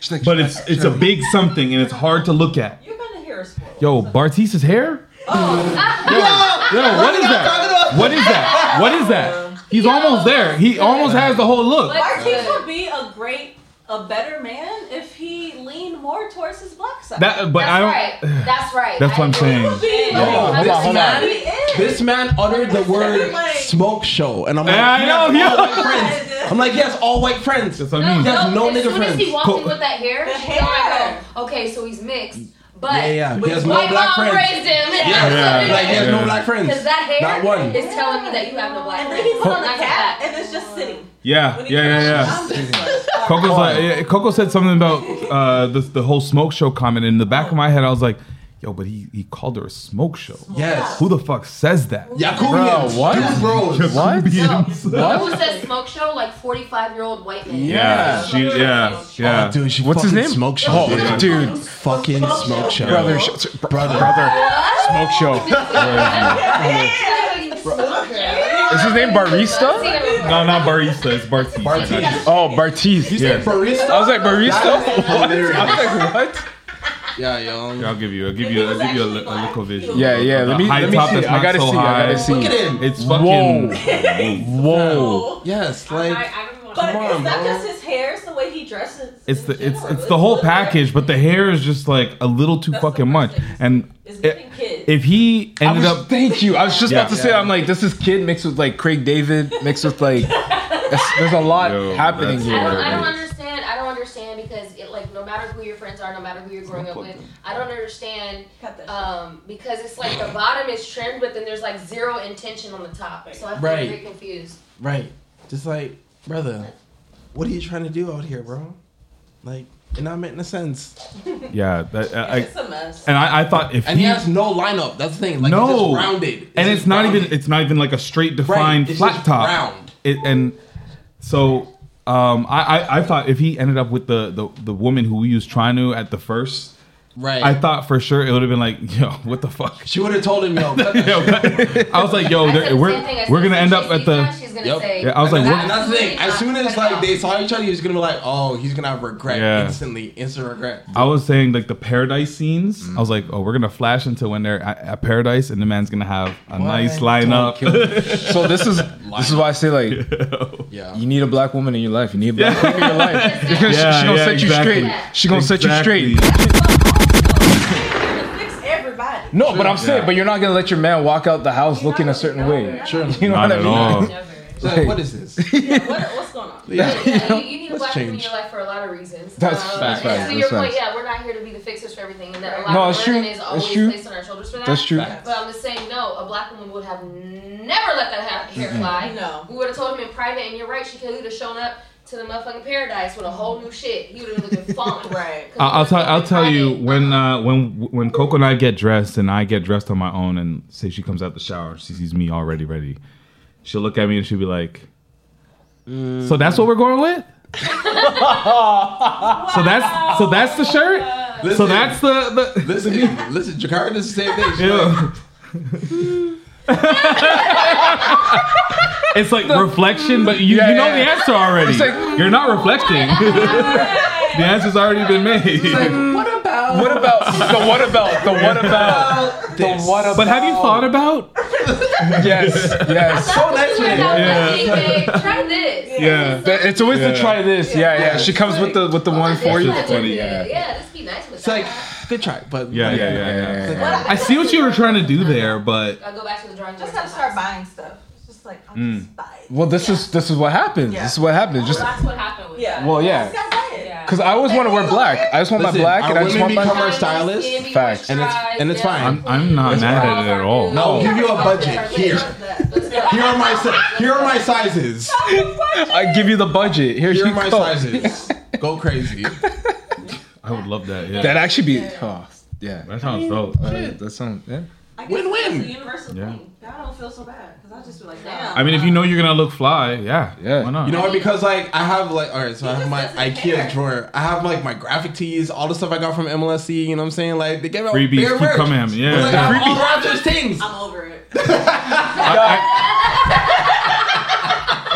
Speaker 1: She's like,
Speaker 2: But it's it's a big something and it's hard to look at.
Speaker 11: you're gonna hear a spoiler.
Speaker 2: Yo, Bartista's hair? Yo, yo, what is that? What is that? What is that? He's almost there. He almost has the whole look.
Speaker 11: Marquise would be a great, a better man if he leaned more towards his black side.
Speaker 2: That, but
Speaker 9: That's
Speaker 2: I don't.
Speaker 9: right. That's right.
Speaker 2: That's what I'm
Speaker 9: I-
Speaker 2: saying.
Speaker 11: He
Speaker 9: Yeah.
Speaker 11: is.
Speaker 9: Hold on, hold on.
Speaker 11: He is.
Speaker 3: This man uttered the word
Speaker 11: Like-
Speaker 3: "smoke show," and I'm like,
Speaker 2: Yeah, I
Speaker 3: he
Speaker 2: know,
Speaker 3: has all
Speaker 2: yo.
Speaker 3: white friends. I'm like, he has all white friends.
Speaker 2: That's what I mean.
Speaker 3: He has no
Speaker 9: as
Speaker 3: nigga
Speaker 9: soon as
Speaker 3: friends.
Speaker 9: he walked
Speaker 2: Co-
Speaker 9: in with that hair,
Speaker 11: The
Speaker 9: you know, I
Speaker 11: hair.
Speaker 9: go, okay, so he's mixed. But
Speaker 3: Yeah, yeah, he
Speaker 9: but
Speaker 3: has
Speaker 9: his
Speaker 3: no
Speaker 9: white
Speaker 3: black
Speaker 9: mom
Speaker 3: friends.
Speaker 9: raised him. and
Speaker 3: Yeah,
Speaker 9: that's
Speaker 3: Like, he has no
Speaker 2: Yeah.
Speaker 3: black friends.
Speaker 9: Because that hair
Speaker 3: Not one.
Speaker 9: is telling me that you have no black
Speaker 11: And
Speaker 9: friends.
Speaker 11: then he puts
Speaker 9: Not
Speaker 11: on the
Speaker 9: just that.
Speaker 11: cap, and it's just sitting.
Speaker 2: Yeah, yeah,
Speaker 11: When he
Speaker 2: yeah,
Speaker 11: comes,
Speaker 2: yeah.
Speaker 11: I'm just like, oh, all
Speaker 2: Coco's like, yeah, Coco said something about uh, the the whole smoke show comment. And in the back of my head, I was like, "Yo, but he he called her a smoke show.
Speaker 3: Yes.
Speaker 2: Who the fuck says that?
Speaker 3: Yakubians.
Speaker 1: Bro, what?
Speaker 3: Dude, bros.
Speaker 1: what?
Speaker 9: No, who says smoke show? Like 45 year old white man.
Speaker 2: Yeah, she, yeah, yeah.
Speaker 3: Oh, dude, she
Speaker 1: What's his
Speaker 3: fucking
Speaker 1: name?
Speaker 3: Smoke show.
Speaker 1: Oh,
Speaker 3: dude.
Speaker 1: dude.
Speaker 3: Fucking smoke show.
Speaker 1: Brother, sh- sh- br- brother, smoke show. Is his name Barista?
Speaker 2: No, not barista. It's Bartista.
Speaker 3: Bartista.
Speaker 1: Oh, Bartiz.
Speaker 2: Yeah.
Speaker 3: Barista.
Speaker 1: I was like Barista. What?
Speaker 3: hilarious.
Speaker 1: I was like, what?
Speaker 3: Yeah, yo.
Speaker 2: I'll give you. I'll give you. I'll give you a, li- a little vision.
Speaker 1: Yeah, yeah.
Speaker 2: The
Speaker 1: Let me,
Speaker 2: high
Speaker 1: let me
Speaker 2: top
Speaker 1: see.
Speaker 2: that's
Speaker 1: I
Speaker 2: not
Speaker 1: gotta
Speaker 2: so
Speaker 1: see. I
Speaker 2: high.
Speaker 1: gotta see.
Speaker 3: Look at him.
Speaker 2: It's
Speaker 1: Whoa.
Speaker 2: fucking. Oh.
Speaker 1: Whoa.
Speaker 3: Yes, like
Speaker 11: But
Speaker 3: Come on,
Speaker 11: it's not
Speaker 3: bro.
Speaker 11: just his hair; it's the way he dresses.
Speaker 2: It's
Speaker 11: in
Speaker 2: the it's
Speaker 11: general.
Speaker 2: it's the whole
Speaker 11: literally-
Speaker 2: package, but the hair is just like a little too
Speaker 11: That's the
Speaker 2: fucking much.
Speaker 11: worst
Speaker 2: And
Speaker 11: It's giving
Speaker 2: i-
Speaker 11: kids.
Speaker 2: if he
Speaker 1: I
Speaker 2: ended
Speaker 1: was-
Speaker 2: up,
Speaker 1: thank you. I was just
Speaker 2: Yeah.
Speaker 1: about to say, I'm like, this is kid mixed with like Craig David, mixed with like, it's- there's a lot
Speaker 2: Yo,
Speaker 1: happening
Speaker 2: that's
Speaker 1: here.
Speaker 9: I don't, I
Speaker 2: Yeah.
Speaker 9: don't understand. I don't understand because it like no matter who your friends are, no matter who you're growing up with.
Speaker 3: Unplug them.
Speaker 9: I don't understand
Speaker 11: Cut that shit.
Speaker 9: um, because it's like the bottom is trimmed, but then there's like zero intention on the top. So I feel
Speaker 3: Right.
Speaker 9: very confused.
Speaker 3: Right. Just like, brother, what are you trying to do out here, bro? Like, and not making a sense.
Speaker 2: Yeah, that, I,
Speaker 11: It's a mess.
Speaker 2: and I, I thought if
Speaker 3: And he has no lineup. That's the thing. Like, no.
Speaker 2: no
Speaker 3: just rounded.
Speaker 2: and it's not even it's not even like a straight defined
Speaker 3: it's
Speaker 2: flat
Speaker 3: just
Speaker 2: top
Speaker 3: round.
Speaker 2: It, and so um, I, I I thought if he ended up with the the, the woman who we used Trinu at the first.
Speaker 3: Right.
Speaker 2: I thought for sure it would have been like, yo, what the fuck?
Speaker 3: She would have told him, yo. cut that
Speaker 2: Yo, I was like, yo,
Speaker 9: I said
Speaker 2: they're,
Speaker 9: the
Speaker 2: we're
Speaker 9: same thing. I
Speaker 2: we're
Speaker 9: said,
Speaker 2: gonna
Speaker 9: "Is
Speaker 2: end
Speaker 9: she
Speaker 2: up at
Speaker 9: speaking
Speaker 2: the
Speaker 9: now?" She's gonna
Speaker 3: Yep.
Speaker 9: say,
Speaker 2: Yeah, I was like,
Speaker 3: And
Speaker 2: we're-
Speaker 3: that- that's the thing. As soon as like they saw each other, he was gonna be like, "Oh, he's gonna have regret
Speaker 2: Yeah.
Speaker 3: instantly, instant regret."
Speaker 2: I was saying like the paradise scenes.
Speaker 3: Mm.
Speaker 2: I was like, oh, we're gonna flash into when they're at, at paradise, and the man's gonna have a nice lineup.
Speaker 1: So this is this is why I say like
Speaker 3: Yeah,
Speaker 1: you need a black woman in your life. You need a black woman in your life because
Speaker 2: Yeah,
Speaker 1: she gonna
Speaker 2: yeah,
Speaker 1: set you
Speaker 2: exactly.
Speaker 1: straight. She gonna set you
Speaker 2: Exactly.
Speaker 1: straight.
Speaker 11: to fix everybody.
Speaker 1: No, but I'm saying,
Speaker 2: Yeah.
Speaker 1: but you're not gonna let your man walk out the house
Speaker 11: You're
Speaker 1: looking
Speaker 11: not
Speaker 1: a certain
Speaker 11: gonna-
Speaker 1: way.
Speaker 11: Sure.
Speaker 1: You know
Speaker 2: Not
Speaker 1: what I
Speaker 2: at
Speaker 1: mean?
Speaker 2: all.
Speaker 9: Never.
Speaker 3: So, like, what is this?
Speaker 11: Yeah, what, what's going on?
Speaker 3: Yeah.
Speaker 9: Yeah, you, you need a
Speaker 3: Let's
Speaker 9: black woman in
Speaker 3: change.
Speaker 9: your life for a lot of reasons.
Speaker 1: That's
Speaker 9: um,
Speaker 1: facts,
Speaker 9: and
Speaker 1: facts,
Speaker 9: To your
Speaker 1: that's
Speaker 9: point,
Speaker 1: facts.
Speaker 9: yeah, we're not here to be the fixers for everything, and that a lot
Speaker 1: No,
Speaker 9: of
Speaker 1: it's
Speaker 9: burden
Speaker 1: true.
Speaker 9: is
Speaker 1: It's
Speaker 9: always
Speaker 1: true.
Speaker 9: placed on our shoulders for that.
Speaker 1: That's true.
Speaker 9: But I'm just saying, no, a black woman would have never let that ha- hair fly.
Speaker 11: No.
Speaker 9: We would have told him in private, and you're right, she could have shown up to the motherfucking paradise with a whole new shit. He would have looked funk.
Speaker 11: Right.
Speaker 2: I- I'll tell I'll tell you when uh, when when Coco and I get dressed and I get dressed on my own and say she comes out the shower she sees me already ready she'll look at me and she'll be like so that's what we're going with so that's so that's the shirt
Speaker 3: Listen,
Speaker 2: so that's the, the
Speaker 3: listen, listen. Jakar does the same thing. She's like,
Speaker 2: Yeah. it's like reflection but you,
Speaker 1: Yeah,
Speaker 2: you know
Speaker 1: yeah,
Speaker 2: the
Speaker 1: yeah.
Speaker 2: answer already
Speaker 1: like-
Speaker 2: you're not reflecting the answer's already been made
Speaker 3: what about?
Speaker 1: What about the what about the what about the
Speaker 3: this?
Speaker 1: what about?
Speaker 2: but have you thought about
Speaker 1: Yes, yes.
Speaker 3: Oh, that's what it is.
Speaker 9: Yeah. Try this.
Speaker 2: Yeah.
Speaker 1: That- It's always
Speaker 2: Yeah.
Speaker 1: to try this. Yeah, yeah.
Speaker 3: Yeah.
Speaker 1: She comes with the with the one for you.
Speaker 2: That's funny, yeah.
Speaker 9: Yeah, this be nice with
Speaker 3: It's like
Speaker 9: that.
Speaker 3: good try, but
Speaker 2: Yeah,
Speaker 3: like,
Speaker 2: yeah, yeah, yeah.
Speaker 3: It's like,
Speaker 11: What-
Speaker 2: I see what you were trying to do there, but
Speaker 9: I'll go back to the drawing board.
Speaker 11: Just gotta start buying stuff. It's just like I'll
Speaker 1: Mm.
Speaker 11: just buy it.
Speaker 1: Well, this is this is what happens.
Speaker 11: Yeah.
Speaker 1: This is what happens. Just
Speaker 9: That's what happened with
Speaker 11: Yeah.
Speaker 1: Well, yeah.
Speaker 11: Just gotta buy it. Yeah.
Speaker 1: because I always want to wear black. I just want
Speaker 3: Listen,
Speaker 1: my black, and
Speaker 3: our
Speaker 1: I just
Speaker 3: women
Speaker 1: want my.
Speaker 3: become
Speaker 9: that.
Speaker 3: our stylist.
Speaker 9: Skin, be
Speaker 1: Facts.
Speaker 3: And it's- and it's
Speaker 9: moisturized,
Speaker 3: fine.
Speaker 9: yeah.
Speaker 2: I'm, I'm not mad at it at all.
Speaker 9: No.
Speaker 3: I'll give you a budget here. Here are my si- here are my sizes.
Speaker 1: I give you the budget. Here
Speaker 3: Here
Speaker 1: you
Speaker 3: are my
Speaker 1: go.
Speaker 3: sizes. Go crazy.
Speaker 2: I would love that. Yeah,
Speaker 1: That actually be oh, yeah.
Speaker 2: that sounds dope.
Speaker 1: That- That sounds yeah.
Speaker 11: I guess
Speaker 3: Win-win.
Speaker 11: It's a universal
Speaker 2: Yeah.
Speaker 11: thing. I don't feel so bad because I just be like, damn.
Speaker 2: I mean, if you know you're gonna look fly, yeah,
Speaker 1: Yeah.
Speaker 2: why not?
Speaker 3: You know what? Because like I have like all right, so I have
Speaker 11: just
Speaker 3: my
Speaker 11: doesn't
Speaker 3: IKEA
Speaker 11: care.
Speaker 3: drawer. I have like my graphic tees, all the stuff I got from MLSC. E, You know what I'm saying? Like they gave out
Speaker 2: Freebies
Speaker 3: bare
Speaker 2: keep
Speaker 3: merch.
Speaker 2: coming at me, yeah.
Speaker 3: But, like, I have all Rogers things.
Speaker 11: I'm over it.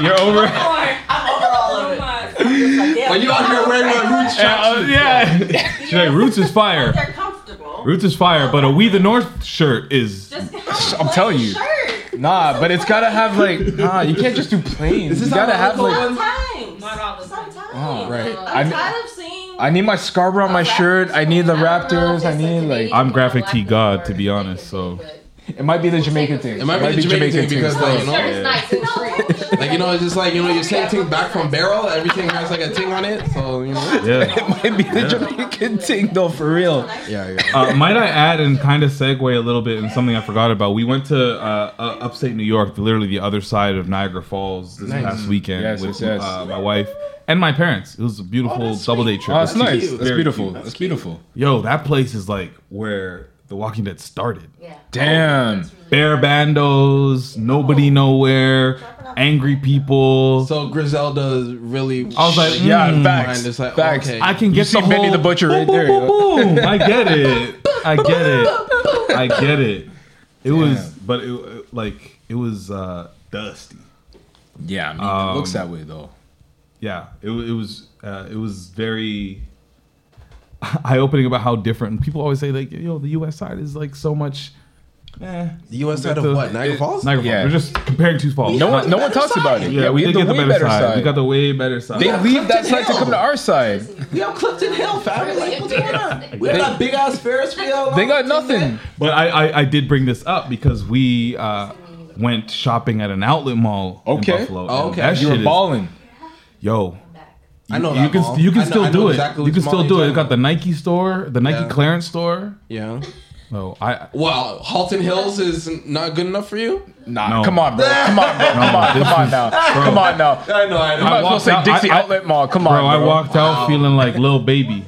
Speaker 2: you're over.
Speaker 11: I'm over all of it.
Speaker 3: Are you out here wearing my roots?
Speaker 2: Yeah, uh, yeah. She's like, Roots is fire.
Speaker 11: They're comfortable.
Speaker 2: Roots is fire, but a We the North shirt is.
Speaker 11: Just have a
Speaker 1: I'm
Speaker 11: plain
Speaker 1: telling you.
Speaker 11: Shirt.
Speaker 1: Nah, but it's gotta have like nah. You can't just do plain.
Speaker 3: This is
Speaker 1: you gotta
Speaker 3: how
Speaker 1: have
Speaker 3: local
Speaker 1: like.
Speaker 3: ones-
Speaker 11: Sometimes.
Speaker 9: Not all the time.
Speaker 11: Sometimes.
Speaker 1: Oh,
Speaker 3: Right.
Speaker 1: I
Speaker 11: I'm
Speaker 1: kn-
Speaker 11: tired of seeing.
Speaker 1: I need my Scarborough on my shirt. I need the Raptors. I need like
Speaker 2: I'm graphic tee god, to be honest, so-
Speaker 1: it might be the Jamaican thing.
Speaker 9: It
Speaker 3: might be the Jamaican thing because, like, you know-
Speaker 9: Sure, it's nice. It's free.
Speaker 3: Like you know, it's just like you know, you're saying thing back from barrel. Everything has
Speaker 2: uh,
Speaker 3: like a ting on it. So you know.
Speaker 2: Yeah.
Speaker 1: might be the Jamaican thing though, for real.
Speaker 3: Yeah, yeah.
Speaker 2: Uh, might I add and kind of segue a little bit in something I forgot about? We went to uh, uh, upstate New York, literally the other side of Niagara Falls this
Speaker 3: Nice.
Speaker 2: past weekend
Speaker 1: Yes,
Speaker 2: with
Speaker 1: yes, yes.
Speaker 2: Uh, my wife and my parents. It was a beautiful double day trip.
Speaker 1: Oh, that's
Speaker 2: It's-
Speaker 1: nice.
Speaker 3: cute.
Speaker 1: That's
Speaker 2: Very
Speaker 1: beautiful.
Speaker 2: cute.
Speaker 1: That's beautiful.
Speaker 2: Yo, that place is like where The Walking Dead started.
Speaker 9: Yeah.
Speaker 1: Damn.
Speaker 2: Bare bandos, nobody nowhere, angry people.
Speaker 3: So Griselda's really.
Speaker 2: I was like,
Speaker 1: Yeah,
Speaker 2: mm,
Speaker 1: facts.
Speaker 3: It's like,
Speaker 1: facts.
Speaker 3: okay.
Speaker 2: I can
Speaker 1: You
Speaker 2: get
Speaker 1: see
Speaker 2: the whole
Speaker 1: Benny the Butcher
Speaker 2: boom,
Speaker 1: right
Speaker 2: boom,
Speaker 1: there,
Speaker 2: boom,
Speaker 1: yo.
Speaker 2: boom. I get it. I get it. I get it. It was,
Speaker 1: Damn.
Speaker 2: but it- it like it was uh, dusty.
Speaker 1: Yeah, I mean,
Speaker 2: Um,
Speaker 1: it looks that way though.
Speaker 2: Yeah, it, wa- it was. Uh, it was very eye-opening about how different. People always say like, yo, the U.S. side is like so much. Eh,
Speaker 3: The U.S. side of what? Niagara Falls.
Speaker 2: Niagara
Speaker 1: Yeah.
Speaker 2: Falls. We're just comparing two falls.
Speaker 1: No
Speaker 2: Not-
Speaker 1: one, no one
Speaker 3: better
Speaker 1: talks
Speaker 3: side.
Speaker 1: about it.
Speaker 2: Yeah,
Speaker 1: Yeah, we
Speaker 2: did
Speaker 1: have the
Speaker 2: get
Speaker 1: way better side.
Speaker 2: We got the way better side.
Speaker 1: they leave that
Speaker 3: Clifton
Speaker 1: side to come to
Speaker 3: Hill.
Speaker 1: our side.
Speaker 3: We have Clifton Hill, fam. Like, what's going on? We have that big ass Ferris wheel.
Speaker 1: They got nothing.
Speaker 2: But I, I, I did bring this up because we uh, went shopping at an outlet mall
Speaker 1: Okay.
Speaker 2: in Buffalo.
Speaker 3: Oh,
Speaker 2: and
Speaker 3: okay.
Speaker 2: that
Speaker 1: You were
Speaker 2: shit is-
Speaker 1: balling.
Speaker 2: yo,
Speaker 3: I know
Speaker 2: you
Speaker 3: that
Speaker 2: can
Speaker 3: mall.
Speaker 2: you can
Speaker 3: I know-
Speaker 2: still
Speaker 3: I know
Speaker 2: do it.
Speaker 3: exactly
Speaker 2: you
Speaker 3: which
Speaker 2: can
Speaker 3: mall
Speaker 2: still
Speaker 3: you're
Speaker 2: do it.
Speaker 3: talking
Speaker 2: It got the Nike store, the Nike
Speaker 3: Yeah.
Speaker 2: clearance store.
Speaker 3: Yeah.
Speaker 2: Oh, I
Speaker 3: Well, Halton Hills is not good enough for you.
Speaker 1: Nah,
Speaker 2: No.
Speaker 1: come on, bro. Come on, bro. Come
Speaker 2: No,
Speaker 1: on,
Speaker 2: this
Speaker 1: come on
Speaker 2: is-
Speaker 1: now.
Speaker 2: bro.
Speaker 1: Come on now.
Speaker 3: I know, I know.
Speaker 1: I was
Speaker 2: walked
Speaker 1: gonna
Speaker 2: out-
Speaker 1: say Dixie
Speaker 2: I- I-
Speaker 1: Outlet Mall. Come
Speaker 2: bro,
Speaker 1: on,
Speaker 2: I
Speaker 1: bro.
Speaker 2: walked out feeling like little baby.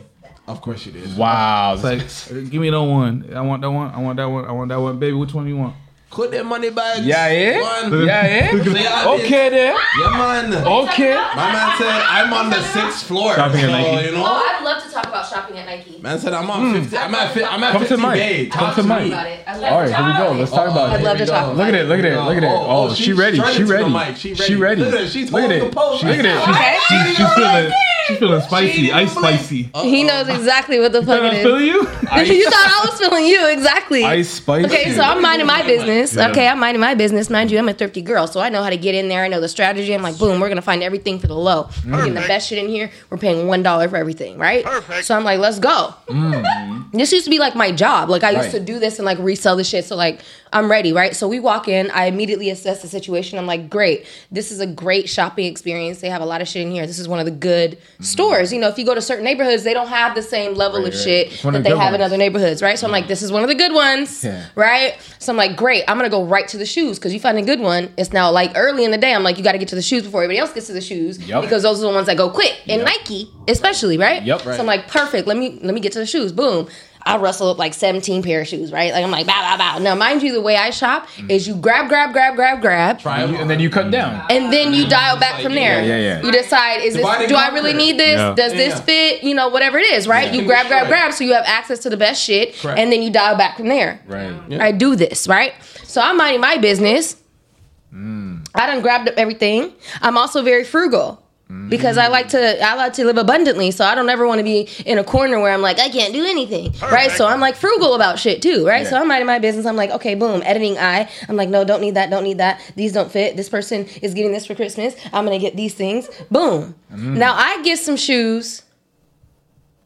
Speaker 3: Of course you did.
Speaker 1: Wow.
Speaker 2: It's like, give me that one. I want that one. I want that one. I want that one, baby. Which one you want?
Speaker 3: Put that money back.
Speaker 1: yeah, yeah,
Speaker 3: One.
Speaker 1: yeah,
Speaker 3: So,
Speaker 1: yeah.
Speaker 3: yeah, I did-
Speaker 1: Okay, then.
Speaker 3: Yeah, man.
Speaker 1: Okay.
Speaker 3: My man said I'm on the sixth floor.
Speaker 2: Shopping at
Speaker 3: so,
Speaker 2: Nike.
Speaker 3: You
Speaker 9: Oh,
Speaker 3: know.
Speaker 9: I'd love to talk about shopping at Nike.
Speaker 3: Man said I'm on 50. I'm at. Fi- I'm at
Speaker 1: Come to
Speaker 3: 50
Speaker 1: Mike.
Speaker 3: Bay.
Speaker 1: Come
Speaker 3: Talk
Speaker 1: to Mike.
Speaker 9: About it. I love
Speaker 1: All right,
Speaker 9: to
Speaker 1: here we
Speaker 9: talk
Speaker 1: go.
Speaker 9: about
Speaker 1: Let's
Speaker 9: it.
Speaker 1: talk about
Speaker 9: I'd
Speaker 1: it.
Speaker 9: love to talk
Speaker 1: Look at it. Look at it. Look at it.
Speaker 3: Oh,
Speaker 1: Oh,
Speaker 3: oh,
Speaker 1: she
Speaker 3: she's
Speaker 1: ready.
Speaker 3: trying
Speaker 1: She
Speaker 3: to the
Speaker 1: ready.
Speaker 3: mic. She
Speaker 1: She ready.
Speaker 3: ready. Look at her. She's
Speaker 1: Look at
Speaker 3: holding
Speaker 1: it.
Speaker 3: the pole.
Speaker 1: She- Look at it. She's-
Speaker 9: Okay.
Speaker 2: She's, she's feeling she's feeling spicy, ice spicy.
Speaker 4: He knows exactly what the fuck
Speaker 2: Can I
Speaker 4: it
Speaker 2: feel
Speaker 4: is.
Speaker 2: you?
Speaker 4: you thought I was feeling you, exactly.
Speaker 1: Ice spice.
Speaker 4: Okay, so I'm minding my business. Okay, I'm minding my business. Mind you, I'm a thrifty girl, so I know how to get in there. I know the strategy. I'm like, boom, we're gonna find everything for the low. We're getting the best shit in here. We're paying one dollar for everything, right? Perfect. So I'm like, let's go. This used to be like my job. Like I used
Speaker 1: Mm-hmm. Right.
Speaker 4: to do this and like resell the shit. So like I'm ready, right? So we walk in. I immediately assess the situation. I'm like, great. This is a great shopping experience. They have a lot of shit in here. This is one of the good stores. You know, if you go to certain neighborhoods, they don't have the same level
Speaker 1: Mm-hmm. Right,
Speaker 4: of
Speaker 1: right.
Speaker 4: shit
Speaker 1: It's one
Speaker 4: that
Speaker 1: of
Speaker 4: they
Speaker 1: the
Speaker 4: have
Speaker 1: good
Speaker 4: in
Speaker 1: ones.
Speaker 4: other neighborhoods, right? So I'm like, this is one of the good ones,
Speaker 1: Yeah.
Speaker 4: right? So I'm like, great. I'm gonna go right to the shoes because you find a good one. It's now like early in the day. I'm like, you got to get to the shoes before everybody else gets to the shoes
Speaker 1: Yup.
Speaker 4: because those are the ones that go quick. And
Speaker 1: Yup.
Speaker 4: Nike, especially, right?
Speaker 1: Yup.
Speaker 4: So I'm like, perfect. Let me let me get to the shoes. Boom. I rustle up like 17 pair of shoes, right? Like I'm like, bow, bow, bow. Now, mind you, the way I shop
Speaker 1: Mm.
Speaker 4: is you grab, grab, grab, grab, grab,
Speaker 3: Try
Speaker 1: And you- and then you cut down.
Speaker 4: and then you dial back
Speaker 3: like,
Speaker 4: from there.
Speaker 1: yeah, yeah, yeah.
Speaker 4: You decide is
Speaker 3: Divide
Speaker 4: this
Speaker 3: and
Speaker 4: do I
Speaker 3: Mm-hmm. conquer.
Speaker 4: really need this?
Speaker 2: Yeah.
Speaker 4: Does this
Speaker 3: Yeah.
Speaker 4: fit? You know, whatever it is, right?
Speaker 3: Yeah.
Speaker 4: You grab, grab,
Speaker 3: Right.
Speaker 4: grab, so you have access to the best shit,
Speaker 3: Correct.
Speaker 4: and then you dial back from there.
Speaker 1: Right.
Speaker 4: I do this, right? So I'm minding my business.
Speaker 1: Mm.
Speaker 4: I done grabbed up everything. I'm also very frugal. Because I like to, I like to live abundantly, so I don't ever want to be in a corner where I'm like, I can't do anything, right? So I'm like frugal about shit too, right? So
Speaker 1: Yeah.
Speaker 4: I'm minding my business. I'm like, okay, boom, editing eye. I'm like, no, don't need that, don't need that. These don't fit. This person is getting this for Christmas. I'm gonna get these things. Boom.
Speaker 1: Mm.
Speaker 4: Now I get some shoes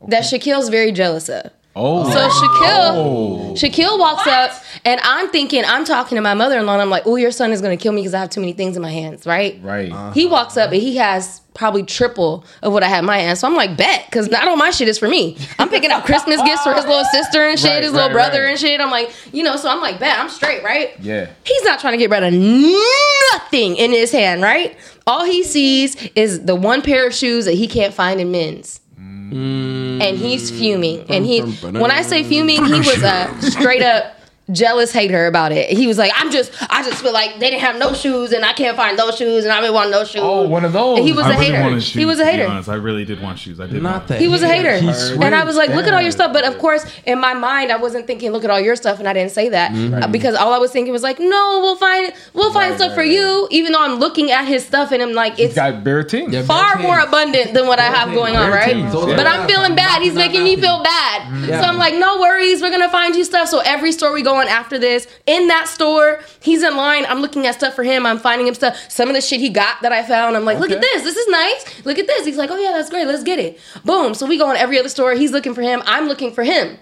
Speaker 4: that Shaquille's very jealous of.
Speaker 1: Oh.
Speaker 4: So Shaquille, Shaquille walks up, and I'm thinking, I'm talking to my mother in law, and I'm like, oh, your son is going to kill me because I have too many things in my hands, right?
Speaker 1: Right.
Speaker 4: He walks up, and he has probably triple of what I had in my hands. So I'm like, bet, because not all my shit is for me. I'm picking out Christmas gifts for his little sister and shit,
Speaker 1: Right,
Speaker 4: his little
Speaker 1: right,
Speaker 4: brother
Speaker 1: right.
Speaker 4: and shit. I'm like, you know, so I'm like, bet, I'm straight, right?
Speaker 1: Yeah.
Speaker 4: He's not trying to get rid of nothing in his hand, right? All he sees is the one pair of shoes that he can't find in men's. And he's fuming. And he, when I say fuming, he was a straight up jealous hater about it. He was like, I'm just, I just feel like they didn't have no shoes and I can't find those shoes and I've been wanting those shoes.
Speaker 1: Oh, one of those.
Speaker 4: And he was
Speaker 2: I
Speaker 4: a
Speaker 2: really
Speaker 4: hater.
Speaker 2: wanted shoes.
Speaker 4: He was a
Speaker 2: to be
Speaker 4: hater.
Speaker 2: honest. I really did want shoes. I did want
Speaker 3: Not that
Speaker 4: He was a hater.
Speaker 3: He's
Speaker 4: and I was like, look at all your
Speaker 1: down.
Speaker 4: stuff. But of course, in my mind, I wasn't thinking, look at all your stuff. And I didn't say that Uh, because all I was thinking was like, no, we'll find, we'll find
Speaker 1: Mm-hmm. Right,
Speaker 4: stuff
Speaker 1: right,
Speaker 4: for
Speaker 1: right.
Speaker 4: you. Even though I'm looking at his stuff and I'm like,
Speaker 1: He's
Speaker 4: it's
Speaker 1: got bare things.
Speaker 3: Yeah,
Speaker 4: far
Speaker 3: Bare
Speaker 4: more
Speaker 3: tits.
Speaker 4: abundant than what I have going on,
Speaker 1: Bare
Speaker 4: right?
Speaker 1: tits,
Speaker 3: yeah.
Speaker 4: But I'm feeling bad. He's making me feel bad. So I'm like, no worries, we're gonna find you stuff. So every store we go in after this, in that store, he's in line. I'm looking at stuff for him. I'm finding him stuff. Some of the shit he got that I found. I'm like, look at
Speaker 1: Okay.
Speaker 4: this. This is nice. Look at this. He's like, oh yeah, that's great. Let's get it. Boom. So we go in every other store. He's looking for him. I'm looking for him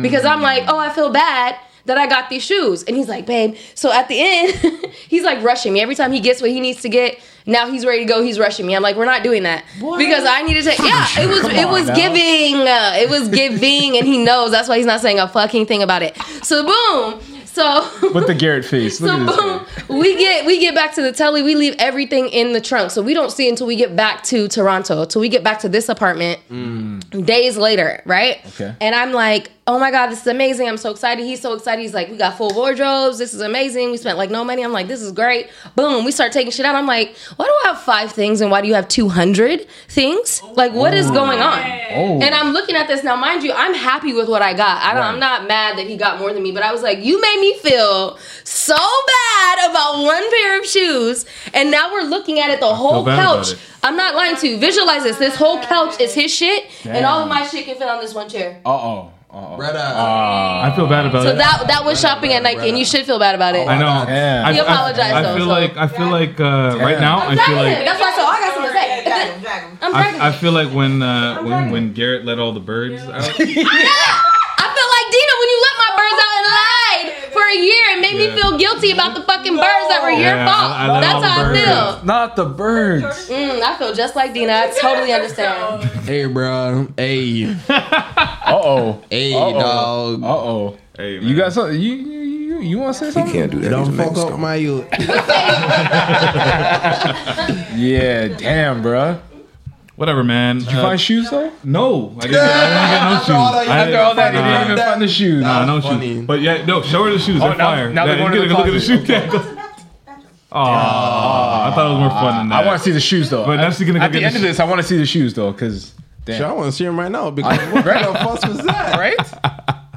Speaker 4: because I'm like, oh, I feel bad that I got these shoes. And he's like, babe. So at the end, he's like rushing me. Every time he gets what he needs to get, now he's ready to go. He's rushing me. I'm like, we're not doing that because I need to take. Yeah, it was it was
Speaker 1: now.
Speaker 4: giving. Uh, it was giving, and he knows that's why he's not saying a fucking thing about it. So boom. So
Speaker 1: With the Garrett face. Look at this.
Speaker 4: so
Speaker 1: guy.
Speaker 4: boom, we get we get back to the telly. We leave everything in the trunk, so we don't see until we get back to Toronto. Till we get back to this apartment, days later, right?
Speaker 1: Okay.
Speaker 4: And I'm like, oh my god, this is amazing. I'm so excited. He's so excited. He's like, we got full wardrobes. This is amazing. We spent like no money. I'm like, this is great. Boom. We start taking shit out. I'm like, why do I have five things and why do you have two hundred things? Like, what is going on?
Speaker 1: Oh.
Speaker 4: And I'm looking at this now, mind you, I'm happy with what I got. I don't, I'm
Speaker 1: Right.
Speaker 4: not mad that he got more than me, but I was like, you made me feel so bad about one pair of shoes, and now we're looking at it the whole
Speaker 2: bad about
Speaker 4: couch.
Speaker 2: it.
Speaker 4: I'm not lying to you. Visualize this. This whole couch is his shit, and all of my shit can fit on this one chair.
Speaker 1: Uh oh. Uh oh.
Speaker 3: Brother.
Speaker 2: I feel bad about
Speaker 4: So
Speaker 2: it.
Speaker 4: that that was shopping at Nike, and you should feel bad about it.
Speaker 2: I know.
Speaker 1: Yeah.
Speaker 2: I,
Speaker 4: He
Speaker 2: I-
Speaker 4: apologized,
Speaker 2: I,
Speaker 4: though,
Speaker 2: feel
Speaker 4: so-
Speaker 2: like I feel like uh, right
Speaker 1: Damn.
Speaker 2: now I feel like
Speaker 4: That's why I said, oh, I got something to say.
Speaker 11: Drag him, drag him.
Speaker 4: I'm dragging.
Speaker 2: I,
Speaker 4: I,
Speaker 2: I feel like when uh, when when Garrett let all the birds out.
Speaker 4: feel like Dina when you let my birds out and lied for a a year and made
Speaker 1: Yeah.
Speaker 4: me feel guilty about the fucking birds that were your
Speaker 1: Yeah,
Speaker 4: fault.
Speaker 1: I- I love
Speaker 4: That's
Speaker 1: the
Speaker 4: how I
Speaker 1: birds.
Speaker 4: feel.
Speaker 1: Not the birds.
Speaker 4: Mm, I feel just like Dina. I totally understand.
Speaker 3: Hey, bro. Hey. uh
Speaker 1: oh.
Speaker 3: Hey,
Speaker 1: Uh-oh.
Speaker 3: dog. Uh
Speaker 1: oh. Hey, you got something? You you, you, you want to say something?
Speaker 3: can't do that. Don't He's a fuck Mexican. up
Speaker 1: my youth. yeah, damn, bruh.
Speaker 2: Whatever, man. Did
Speaker 1: you find shoes though?
Speaker 2: No, I didn't, get- I didn't get no shoes.
Speaker 1: After all that-
Speaker 2: I
Speaker 1: after all that, you
Speaker 2: nah.
Speaker 1: didn't even find the shoes.
Speaker 2: Nah, no shoes. But yeah, no, show her the shoes.
Speaker 1: Oh,
Speaker 2: they're
Speaker 1: now-
Speaker 2: fire.
Speaker 1: now they're
Speaker 2: Yeah,
Speaker 1: going
Speaker 2: you
Speaker 1: to
Speaker 2: gotta
Speaker 1: the
Speaker 2: look at the shoe cactus. Oh, I thought it was more fun than that.
Speaker 1: I want to see the shoes though.
Speaker 2: But Nef's gonna go
Speaker 1: at
Speaker 2: get
Speaker 1: the
Speaker 2: the
Speaker 1: end of
Speaker 2: shoe-
Speaker 1: this. I want to see the shoes though, because
Speaker 3: Sure, I
Speaker 1: damn,
Speaker 3: want to see him right now because what the fuss was that?
Speaker 1: Right?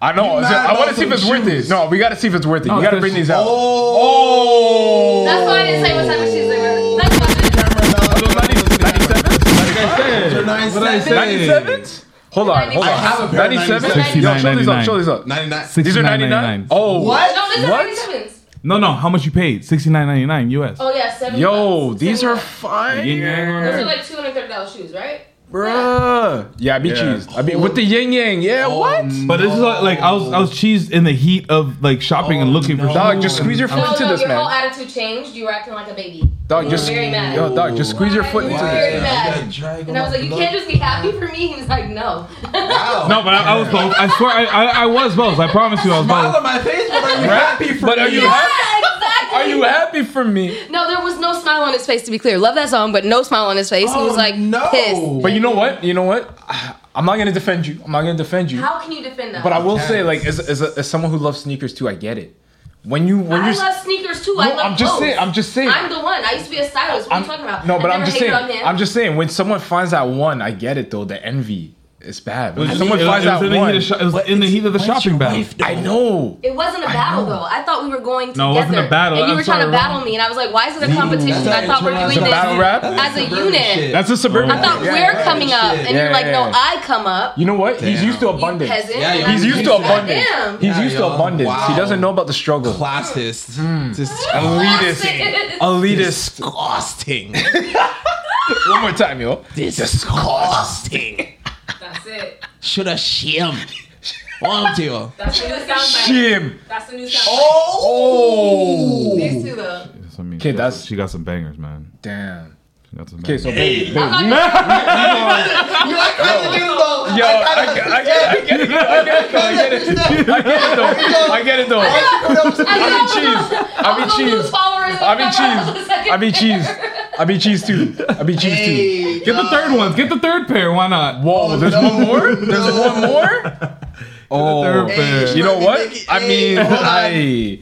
Speaker 1: I know.
Speaker 3: You
Speaker 1: so
Speaker 3: mad
Speaker 1: I want
Speaker 3: about
Speaker 1: to see if it's
Speaker 3: some
Speaker 1: worth it. No, we got to see if it's worth it.
Speaker 3: Oh,
Speaker 1: you got to
Speaker 3: there's-
Speaker 1: bring these out.
Speaker 3: Oh,
Speaker 9: That's why I didn't say what type of shoes they were. That's why.
Speaker 1: What did I say? 97s? Hold on, hold on.
Speaker 3: I have a pair of
Speaker 1: 97?
Speaker 3: 97s.
Speaker 1: Yo, show these up, show these up.
Speaker 3: 99.
Speaker 1: These are 99? Oh.
Speaker 9: No, this is
Speaker 1: What?
Speaker 9: 97s.
Speaker 2: No, no. How much you paid? Sixty nine ninety nine US.
Speaker 9: Oh yeah, seven.
Speaker 1: Yo, these are fire.
Speaker 2: Yin yang on
Speaker 9: Those
Speaker 2: there.
Speaker 9: are like two hundred thirty dollars shoes, right?
Speaker 1: Bruh. Yeah, Oh, I beat
Speaker 2: Yeah.
Speaker 1: cheese. I beat with the yin yang. Yeah, what?
Speaker 2: But this is like, like I was I was cheesed in the heat of like shopping and looking for
Speaker 1: Oh, Dog, just squeeze your
Speaker 9: No,
Speaker 1: foot into
Speaker 9: no,
Speaker 1: this,
Speaker 9: your whole
Speaker 1: man.
Speaker 9: attitude changed. You were acting like a baby.
Speaker 1: Dog,
Speaker 9: you
Speaker 1: just
Speaker 9: were very mad.
Speaker 1: yo, dog, just squeeze your foot
Speaker 9: You
Speaker 1: into
Speaker 9: were
Speaker 1: this.
Speaker 9: very mad. And I was like, you can't just be happy for me. He was like, no.
Speaker 2: No, but I, I was both. I swear, I, I, I was both. I promise you, I was both.
Speaker 3: my face, but are
Speaker 1: you happy for But are you me? happy?
Speaker 9: Yeah, exactly.
Speaker 1: Are you happy for me?
Speaker 4: No, there was no smile on his face to be clear. Love that song, but no smile on his face. he
Speaker 1: Oh,
Speaker 4: was like pissed.
Speaker 1: But you know what? You know what? I'm not gonna defend you. I'm not gonna defend you.
Speaker 9: How can you defend that?
Speaker 1: But I will say, like, as as, a, as someone who loves sneakers too, I get it. When you when
Speaker 9: I
Speaker 1: you're
Speaker 9: love sneakers too. I
Speaker 1: No,
Speaker 9: love
Speaker 1: I'm just
Speaker 9: clothes.
Speaker 1: saying- I'm just saying.
Speaker 9: I'm the one. I used to be a stylist. What are
Speaker 1: I'm-
Speaker 9: you talking about?
Speaker 1: No, but
Speaker 9: I
Speaker 1: I'm
Speaker 9: never
Speaker 1: just
Speaker 9: hated
Speaker 1: saying.
Speaker 9: on him.
Speaker 1: I'm just saying. When someone finds that one, I get it though. The envy is bad. When
Speaker 2: It was-
Speaker 1: someone
Speaker 2: it was-
Speaker 1: finds
Speaker 2: it was in
Speaker 1: that
Speaker 2: the heat
Speaker 1: one,
Speaker 2: of sho- it was in the heat of the shopping battle.
Speaker 1: I know.
Speaker 9: It wasn't a battle though. I thought we were going together.
Speaker 2: No, it wasn't a battle.
Speaker 9: And you
Speaker 2: I'm
Speaker 9: were trying
Speaker 2: sorry,
Speaker 9: to battle
Speaker 2: wrong.
Speaker 9: me, and I was like, "Why is it a competition?
Speaker 1: That's
Speaker 9: I thought we we're
Speaker 1: international-
Speaker 9: doing this
Speaker 1: Battle rap?
Speaker 9: as a unit."
Speaker 1: That's a suburban.
Speaker 9: I thought
Speaker 1: thing.
Speaker 9: we're coming up, and
Speaker 1: Yeah,
Speaker 9: you're like,
Speaker 1: yeah,
Speaker 9: "No,
Speaker 1: yeah.
Speaker 9: I come up."
Speaker 1: You know what? He's used to abundance.
Speaker 9: peasant. Yeah, yo,
Speaker 1: he's
Speaker 9: you
Speaker 1: used to
Speaker 9: used to that.
Speaker 1: abundance.
Speaker 9: Damn.
Speaker 1: He's
Speaker 9: Yeah,
Speaker 1: used to
Speaker 9: yo.
Speaker 1: abundance. He
Speaker 3: Wow.
Speaker 1: doesn't know about the struggle.
Speaker 3: Classist. Just
Speaker 1: Elitist. Elitist.
Speaker 3: Disgusting.
Speaker 1: One more time, yo.
Speaker 3: Disgusting.
Speaker 9: That's it.
Speaker 3: Should have shim. Want to.
Speaker 9: That's the new soundbite.
Speaker 1: Shim.
Speaker 9: That's the new
Speaker 3: Oh.
Speaker 9: soundbite. These two though.
Speaker 2: Okay, that's she got some bangers, man.
Speaker 1: Damn.
Speaker 2: She got some
Speaker 1: Okay,
Speaker 2: bangers.
Speaker 1: so baby, baby.
Speaker 9: thought
Speaker 1: we-
Speaker 9: you-
Speaker 1: we- we gonna-
Speaker 3: You're like, I did though.
Speaker 1: Yo, I get, I get, I get it, I get it, I get it, I get it though, I get it though. I be cheese, I be cheese, I be cheese, I be cheese, I be cheese too, I be cheese too.
Speaker 2: Get the third ones. Get the third pair. Why not?
Speaker 1: Whoa, there's one more. There's one more.
Speaker 2: third
Speaker 1: Oh,
Speaker 2: pair.
Speaker 1: you know what? I mean,
Speaker 3: hold on.
Speaker 1: I.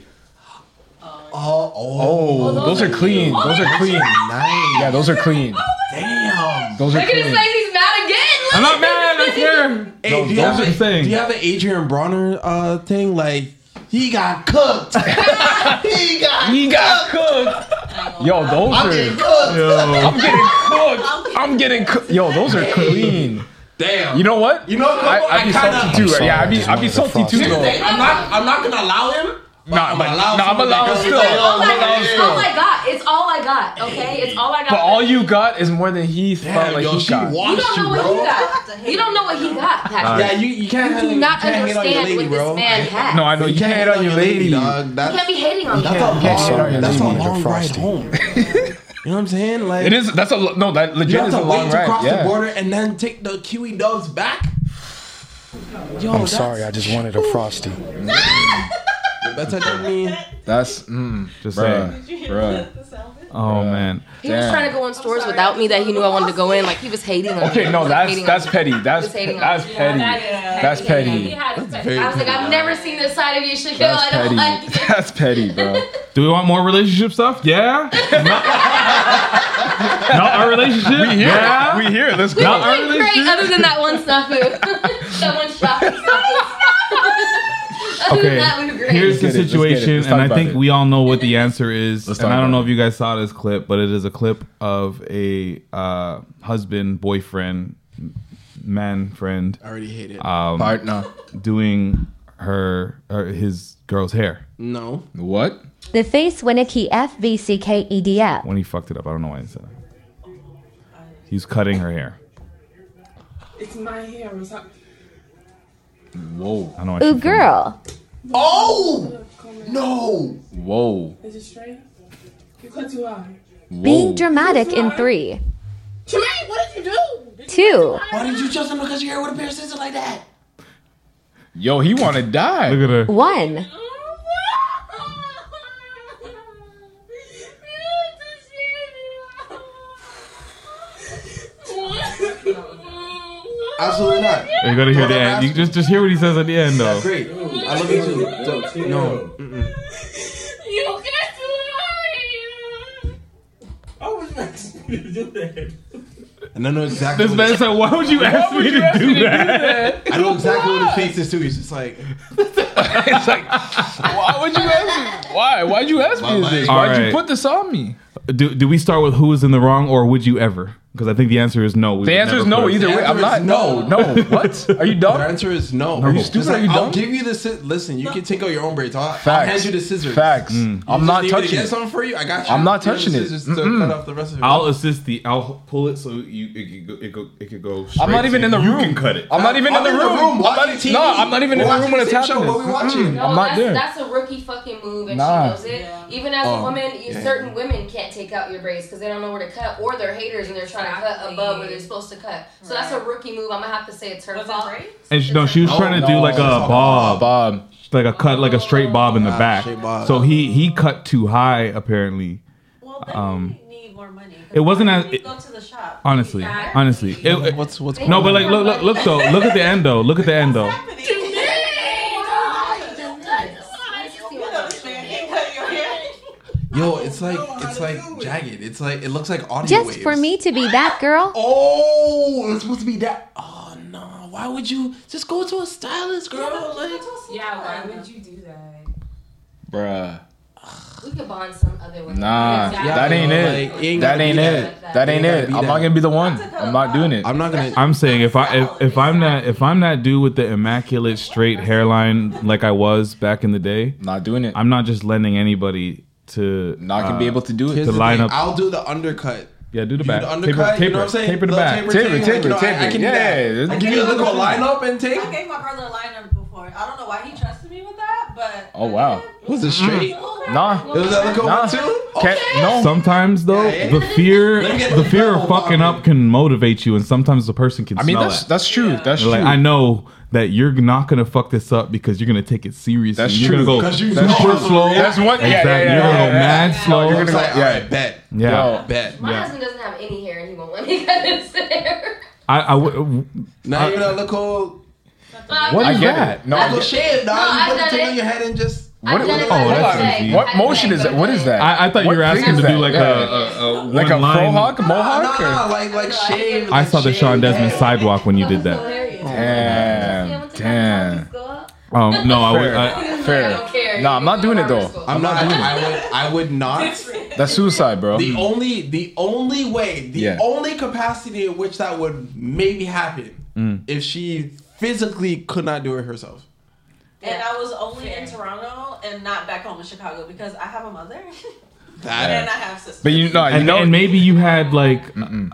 Speaker 3: Oh,
Speaker 1: Oh, those are clean. Those are clean.
Speaker 3: nice.
Speaker 1: Yeah, those are clean.
Speaker 3: Damn.
Speaker 1: Those are
Speaker 9: Look at his
Speaker 1: clean.
Speaker 9: face. He's mad again. Look.
Speaker 2: I'm not mad. I swear.
Speaker 3: Hey,
Speaker 1: No,
Speaker 3: do, you
Speaker 1: those
Speaker 3: have
Speaker 1: are
Speaker 3: a,
Speaker 2: saying.
Speaker 3: do you have an Adrian Bronner uh, thing? Like, he got cooked. he got
Speaker 1: He got cooked. Yo, those
Speaker 3: I'm
Speaker 1: are.
Speaker 3: getting cooked.
Speaker 1: I'm getting cooked. I'm getting cooked. Yo, those are clean.
Speaker 3: Damn.
Speaker 1: You know what?
Speaker 3: You know what?
Speaker 1: I, I be
Speaker 3: kinda-
Speaker 1: salty too. right?
Speaker 5: sorry,
Speaker 1: Yeah, I
Speaker 5: I
Speaker 1: be
Speaker 5: just
Speaker 1: I be
Speaker 5: wanted to
Speaker 1: salty
Speaker 5: fuck.
Speaker 1: too though.
Speaker 3: Here's the thing, I'm not, I'm not gonna allow him. but
Speaker 1: Nah, but
Speaker 3: allowing
Speaker 1: nah, I'm
Speaker 3: someone
Speaker 1: allowing
Speaker 3: that goes
Speaker 1: still.
Speaker 3: like,
Speaker 9: Oh my
Speaker 1: I'm allowed
Speaker 9: god, it's all
Speaker 1: still.
Speaker 9: I got. It's all I got. Okay, it's all I got.
Speaker 1: But all you got is more than he felt
Speaker 3: Damn,
Speaker 1: like
Speaker 3: yo,
Speaker 1: he
Speaker 3: she
Speaker 1: got.
Speaker 9: You
Speaker 3: washed
Speaker 9: don't
Speaker 3: you,
Speaker 9: know what
Speaker 3: bro.
Speaker 9: he got. You don't know what he got, Patrick.
Speaker 3: Yeah, you, you can't
Speaker 9: You
Speaker 3: have
Speaker 9: do not
Speaker 3: can't hate on your
Speaker 9: understand
Speaker 3: lady,
Speaker 9: what
Speaker 3: bro.
Speaker 9: this man has.
Speaker 1: No, I know you can't hit on your lady.
Speaker 3: dog.
Speaker 9: You can't
Speaker 3: That's,
Speaker 9: be hating on
Speaker 3: that's
Speaker 9: him.
Speaker 3: a long,
Speaker 1: can't hate on your
Speaker 3: that's a
Speaker 1: lady.
Speaker 3: long ride
Speaker 5: Frosty.
Speaker 3: home. you know what I'm saying? Like,
Speaker 1: It is that's a lo- no that
Speaker 3: you
Speaker 1: legit
Speaker 3: have
Speaker 1: is a
Speaker 3: to
Speaker 1: long
Speaker 3: wait to
Speaker 1: ride.
Speaker 3: cross the
Speaker 1: Yeah.
Speaker 3: border and then take the Kiwi dogs back. Yo,
Speaker 5: I'm
Speaker 3: that's-
Speaker 5: sorry, I just wanted a frosty.
Speaker 3: That's what I mean.
Speaker 1: That's mm,
Speaker 2: Just
Speaker 1: bruh,
Speaker 11: Did you hear
Speaker 1: bruh.
Speaker 11: the sound?
Speaker 2: Oh man.
Speaker 4: He was trying to go in stores without me that he knew I wanted to go in. Like he was hating on me.
Speaker 1: Okay,
Speaker 4: He
Speaker 1: no,
Speaker 4: was
Speaker 1: that's
Speaker 4: hating on
Speaker 1: that's
Speaker 4: me.
Speaker 1: petty. That's
Speaker 4: Just hating on
Speaker 1: that's
Speaker 4: me.
Speaker 1: petty. That's
Speaker 9: He
Speaker 1: petty.
Speaker 9: had his face. I was like, I've never seen this side of you, Shaquille.
Speaker 1: That's
Speaker 9: I don't like
Speaker 1: petty.
Speaker 9: it.
Speaker 1: That's petty, bro.
Speaker 2: Do we want more relationship stuff? Yeah. Not, not our relationship.
Speaker 1: We here.
Speaker 2: Yeah.
Speaker 1: We here. Let's
Speaker 2: Not
Speaker 1: go.
Speaker 2: our
Speaker 4: Wait, great,
Speaker 2: relationship.
Speaker 4: other than that one snafu. that one shot. other than that, we were
Speaker 2: Okay.
Speaker 4: great.
Speaker 2: Here's
Speaker 1: Let's get it, let's
Speaker 2: the
Speaker 1: get it.
Speaker 2: situation,
Speaker 1: Let's
Speaker 2: and
Speaker 1: talk
Speaker 2: I
Speaker 1: about
Speaker 2: think
Speaker 1: it.
Speaker 2: we all know what the answer is.
Speaker 1: Let's
Speaker 2: And
Speaker 1: talk
Speaker 2: I don't
Speaker 1: about
Speaker 2: know
Speaker 1: it.
Speaker 2: if you guys saw this clip, but it is a clip of a uh, husband, boyfriend, man, friend
Speaker 3: I already hate it.
Speaker 5: Uh,
Speaker 1: Partner.
Speaker 2: doing her, her his girl's hair
Speaker 3: no.
Speaker 1: What?
Speaker 14: The face Winnicky
Speaker 15: E
Speaker 14: FVCKEDF.
Speaker 2: when he fucked it up. I don't know why he said that. He's cutting her hair.
Speaker 6: It's my hair. It's not.
Speaker 1: Whoa.
Speaker 2: I don't know. why she
Speaker 14: Ooh,
Speaker 2: filmed it.
Speaker 14: girl.
Speaker 3: Oh!
Speaker 12: No.
Speaker 1: Whoa.
Speaker 16: Is it straight? You cut too high.
Speaker 15: Being dramatic in three,
Speaker 16: Jermaine, what did you do?
Speaker 15: two,
Speaker 12: Why did you trust him to cut your hair with a pair of scissors like that?
Speaker 1: Yo, he want to die. Look
Speaker 2: at her.
Speaker 15: one.
Speaker 12: Absolutely not.
Speaker 2: You gotta hear the end. You just just hear what he says at the end though.
Speaker 12: Great. I love you too. Don't- No. Mm-mm.
Speaker 16: You cut too high. I was not supposed to do that.
Speaker 12: I know exactly.
Speaker 2: This man said, "Why would you ask me to do that?"
Speaker 12: I know exactly what his face is too. He's just like,
Speaker 1: Why would you ask me? Why? Why'd you ask me this?
Speaker 2: All
Speaker 1: Why'd you
Speaker 2: right.
Speaker 1: put this on me?
Speaker 2: Do do we start with who is in the wrong or would you ever? Because I think the answer is no. We
Speaker 1: The
Speaker 2: would
Speaker 1: answer is
Speaker 2: never
Speaker 1: no.
Speaker 2: put it-
Speaker 1: Either way, I'm not. No, no. What? Are you dumb?
Speaker 12: The answer is no.
Speaker 1: Are you
Speaker 12: Just
Speaker 1: stupid?
Speaker 12: like,
Speaker 1: Are you
Speaker 12: I'll
Speaker 1: dumb?
Speaker 12: give you the sci- listen. You can take out your own braids. I'll, I'll
Speaker 1: Facts.
Speaker 12: hand you the scissors.
Speaker 1: Facts.
Speaker 12: You
Speaker 1: I'm
Speaker 12: just
Speaker 1: not
Speaker 12: need me to
Speaker 1: touching
Speaker 12: Get
Speaker 1: it.
Speaker 12: something for you. I got you.
Speaker 1: I'm not
Speaker 12: You have the
Speaker 1: touching it.
Speaker 12: scissors To
Speaker 1: Mm-mm.
Speaker 12: cut off the rest of it.
Speaker 2: I'll assist the. I'll pull it so you it could go. It, go, it could go straight
Speaker 1: I'm not even
Speaker 2: to
Speaker 1: in the
Speaker 2: you.
Speaker 1: room.
Speaker 2: You can cut it.
Speaker 1: I'm not even in
Speaker 12: I'm
Speaker 1: the
Speaker 12: in
Speaker 1: room.
Speaker 12: the room
Speaker 1: I'm not-
Speaker 12: watching
Speaker 1: No,
Speaker 12: TV.
Speaker 1: I'm not even in
Speaker 12: We're
Speaker 1: the room
Speaker 12: watching
Speaker 1: when
Speaker 12: the
Speaker 1: it's
Speaker 12: same show,
Speaker 1: happening.
Speaker 12: what we watching?
Speaker 1: Mm-mm.
Speaker 4: No,
Speaker 1: I'm not
Speaker 4: that's,
Speaker 1: there.
Speaker 4: that's a rookie fucking move, and
Speaker 1: Nah.
Speaker 4: she knows it. Even as
Speaker 1: Oh,
Speaker 4: a woman, you-
Speaker 1: yeah.
Speaker 4: certain women can't take out your braids because they don't know where to cut, or they're haters and they're trying to cut above where they're supposed to cut. So that's a rookie move. I'm gonna have to say it's her fault.
Speaker 2: And she, no, she was
Speaker 1: No,
Speaker 2: trying to do
Speaker 1: no.
Speaker 2: like a
Speaker 1: She's talking
Speaker 2: bob,
Speaker 1: bob,
Speaker 2: like a cut, like a straight bob in the
Speaker 12: Ah,
Speaker 2: back.
Speaker 12: straight bob.
Speaker 2: So he he cut too high apparently. um,
Speaker 17: need more money. 'Cause
Speaker 2: It wasn't
Speaker 17: why
Speaker 2: as-
Speaker 17: do you
Speaker 2: it-
Speaker 17: go to the shop.
Speaker 2: honestly, honestly. It- it-
Speaker 12: what's what's
Speaker 2: no, but like look look look though. Look at the end though. Look at the end though.
Speaker 12: Yo, it's like it's like jagged. It's like it looks like audio
Speaker 15: Just
Speaker 12: waves.
Speaker 15: for me to be that girl.
Speaker 12: Oh, it's supposed to be that. Oh no! Why would you just go to a stylist, girl? Like,
Speaker 4: Yeah, why would you do that?
Speaker 1: Bruh.
Speaker 4: We could bond some other way.
Speaker 1: Nah,
Speaker 4: Exactly.
Speaker 1: that ain't it.
Speaker 12: like, it ain't
Speaker 1: that
Speaker 12: gotta
Speaker 1: ain't
Speaker 12: be
Speaker 1: it.
Speaker 12: that.
Speaker 1: That
Speaker 12: It
Speaker 1: ain't
Speaker 12: ain't gotta
Speaker 1: it.
Speaker 12: be
Speaker 1: I'm
Speaker 12: that.
Speaker 1: not gonna be the one. I'm not doing it.
Speaker 12: I'm not gonna.
Speaker 2: I'm saying if I if, if I'm not if I'm not dude with the immaculate straight hairline like I was back in the day,
Speaker 1: not doing it.
Speaker 2: I'm not just lending anybody to
Speaker 1: Not gonna
Speaker 12: Uh,
Speaker 1: be able to do it.
Speaker 2: to
Speaker 1: Here's the
Speaker 2: line
Speaker 1: thing,
Speaker 2: up.
Speaker 12: I'll do the undercut.
Speaker 2: yeah, do the
Speaker 12: You
Speaker 2: back.
Speaker 12: do the undercut,
Speaker 2: taper,
Speaker 12: you know what I'm saying?
Speaker 2: taper the
Speaker 12: Little
Speaker 2: back.
Speaker 12: taper, taper,
Speaker 1: Taper,
Speaker 12: taper,
Speaker 1: taper.
Speaker 12: I can do
Speaker 1: Yeah,
Speaker 12: that. I give you a little lineup and take.
Speaker 17: I gave my brother a lineup before. I don't know why he trusted me with that, but
Speaker 1: Oh wow.
Speaker 12: Was it straight?
Speaker 1: Nah.
Speaker 12: It was that look over
Speaker 1: Nah.
Speaker 12: too? Oh,
Speaker 1: Can't- No.
Speaker 2: Sometimes though, the fear
Speaker 12: Let me get
Speaker 2: the
Speaker 12: the
Speaker 2: fear of
Speaker 12: double
Speaker 2: fucking up can motivate you, and sometimes the person can.
Speaker 1: I mean
Speaker 2: smell
Speaker 1: that's
Speaker 2: it.
Speaker 1: that's true. That's
Speaker 2: They're
Speaker 1: true.
Speaker 2: like I know that you're not gonna fuck this up because you're gonna take it seriously.
Speaker 1: That's
Speaker 2: you're
Speaker 1: true.
Speaker 2: gonna go
Speaker 12: 'Cause you
Speaker 2: super
Speaker 12: know how to
Speaker 2: slow.
Speaker 12: react.
Speaker 1: That's one- yeah, yeah,
Speaker 2: Exactly.
Speaker 1: yeah,
Speaker 2: You're gonna
Speaker 1: yeah,
Speaker 2: go
Speaker 1: yeah.
Speaker 2: mad slow.
Speaker 1: you're
Speaker 12: It's
Speaker 1: gonna
Speaker 12: like,
Speaker 1: go- yeah.
Speaker 12: alright, bet.
Speaker 2: yeah.
Speaker 1: Yo.
Speaker 12: Bet.
Speaker 4: My husband doesn't have any hair, and he won't let me cut his hair.
Speaker 2: I, I w-
Speaker 12: Not even a little.
Speaker 1: What
Speaker 2: I
Speaker 1: is
Speaker 2: get
Speaker 1: that?
Speaker 2: it.
Speaker 1: No.
Speaker 12: Little shave,
Speaker 4: No,
Speaker 12: dog.
Speaker 4: I've
Speaker 12: You put the
Speaker 4: done
Speaker 12: thing
Speaker 4: it.
Speaker 12: on your head and just.
Speaker 1: What,
Speaker 4: I've done it
Speaker 1: what-
Speaker 4: like
Speaker 2: Oh, that's
Speaker 4: that.
Speaker 2: easy.
Speaker 1: what
Speaker 4: I've
Speaker 1: motion
Speaker 4: done it
Speaker 1: is that?
Speaker 4: like
Speaker 1: What is that?
Speaker 2: I, I thought
Speaker 1: What
Speaker 2: you were
Speaker 1: thing
Speaker 2: asking
Speaker 1: is
Speaker 2: to do
Speaker 1: that?
Speaker 2: like
Speaker 1: Yeah.
Speaker 2: a, a, a
Speaker 1: like a
Speaker 2: one line.
Speaker 1: frohawk, mohawk, or
Speaker 12: Nah, like like shave.
Speaker 2: I
Speaker 12: like
Speaker 2: saw the
Speaker 12: shave
Speaker 2: Sean Desmond
Speaker 12: head.
Speaker 2: sidewalk when you did that.
Speaker 4: Hilarious.
Speaker 1: damn, damn.
Speaker 2: Um, no, I, would,
Speaker 1: Fair,
Speaker 2: I
Speaker 1: fair.
Speaker 4: I don't care.
Speaker 1: Nah, I'm not doing it though.
Speaker 12: I'm not. I would. I would not.
Speaker 1: That's suicide, bro.
Speaker 12: The only. The only way. The
Speaker 1: Um, Yeah.
Speaker 12: only capacity in which that would maybe happen
Speaker 1: Mm.
Speaker 12: if she physically could not do it herself.
Speaker 17: And I was only in Toronto and not back home in Chicago because I have a mother and
Speaker 12: That.
Speaker 17: I have sisters.
Speaker 1: But you know, you
Speaker 2: and,
Speaker 1: know,
Speaker 2: and maybe you had like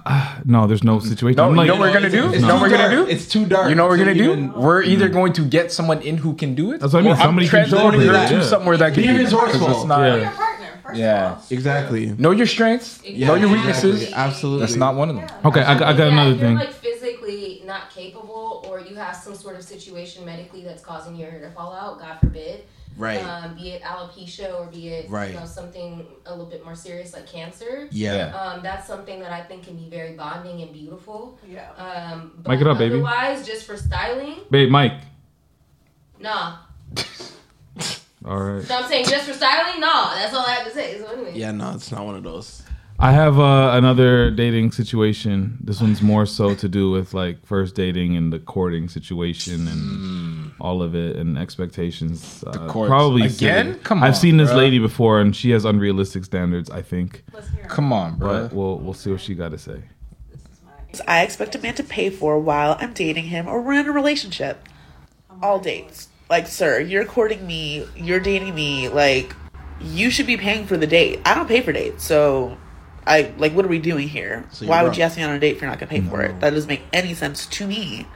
Speaker 2: ah, no, there's no situation.
Speaker 1: No,
Speaker 2: I'm like,
Speaker 1: you know we're gonna do.
Speaker 12: It's
Speaker 1: You know
Speaker 12: too
Speaker 1: we're gonna do.
Speaker 12: dark. It's too dark.
Speaker 1: You know what we're
Speaker 12: to
Speaker 1: gonna do?
Speaker 12: even-
Speaker 1: We're either going to get someone in who can do it.
Speaker 2: Hmm. That's what I mean,
Speaker 1: or
Speaker 2: somebody
Speaker 1: I'm
Speaker 2: can do
Speaker 1: transporting
Speaker 2: it,
Speaker 1: her
Speaker 2: yeah.
Speaker 1: to somewhere that can
Speaker 12: Be
Speaker 1: do it. 'cause
Speaker 12: resourceful.
Speaker 1: it's not-
Speaker 17: Your partner, first
Speaker 1: Yeah.
Speaker 17: of all.
Speaker 12: Exactly.
Speaker 1: Know your strengths. know your
Speaker 12: Exactly.
Speaker 1: weaknesses.
Speaker 12: Absolutely.
Speaker 1: That's not one of them.
Speaker 2: okay, I, got- I
Speaker 4: Yeah,
Speaker 2: got another
Speaker 4: if you're
Speaker 2: thing.
Speaker 4: like physically not capable, or you have some sort of situation medically that's causing your hair to fall out, God forbid.
Speaker 12: Right.
Speaker 4: Um, be it alopecia or be it
Speaker 12: Right.
Speaker 4: you know something a little bit more serious like cancer.
Speaker 12: Yeah.
Speaker 4: Um, that's something that I think can be very bonding and beautiful.
Speaker 17: Yeah.
Speaker 4: Um, but
Speaker 2: Mic it up, baby.
Speaker 4: Otherwise, just for styling,
Speaker 2: Babe, Mike.
Speaker 4: nah.
Speaker 2: All right.
Speaker 4: No, I'm saying just for styling, nah. That's all I have to say. So anyway.
Speaker 12: Yeah. No, it's not one of those.
Speaker 2: I have uh, another dating situation. This one's more so to do with like first dating and the courting situation and all of it and expectations. Uh,
Speaker 1: Mm. courts.
Speaker 2: probably
Speaker 1: Again?
Speaker 2: silly.
Speaker 1: Come on,
Speaker 2: I've seen this
Speaker 1: bruh.
Speaker 2: lady before, and she has unrealistic standards. I think,
Speaker 1: Come on, bro.
Speaker 2: but we'll we'll see what she got to say.
Speaker 11: I expect a man to pay for while I'm dating him or we're in a relationship. All dates. Like, sir, you're courting me, you're dating me, like, you should be paying for the date. I don't pay for dates, so I like what are we doing here?
Speaker 12: So you're
Speaker 11: Why would
Speaker 12: broke.
Speaker 11: you ask me on a date if you're not gonna pay for it? That doesn't make any sense to me.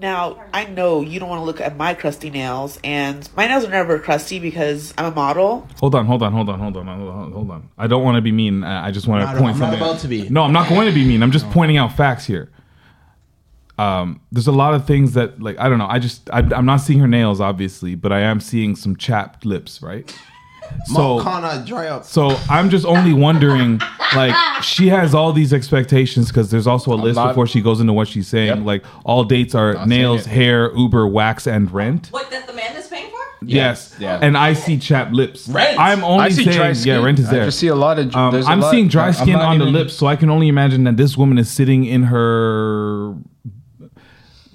Speaker 11: Now, I know you don't want to look at my crusty nails, and my nails are never crusty because I'm a model.
Speaker 2: Hold on, hold on, hold on, hold on, hold on, hold on. I don't want to be mean. uh, I I just want
Speaker 11: Not-
Speaker 2: to point
Speaker 11: I'm not
Speaker 2: something.
Speaker 11: about to be.
Speaker 2: No, I'm not going to be mean. I'm just pointing out facts here. Um, there's a lot of things that, like, I don't know. I just, I, I'm not seeing her nails, obviously, but I am seeing some chapped lips, right?
Speaker 3: So,
Speaker 12: uh,
Speaker 3: dry up.
Speaker 2: So I'm just only wondering, like, she has all these expectations because there's also a list
Speaker 3: lot-
Speaker 2: before she goes into what she's saying. Like, all dates are nails, hair, Uber, wax, and rent.
Speaker 18: What that the man is paying for?
Speaker 2: Yes.
Speaker 1: Yeah.
Speaker 2: And I see chapped lips.
Speaker 1: Rent.
Speaker 2: I'm only
Speaker 1: I see
Speaker 2: saying,
Speaker 1: dry skin.
Speaker 2: yeah, rent is
Speaker 1: I
Speaker 2: there.
Speaker 1: just see a lot of-
Speaker 2: Um,
Speaker 1: there's a
Speaker 2: I'm
Speaker 1: lot-
Speaker 2: seeing dry
Speaker 1: I'm
Speaker 2: skin
Speaker 1: not
Speaker 2: on the
Speaker 1: even-
Speaker 2: lips, so I can only imagine that this woman is sitting in her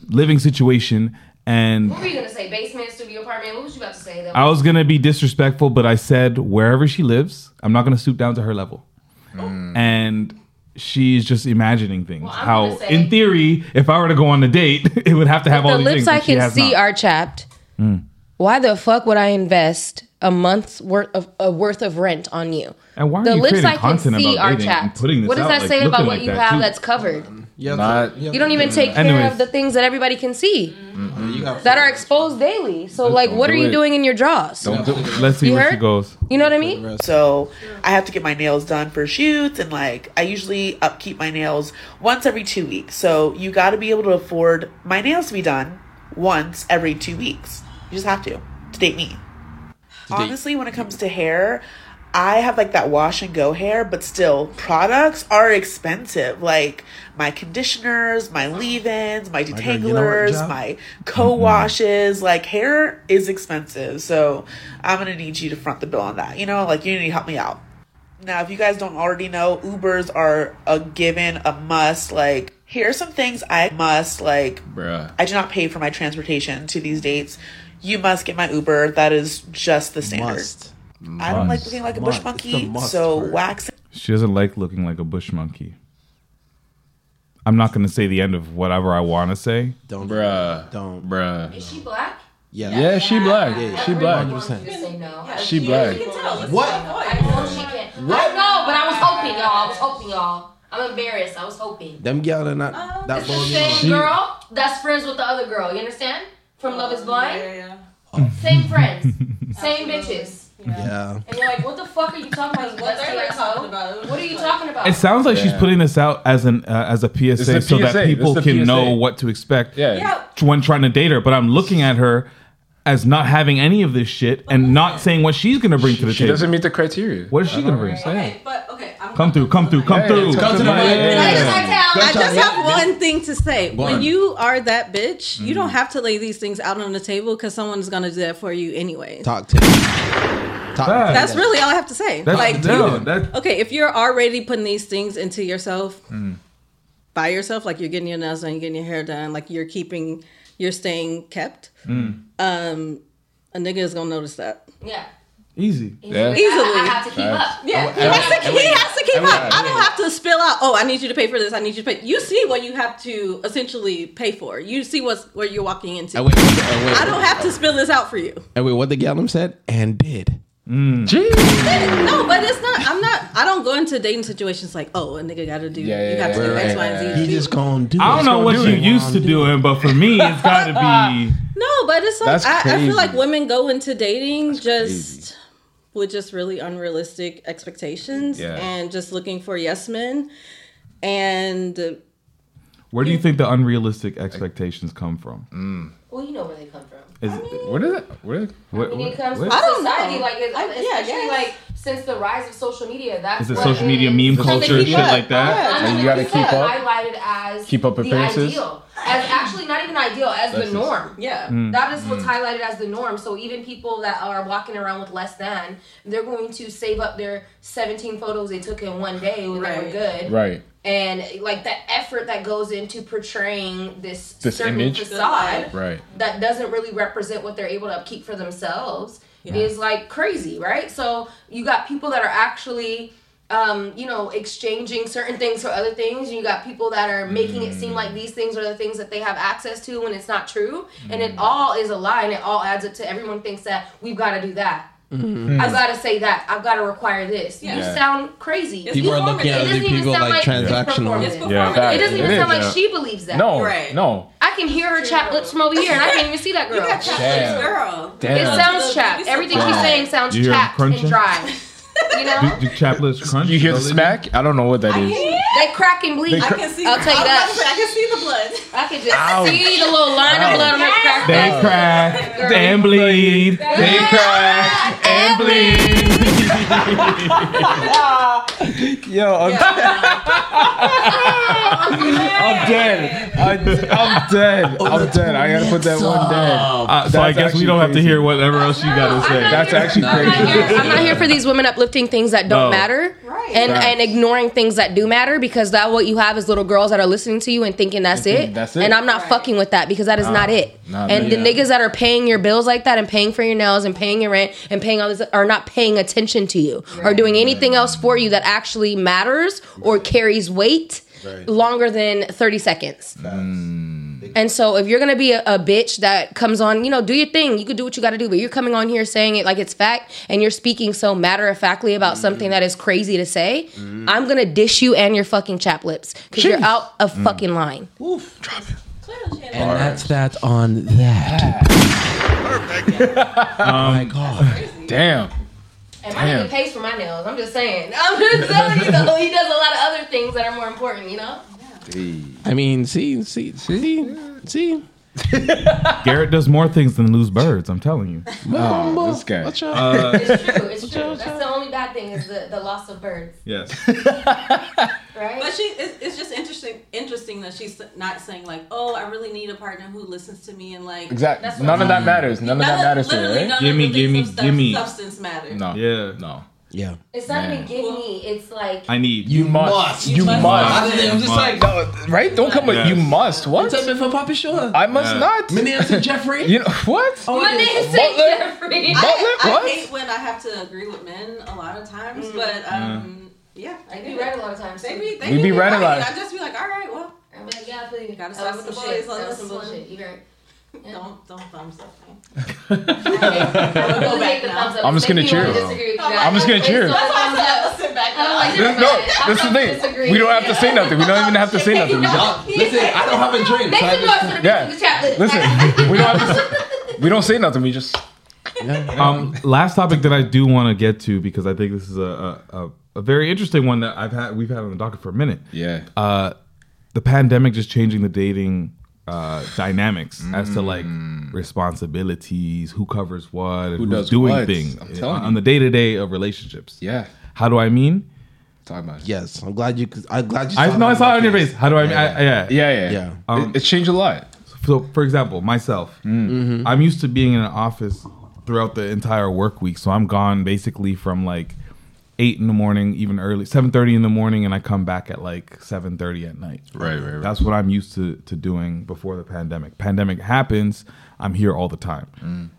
Speaker 2: living situation and.
Speaker 4: What were you gonna say? Basement, studio apartment? What was you about to say though?
Speaker 2: I was gonna be disrespectful, but I said wherever she lives, I'm not gonna stoop down to her level.
Speaker 1: Mm.
Speaker 2: And she's just imagining things.
Speaker 19: Well, I'm
Speaker 2: How,
Speaker 19: gonna say-
Speaker 2: in theory, if I were to go on a date, it would have to have all
Speaker 19: the lips
Speaker 2: these things.
Speaker 19: I
Speaker 2: and she
Speaker 19: can
Speaker 2: has
Speaker 19: see
Speaker 2: not.
Speaker 19: are chapped.
Speaker 2: Mm.
Speaker 19: Why the fuck would I invest a month's worth of a worth of rent on you?
Speaker 2: And why are
Speaker 19: the
Speaker 2: you
Speaker 19: lips
Speaker 2: creating
Speaker 19: I can
Speaker 2: content
Speaker 19: see
Speaker 2: about
Speaker 19: are
Speaker 2: dating and
Speaker 19: chapped.
Speaker 2: putting this
Speaker 19: what does
Speaker 2: out,
Speaker 19: that
Speaker 2: like,
Speaker 19: say about
Speaker 2: looking
Speaker 19: what
Speaker 2: like
Speaker 19: you
Speaker 2: that,
Speaker 19: have
Speaker 2: too?
Speaker 19: that's covered?
Speaker 4: Um,
Speaker 1: Yeah, not,
Speaker 19: You don't even take care
Speaker 2: Anyways.
Speaker 19: of the things that everybody can see
Speaker 3: You got
Speaker 19: that are exposed daily. So, like, what
Speaker 2: do
Speaker 19: are you
Speaker 2: it.
Speaker 19: doing in your drawers?
Speaker 2: Don't do Let's see
Speaker 19: You
Speaker 2: where she
Speaker 19: heard?
Speaker 2: goes.
Speaker 19: You know what I mean?
Speaker 11: So I have to get my nails done for shoots, and like I usually upkeep my nails once every two weeks. So you got to be able to afford my nails to be done once every two weeks. You just have to to date me.
Speaker 3: date-
Speaker 11: Honestly, when it comes to hair, I have like that wash and go hair, but still, products are expensive. Like my conditioners, my leave ins, my
Speaker 3: God, you know what, Mm-hmm.
Speaker 11: detanglers,
Speaker 3: Jo?
Speaker 11: my co washes. Like hair is expensive. So I'm going to need you to front the bill on that. You know, like you need to help me out. Now, if you guys don't already know, Ubers are a given, a must. Like, here are some things I must, like,
Speaker 1: bruh.
Speaker 11: I do not pay for my transportation to these dates. You must get my Uber. That is just the standard. I don't like
Speaker 2: Must.
Speaker 11: looking like a bush
Speaker 2: Must. It's a
Speaker 11: monkey,
Speaker 2: must
Speaker 11: so
Speaker 2: word.
Speaker 11: wax
Speaker 2: She doesn't like looking like a bush monkey. I'm not gonna say the end of whatever I want to say.
Speaker 1: Don't, bruh. Don't, bruh.
Speaker 4: Is she black?
Speaker 1: Yeah, she black. She black.
Speaker 4: You say no.
Speaker 1: She black.
Speaker 4: What? I know she can't. I know, but I was hoping y'all. I was hoping y'all. I'm embarrassed. I was hoping.
Speaker 3: Them gal are not that
Speaker 4: Um, The
Speaker 3: bold.
Speaker 4: same girl that's friends with the other girl. You understand? From Love
Speaker 18: Oh,
Speaker 4: Is Blind. Same friends. same bitches.
Speaker 3: Yeah.
Speaker 4: And you're like, what the fuck are you talking about? What
Speaker 18: they're like talking about, it was
Speaker 4: What are you talking about?
Speaker 2: It sounds like she's
Speaker 1: Yeah.
Speaker 2: putting this out as an uh, as a PSA,
Speaker 1: It's a
Speaker 2: so
Speaker 1: PSA.
Speaker 2: that people
Speaker 1: It's a
Speaker 2: can
Speaker 1: PSA.
Speaker 2: know what to expect
Speaker 1: Yeah.
Speaker 2: when trying to date her. But I'm looking at her as not having any of this shit and not saying what she's gonna bring to the
Speaker 1: She
Speaker 2: table.
Speaker 1: doesn't meet the criteria.
Speaker 2: What is she gonna bring? Say it.
Speaker 18: But okay, I'm
Speaker 2: Come through, come through, come
Speaker 1: Hey,
Speaker 2: through.
Speaker 1: come to the mic.
Speaker 18: I just,
Speaker 2: Yeah.
Speaker 18: I just
Speaker 2: Yeah.
Speaker 18: have one thing to say. When
Speaker 2: One. Mm-hmm.
Speaker 18: you are that bitch, you don't
Speaker 3: Mhm.
Speaker 18: have to lay these things out on the table because someone's gonna do that for you anyway.
Speaker 3: Talk to me. Talk to
Speaker 18: That's
Speaker 3: me.
Speaker 18: really all I have to say.
Speaker 3: That's-
Speaker 18: like,
Speaker 3: no,
Speaker 18: you-
Speaker 3: that-
Speaker 18: okay, if you're already putting these things into yourself
Speaker 2: Hmm.
Speaker 18: by yourself, like you're getting your nails done, you're getting your hair done, like you're keeping, you're staying kept.
Speaker 2: Mm.
Speaker 18: Um, a nigga is gonna notice that.
Speaker 4: Yeah.
Speaker 2: Easy.
Speaker 18: Yeah. Easily.
Speaker 4: I have to keep up.
Speaker 18: Yeah, he has to, he has to keep up. I don't have to spill out. Oh, I need you to pay for this. I need you to pay. You see what you have to essentially pay for. You see what's where you're walking into.
Speaker 3: And wait, and wait, and wait.
Speaker 18: I don't have to spill this out for you.
Speaker 3: And wait, what the gallum said and did.
Speaker 18: No, but it's not. I'm not. I don't go into dating situations like, oh, a nigga got to do. you got to do X, Y, and Z.
Speaker 3: He just gonna do.
Speaker 2: I don't know what you
Speaker 3: you
Speaker 2: used to doing, but for me, it's got to be.
Speaker 18: No, but it's like
Speaker 2: That's
Speaker 18: I, I
Speaker 2: crazy.
Speaker 18: feel like women go into dating just with just really unrealistic expectations
Speaker 2: Yeah.
Speaker 18: and just looking for yes men and. uh,
Speaker 2: Where do you think the unrealistic expectations come from?
Speaker 4: Well, you know where they come from.
Speaker 2: Is it, where did that? Where? Where?
Speaker 4: When it comes
Speaker 2: where-
Speaker 4: to
Speaker 18: I don't
Speaker 4: society,
Speaker 18: know.
Speaker 4: like it's,
Speaker 18: I- yeah, I
Speaker 4: especially
Speaker 18: guess.
Speaker 4: like since the rise of social media, that's
Speaker 2: Is it
Speaker 4: what
Speaker 2: social media meme
Speaker 4: Because they
Speaker 2: culture and
Speaker 4: keep
Speaker 2: shit
Speaker 4: up.
Speaker 2: like that?
Speaker 4: Yeah,
Speaker 1: And you
Speaker 4: that's
Speaker 1: gotta
Speaker 4: what
Speaker 1: keep
Speaker 4: I
Speaker 1: up?
Speaker 4: said, Highlighted as
Speaker 1: Keep up
Speaker 4: the
Speaker 1: appearances?
Speaker 4: ideal, as actually not even ideal, as
Speaker 1: That's
Speaker 4: the
Speaker 1: just-
Speaker 4: norm.
Speaker 18: Yeah,
Speaker 1: Mm.
Speaker 4: that is what's
Speaker 1: Mm.
Speaker 4: highlighted as the norm. So even people that are walking around with less than, they're going to save up their seventeen photos they took in one day when they were good,
Speaker 1: Right.
Speaker 4: And like the effort that goes into portraying this,
Speaker 1: This
Speaker 4: certain
Speaker 1: image?
Speaker 4: facade,
Speaker 1: Right.
Speaker 4: that doesn't really represent what they're able to upkeep for themselves is like crazy, right? So you got people that are actually, um, you know, exchanging certain things for other things, and you got people that are making it
Speaker 3: Mm.
Speaker 4: seem like these things are the things that they have access to when it's not true, and
Speaker 3: Mm.
Speaker 4: it all is a lie, and it all adds up to everyone thinks that we've got to do that. I've got to say that. I've got to require this. You
Speaker 3: Yeah.
Speaker 4: sound crazy.
Speaker 3: People are looking
Speaker 4: It doesn't
Speaker 3: at other
Speaker 4: even
Speaker 3: people
Speaker 4: sound it's
Speaker 3: like transactional.
Speaker 4: performative. It doesn't even sound like she believes that.
Speaker 1: No, no.
Speaker 4: I I can hear her chapped lips from over here, and I can't even see that girl.
Speaker 2: Damn.
Speaker 4: girl.
Speaker 2: Damn.
Speaker 4: It sounds chapped. Everything she's
Speaker 2: Damn.
Speaker 4: saying sounds
Speaker 2: You hear 'em
Speaker 4: chapped and
Speaker 2: crunching?
Speaker 4: dry. You know,
Speaker 2: Do, do chaplets crunch? You
Speaker 1: hear the smack? I don't know what that is.
Speaker 4: they crack and bleed.
Speaker 1: They cra-
Speaker 4: I can see. I'll tell you that. I can see the blood. I can just see the little line of blood on her crack.
Speaker 2: They crack and bleed. They crack and bleed.
Speaker 1: Yo, I'm, I'm dead. I, I'm dead. I'm dead. I gotta put that one down.
Speaker 2: Uh, so I
Speaker 1: That's
Speaker 2: guess we
Speaker 1: actually
Speaker 2: don't have to
Speaker 1: crazy.
Speaker 2: hear whatever else you got to say.
Speaker 1: That's actually
Speaker 4: I'm not here- I'm not here for these women uplifting things that don't
Speaker 2: No.
Speaker 4: matter right. and
Speaker 2: Facts.
Speaker 4: and ignoring things that do matter because that what you have is little girls that are listening to you and thinking that's
Speaker 1: And
Speaker 4: it.
Speaker 1: think that's it.
Speaker 4: And I'm not fucking with that because that is
Speaker 1: Nah.
Speaker 4: not it.
Speaker 1: Nah,
Speaker 4: and the
Speaker 1: man.
Speaker 4: niggas that are paying your bills like that and paying for your nails and paying your rent and paying all this are not paying attention to you or doing anything else for you that actually matters or carries weight
Speaker 1: Right. Mm.
Speaker 4: longer than 30 seconds. And so if you're gonna be a, a bitch that comes on, you know, do your thing. You could do what you gotta do, but you're coming on here saying it like it's fact and you're speaking so matter of factly about
Speaker 1: Mm-hmm.
Speaker 4: something that is crazy to say, I'm gonna dish you and your fucking chap lips. Cause you're
Speaker 12: Jeez.
Speaker 4: out of
Speaker 12: Mm.
Speaker 4: fucking line.
Speaker 12: And that's that on that.
Speaker 2: oh
Speaker 12: my god.
Speaker 1: Damn.
Speaker 4: And
Speaker 1: my Damn. nigga
Speaker 4: pays for my nails. I'm just saying. I'm just telling you though, he does a lot of other things that are more important, you know?
Speaker 12: I mean, see, see, see, see.
Speaker 2: Garrett does more things than lose birds. I'm telling you.
Speaker 1: Oh, this guy.
Speaker 12: Watch
Speaker 2: Uh,
Speaker 4: It's true, it's true. That's the only bad thing is the, the loss of birds.
Speaker 2: yes.
Speaker 4: Right.
Speaker 11: But she, it's, it's just interesting. Interesting that she's not saying like, "Oh, I really need a partner who listens to me," and like,
Speaker 1: Exactly. None of that matters. None of that matters to her.
Speaker 11: literally
Speaker 1: Right?
Speaker 11: none Gimme, of the gimme, substance- gimme.
Speaker 4: substance matters.
Speaker 1: No.
Speaker 2: Yeah.
Speaker 1: No.
Speaker 12: Yeah.
Speaker 4: It's not
Speaker 1: Man.
Speaker 4: even give me, it's like
Speaker 2: I need.
Speaker 1: You, must. You must.
Speaker 12: I'm just like,
Speaker 1: no, right? Don't come. with
Speaker 2: Yes.
Speaker 1: You must. What?
Speaker 12: What's up for Papa Shore?
Speaker 1: I must
Speaker 12: Yeah.
Speaker 1: not.
Speaker 12: My name's Jeffrey.
Speaker 1: You know what?
Speaker 12: Oh,
Speaker 11: My
Speaker 12: it is.
Speaker 11: name's Saint
Speaker 12: Butler?
Speaker 11: Jeffrey.
Speaker 12: Butler?
Speaker 11: I, I
Speaker 12: What?
Speaker 11: hate when I have to agree with men a lot of times, but um, yeah, I
Speaker 4: They be right a lot of times,
Speaker 11: They
Speaker 4: too.
Speaker 11: be, they
Speaker 1: We be right a lot.
Speaker 11: right. I just be like, all right, well,
Speaker 4: I'm like, yeah, I feel you. That
Speaker 11: gotta side
Speaker 4: was
Speaker 11: with the
Speaker 4: some
Speaker 11: boys
Speaker 4: shit.
Speaker 11: on
Speaker 4: That was
Speaker 11: this
Speaker 4: some
Speaker 11: one.
Speaker 4: bullshit. You right.
Speaker 11: Don't don't thumbs up. man.
Speaker 4: I
Speaker 11: Go
Speaker 4: really
Speaker 11: back
Speaker 4: hate the
Speaker 11: now.
Speaker 4: thumbs up.
Speaker 1: I'm just gonna
Speaker 4: Make me wanna
Speaker 1: cheer.
Speaker 4: disagree with you.
Speaker 1: I'm just gonna
Speaker 4: It's so
Speaker 1: cheer.
Speaker 4: thumbs up. I'm like,
Speaker 1: This,
Speaker 4: never
Speaker 1: no,
Speaker 4: mind. I'm
Speaker 1: this is the
Speaker 4: not
Speaker 1: thing.
Speaker 4: disagreeing.
Speaker 1: We don't have to say nothing. We don't even have to say nothing. We
Speaker 4: Y'all,
Speaker 1: just-
Speaker 4: listen, I don't have a drink, Make so I some just- noise for the bitch with the
Speaker 1: yeah.
Speaker 4: chaplet.
Speaker 1: Listen, we don't have to. Say, we don't say nothing. We just.
Speaker 2: Um, last topic that I do want to get to because I think this is a, a, a, a very interesting one that I've had we've had on the docket for a minute.
Speaker 1: Yeah.
Speaker 2: Uh, the pandemic just changing the dating uh, dynamics as to like responsibilities, Mm. who covers what, and
Speaker 1: Who
Speaker 2: who's
Speaker 1: does
Speaker 2: doing
Speaker 1: what.
Speaker 2: things
Speaker 1: I'm
Speaker 2: on-
Speaker 1: telling you.
Speaker 2: on the day to day of relationships.
Speaker 1: Yeah.
Speaker 2: How do I mean?
Speaker 1: Talk about it.
Speaker 12: Yes, I'm glad you. I'm glad you.
Speaker 2: I
Speaker 12: saw
Speaker 2: know
Speaker 12: that
Speaker 2: I saw it on your
Speaker 12: face.
Speaker 2: face. How do I? Yeah, I, yeah,
Speaker 1: yeah, yeah.
Speaker 2: Um,
Speaker 1: it, it's changed a lot.
Speaker 2: So, for example, myself, I'm used to being in an office throughout the entire work week. So I'm gone basically from like eight in the morning, even early seven thirty in the morning, and I come back at like seven thirty at night.
Speaker 1: Right, right, right.
Speaker 2: That's what I'm used to to doing before the pandemic. Pandemic happens, I'm here all the time.
Speaker 12: Mm.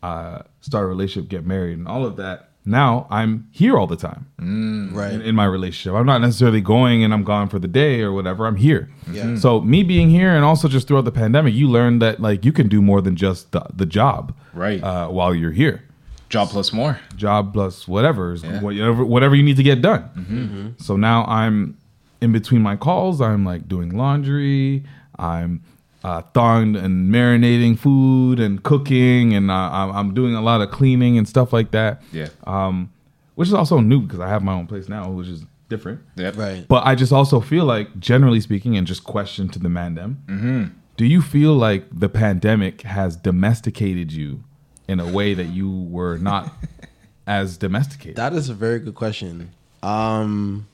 Speaker 2: Uh, start a relationship, get married, and all of that. Now I'm here all the time,
Speaker 12: Mm, right?
Speaker 2: In, in my relationship, I'm not necessarily going and I'm gone for the day or whatever. I'm here. Mm.
Speaker 12: Yeah.
Speaker 2: So me being here and also just throughout the pandemic, you learn that like you can do more than just the, the job, right? Uh, while you're here,
Speaker 1: job plus more,
Speaker 2: job plus whatever, is whatever whatever you need to get done. So now I'm in between my calls. I'm like doing laundry. I'm uh, thawing and marinating food and cooking, and uh, I'm I'm doing a lot of cleaning and stuff like that.
Speaker 1: Yeah.
Speaker 2: Um, which is also new because I have my own place now, which is different.
Speaker 1: Yep.
Speaker 12: Right.
Speaker 2: But I just also feel like, generally speaking, and just question to the man dem,
Speaker 1: Mhm.
Speaker 2: do you feel like the pandemic has domesticated you in a way that you were not as domesticated?
Speaker 12: That is a very good question. Um,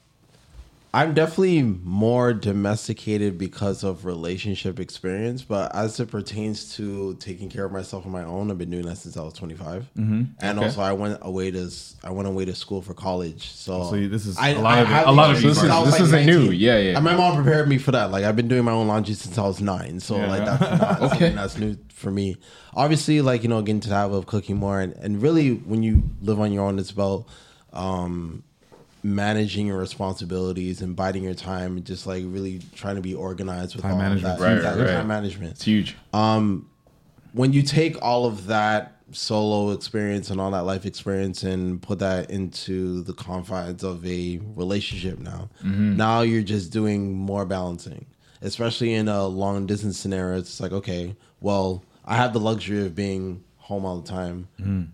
Speaker 12: I'm definitely more domesticated because of relationship experience, but as it pertains to taking care of myself on my own, I've been doing that since I was 25.
Speaker 2: Mhm.
Speaker 12: And
Speaker 2: Okay.
Speaker 12: also, I went away to s- I went away to school for college. So,
Speaker 2: Oh, So this is
Speaker 12: I-
Speaker 2: a lot
Speaker 12: I
Speaker 2: of it-
Speaker 12: have
Speaker 2: a lot of
Speaker 12: experience
Speaker 2: you
Speaker 12: since
Speaker 2: guys.
Speaker 12: I was,
Speaker 2: This isn't new. Yeah, yeah.
Speaker 12: And my mom prepared me for that. Like I've been doing my own laundry since I was nine, so
Speaker 2: Yeah.
Speaker 12: like that's not
Speaker 2: Okay.
Speaker 12: something that's new for me. Obviously, like you know, getting to the habit of cooking more, and, and really when you live on your own, it's about um, managing your responsibilities and biding your time, and just like really trying to be organized with
Speaker 2: Time
Speaker 12: all of
Speaker 2: management.
Speaker 12: that.
Speaker 2: Right,
Speaker 12: Exactly,
Speaker 2: right, right.
Speaker 12: Time management. It's
Speaker 1: huge.
Speaker 12: Um, when you take all of that solo experience and all that life experience and put that into the confines of a relationship now,
Speaker 1: Mhm.
Speaker 2: Mm-hmm.
Speaker 12: now you're just doing more balancing. especially in a long distance scenario, it's like, okay, well, I have the luxury of being home all the time
Speaker 2: Mm.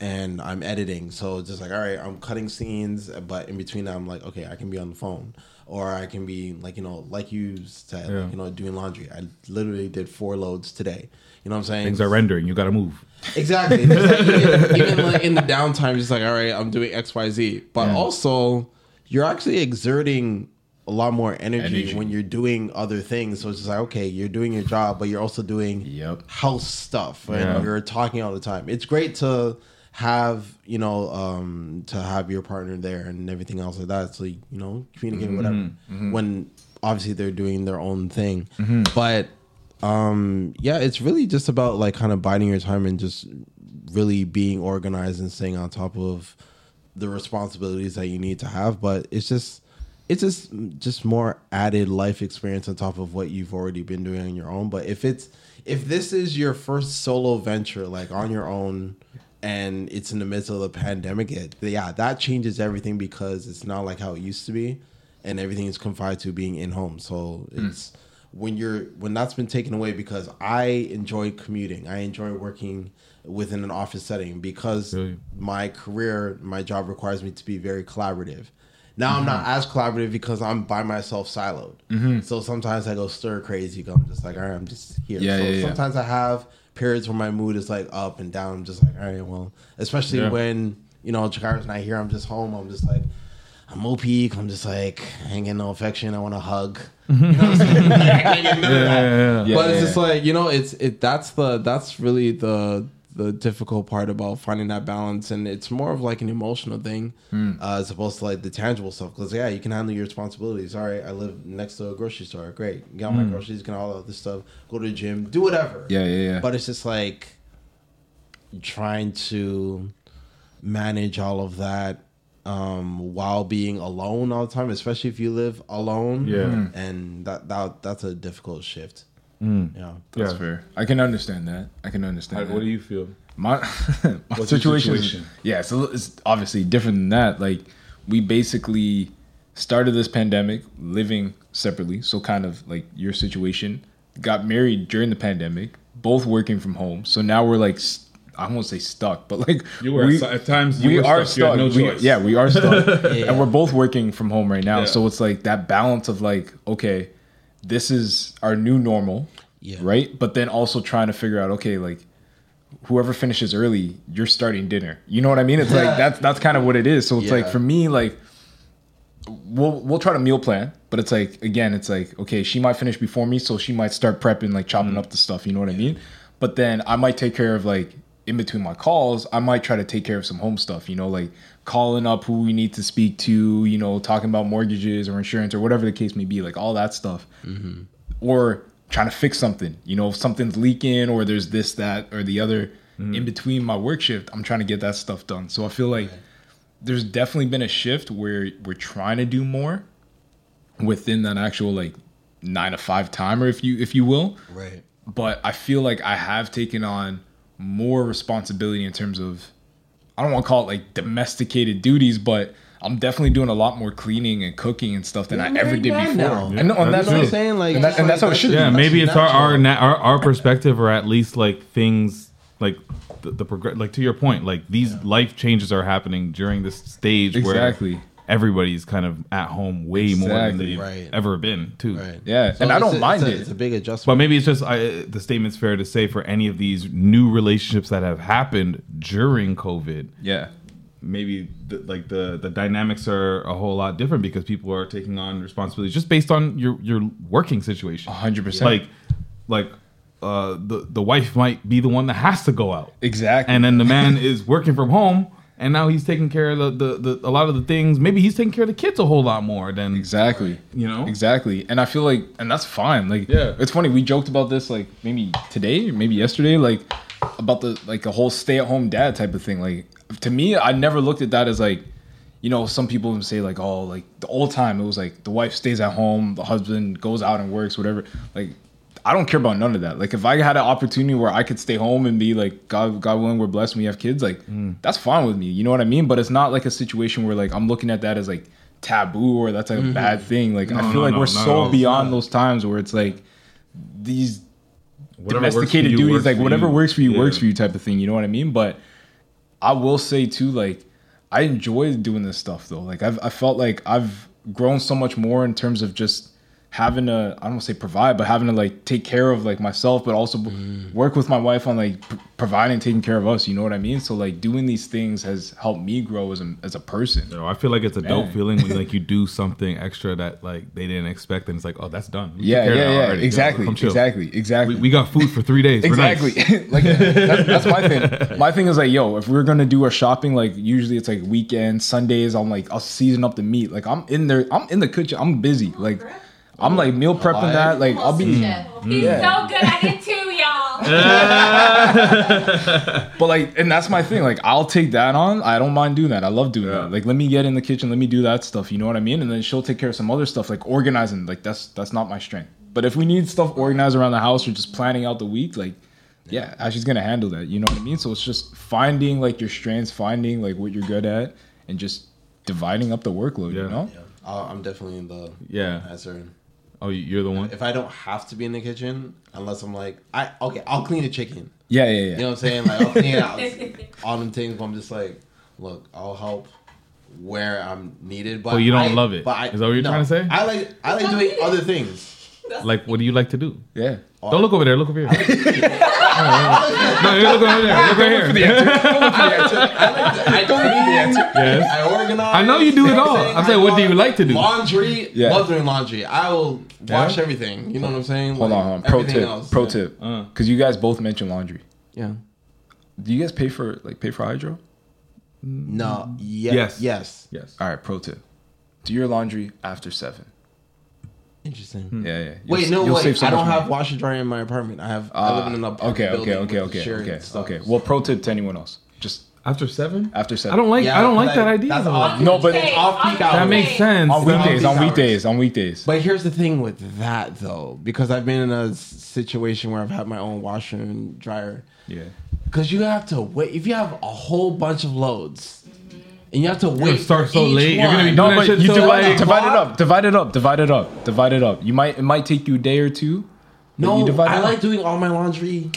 Speaker 12: and I'm editing. So it's just like, all right, I'm cutting scenes, but in between, I'm like, okay, I can be on the phone or I can be like, you know, like you said, like,
Speaker 2: Yeah.
Speaker 12: you know, doing laundry. I literally did four loads today. You know what I'm saying?
Speaker 2: Things are rendering. You got to move.
Speaker 12: Exactly. It's like, even, even, like in the downtime, it's like, all right, I'm doing X, Y, Z. But also, you're actually exerting a lot more energy,
Speaker 2: Energy.
Speaker 12: when you're doing other things. So it's just like, okay, you're doing your job, but you're also doing house stuff, and
Speaker 2: Yeah.
Speaker 12: you're talking all the time. It's great to have you know um to have your partner there and everything else like that so you know communicate whatever
Speaker 2: Mhm. Mhm.
Speaker 12: when obviously they're doing their own thing but um yeah it's really just about like kind of biding your time and just really being organized and staying on top of the responsibilities that you need to have but it's just it's just just more added life experience on top of what you've already been doing on your own but if it's if this is your first solo venture like on your own and it's in the midst of the pandemic it, yeah that changes everything because it's not like how it used to be and everything is confined to being in home so
Speaker 1: Hmm.
Speaker 12: it's when you're when that's been taken away because I enjoy commuting. I enjoy working within an office setting because my career, my job requires me to be very collaborative. Now I'm
Speaker 1: Mm-hmm.
Speaker 12: not as collaborative because I'm by myself siloed.
Speaker 1: Mhm.
Speaker 12: So sometimes I go stir crazy. 'cause I'm just like, all right, I'm just here.
Speaker 1: Yeah,
Speaker 12: so
Speaker 1: yeah, yeah.
Speaker 12: sometimes I have periods where my mood is like up and down. I'm just like, all right, well, especially
Speaker 1: Yeah.
Speaker 12: when you know Chicago's not here. I'm just home. I'm just like. I'm OP. I'm just like, I ain't getting no affection. I want to hug. You know what I'm saying? I can't get none of that.
Speaker 2: Yeah, yeah, yeah.
Speaker 12: But
Speaker 2: Yeah,
Speaker 12: it's
Speaker 2: yeah.
Speaker 12: just like you know, it's it. That's the that's really the the difficult part about finding that balance, and it's more of like an emotional thing
Speaker 1: Hmm.
Speaker 12: uh, as opposed to like the tangible stuff. Because yeah, you can handle your responsibilities. All right, I live next to a grocery store. Great, get all my
Speaker 1: Hmm.
Speaker 12: groceries, get all of this stuff. Go to the gym, do whatever.
Speaker 1: Yeah, yeah, yeah.
Speaker 12: But it's just like trying to manage all of that um while being alone all the time especially if you live alone
Speaker 1: Yeah. Mm.
Speaker 12: and that, that that's a difficult shift
Speaker 1: Mm.
Speaker 12: yeah
Speaker 1: That's fair. I can understand that. I can understand.
Speaker 2: How-
Speaker 1: that.
Speaker 2: what do you feel?
Speaker 1: My, my
Speaker 2: What's your
Speaker 1: situation, is-
Speaker 2: situation?
Speaker 1: Yeah, so it's obviously different than that. Like we basically started this pandemic living separately, so kind of like your situation. Got married during the pandemic, both working from home. So now we're like. s- I won't say stuck, but like
Speaker 2: You were at- at times you
Speaker 1: we
Speaker 2: were
Speaker 1: are
Speaker 2: stuck. You
Speaker 1: stuck.
Speaker 2: had no
Speaker 1: We-
Speaker 2: choice.
Speaker 1: yeah, we are stuck,
Speaker 2: Yeah.
Speaker 1: and we're both working from home right now.
Speaker 2: Yeah.
Speaker 1: So it's like that balance of like, okay, this is our new normal, right? But then also trying to figure out, okay, like whoever finishes early, you're starting dinner. You know what I mean? It's like that's that's kind of what it is. So it's like
Speaker 2: Yeah.
Speaker 1: for me, like we'll we'll try to meal plan, but it's like again, it's like okay, she might finish before me, so she might start prepping, like chopping up the stuff. You know what I mean? But then I might take care of like in between my calls, I might try to take care of some home stuff. You know, like calling up who we need to speak to. You know, talking about mortgages or insurance or whatever the case may be, like all that stuff
Speaker 12: mm-hmm.
Speaker 1: or trying to fix something. You know, if something's leaking or there's this, that, or the other in between my work shift, I'm trying to get that stuff done. So I feel like there's definitely been a shift where we're trying to do more within that actual like nine to five timer, if you if you will.
Speaker 12: Right.
Speaker 1: But I feel like I have taken on more responsibility in terms of I don't want to call it like domesticated duties, but I'm definitely doing a lot more cleaning and cooking and stuff than
Speaker 12: You're
Speaker 1: I ever
Speaker 12: married
Speaker 1: did
Speaker 12: man
Speaker 1: before.
Speaker 12: now.
Speaker 1: And, no, and
Speaker 2: That's
Speaker 1: that's
Speaker 2: what I'm
Speaker 1: it.
Speaker 12: saying, like,
Speaker 1: and, that, and that's how it should
Speaker 2: yeah,
Speaker 1: be.
Speaker 2: maybe it's our our, na- our our perspective, or at least like things like the, the progress. Like to your point, like these life changes are happening during this stage
Speaker 1: Exactly.
Speaker 2: where everybody's kind of at home way more than
Speaker 1: Exactly.
Speaker 2: they've
Speaker 1: Right.
Speaker 2: ever been too.
Speaker 1: Yeah, So and I it's don't a- it's mind a- it.
Speaker 12: it's a big adjustment.
Speaker 2: But maybe it's just I, the statement's fair to say for any of these new relationships that have happened during COVID.
Speaker 1: Yeah.
Speaker 2: Maybe the, like the the dynamics are a whole lot different because people are taking on responsibilities just based on your your working situation.
Speaker 1: hundred percent.
Speaker 2: Like like uh, the the wife might be the one that has to go out
Speaker 1: exactly,
Speaker 2: and then the man is working from home. And now he's taking care of the, the, the a lot of the things. Maybe he's taking care of the kids a whole lot more than
Speaker 1: exactly.
Speaker 2: You know
Speaker 1: exactly, and I feel like, and that's fine. Like, yeah, it's funny. We joked about this like maybe today or maybe yesterday, like about the like a whole stay at home dad type of thing. Like to me, I never looked at that as like. You know, some people would say like, "Oh, like the old time, it was like the wife stays at home, the husband goes out and works, whatever." Like, I don't care about none of that. Like, if I had an opportunity where I could stay home and be like, "God, God willing, we're
Speaker 2: Hmm.
Speaker 1: blessed, and we have kids," like, that's fine with me. You know what I mean? But it's not like a situation where like I'm looking at that as like taboo or that's like a
Speaker 2: Mhm.
Speaker 1: bad thing. Like
Speaker 2: No,
Speaker 1: I
Speaker 2: no,
Speaker 1: feel like
Speaker 2: no,
Speaker 1: we're
Speaker 2: not at all.
Speaker 1: so beyond those times where it's like these
Speaker 2: Whatever works for
Speaker 1: domesticated
Speaker 2: you
Speaker 1: duties,
Speaker 2: works
Speaker 1: like
Speaker 2: for
Speaker 1: whatever
Speaker 2: you.
Speaker 1: works for you
Speaker 2: Yeah.
Speaker 1: works for you type of thing. You know what I mean? But I will say too, like I enjoy doing this stuff though. Like I've I felt like I've grown so much more in terms of just having to I don't want to say provide, but having to like take care of like myself, but also
Speaker 2: Mm.
Speaker 1: work with my wife on like p- providing, taking care of us. You know what I mean? So like doing these things has helped me grow as a as a person.
Speaker 2: I feel like it's a dope
Speaker 1: Man.
Speaker 2: feeling when like you do something extra that like they didn't expect, and it's like, oh, that's done. We
Speaker 1: Yeah,
Speaker 2: took care of
Speaker 1: yeah,
Speaker 2: that
Speaker 1: yeah.
Speaker 2: already.
Speaker 1: Exactly,
Speaker 2: Come chill.
Speaker 1: exactly, exactly.
Speaker 2: We, we got food for three days. We're nice.
Speaker 1: Exactly. like that's, that's my thing. My thing is like, yo, if we're gonna do our shopping, like usually it's like weekends, Sundays. I'm like, I'll season up the meat. Like I'm in there. I'm in the kitchen. I'm busy. Like I'm like meal prepping that. Like I'll be.
Speaker 20: He's
Speaker 1: Yeah.
Speaker 20: so good at it too, y'all.
Speaker 1: But like, and that's my thing. Like I'll take that on. I don't mind doing that. I love doing that. Like let me get in the kitchen. Let me do that stuff. You know what I mean? And then she'll take care of some other stuff like organizing. Like that's that's not my strength. But if we need stuff organized around the house or just planning out the week, like yeah, Ashley's gonna handle that. You know what I mean? So it's just finding like your strengths, finding like what you're good at, and just dividing up the workload. You know?
Speaker 12: Uh, I'm definitely in the
Speaker 2: Yeah.
Speaker 12: answer.
Speaker 2: Oh, you're the one.
Speaker 12: If I don't have to be in the kitchen, unless I'm like, I okay, I'll clean the chicken.
Speaker 1: Yeah, yeah, yeah.
Speaker 12: You know what I'm saying? Like I'll clean it out, all them things. But I'm just like, look, I'll help where I'm needed. But
Speaker 2: But you don't
Speaker 12: I-
Speaker 2: love it.
Speaker 12: But I,
Speaker 2: Is that what you're trying to say?
Speaker 12: I like I like doing other things.
Speaker 2: Like, what do you like to do?
Speaker 1: Yeah.
Speaker 2: Don't look over there. Look over here. no, you look over there. Look right here. Uh-huh.
Speaker 12: I don't need the answer.
Speaker 2: Yes.
Speaker 12: I organize.
Speaker 2: I know you do it all.
Speaker 12: saying?
Speaker 2: I'm saying,
Speaker 12: I
Speaker 2: what do you
Speaker 12: love-
Speaker 2: like to do?
Speaker 12: Laundry.
Speaker 2: Yeah.
Speaker 12: Love doing laundry. I will wash
Speaker 1: Yeah.
Speaker 12: everything. You know what I'm saying?
Speaker 1: Hold
Speaker 12: Like,
Speaker 1: on, hold on. Pro
Speaker 12: everything
Speaker 1: tip.
Speaker 12: else,
Speaker 1: pro
Speaker 12: yeah.
Speaker 1: tip. Because you guys both mentioned laundry.
Speaker 12: Yeah.
Speaker 1: Do you guys pay for like pay for hydro?
Speaker 12: No. Ye-
Speaker 1: Yes.
Speaker 12: Yes.
Speaker 2: Yes.
Speaker 1: All right. Pro tip: Do your laundry after seven.
Speaker 12: Interesting.
Speaker 2: Hmm.
Speaker 1: Yeah. yeah. You'll
Speaker 12: Wait,
Speaker 1: s-
Speaker 12: no,
Speaker 1: you'll
Speaker 12: wait.
Speaker 1: save so
Speaker 12: I
Speaker 1: much
Speaker 12: don't
Speaker 1: money.
Speaker 12: have washer dryer in my apartment. I have. I live in an
Speaker 1: Ah,
Speaker 12: apartment.
Speaker 1: okay, okay,
Speaker 12: building
Speaker 1: okay,
Speaker 12: with
Speaker 1: okay,
Speaker 12: shared
Speaker 1: okay,
Speaker 12: stuff.
Speaker 1: okay. Well, pro tip to anyone else: just
Speaker 2: after seven.
Speaker 1: After seven.
Speaker 2: I don't like. I don't like that idea.
Speaker 12: That's
Speaker 2: though.
Speaker 12: off-
Speaker 1: No, but
Speaker 12: it's off peak hours.
Speaker 2: That makes sense.
Speaker 1: On weekdays, on
Speaker 12: Off-peak hours.
Speaker 1: weekdays, on weekdays.
Speaker 12: But here's the thing with that though, because I've been in a s- situation where I've had my own washer and dryer.
Speaker 1: Yeah.
Speaker 12: Because you have to wait. If you have a whole bunch of loads, and you have to wait. for
Speaker 2: start so
Speaker 12: each
Speaker 2: late. You're gonna be
Speaker 12: one.
Speaker 1: No, but you divide,
Speaker 12: Like,
Speaker 1: divide it up, divide it up, divide it up, divide it up. You might it might take you a day or two. but
Speaker 12: No,
Speaker 1: you divide
Speaker 12: I
Speaker 1: it
Speaker 12: like doing all my laundry.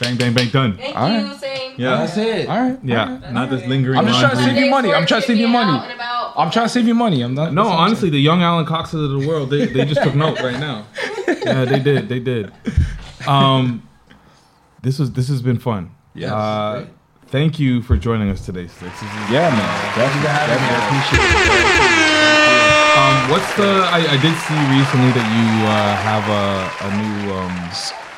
Speaker 2: Bang, bang, bang, done.
Speaker 1: Thank
Speaker 2: All
Speaker 1: you,
Speaker 2: right.
Speaker 9: same.
Speaker 2: Yeah.
Speaker 12: That's it.
Speaker 1: All right.
Speaker 2: Yeah. Not this lingering.
Speaker 1: I'm just trying to
Speaker 2: laundry.
Speaker 1: save you money. I'm trying to save you money. I'm trying to save you money. I'm not.
Speaker 2: No, honestly, the young Alan Coxes of the world, they, they just took note right now. Yeah, they did. They did. Um, this was this has been fun.
Speaker 1: Yes.
Speaker 2: Uh, thank you for joining us today, Sticks.
Speaker 1: Yeah, man. Definitely.
Speaker 2: Um, what's the? I, I did see recently that you uh, have a, a new um,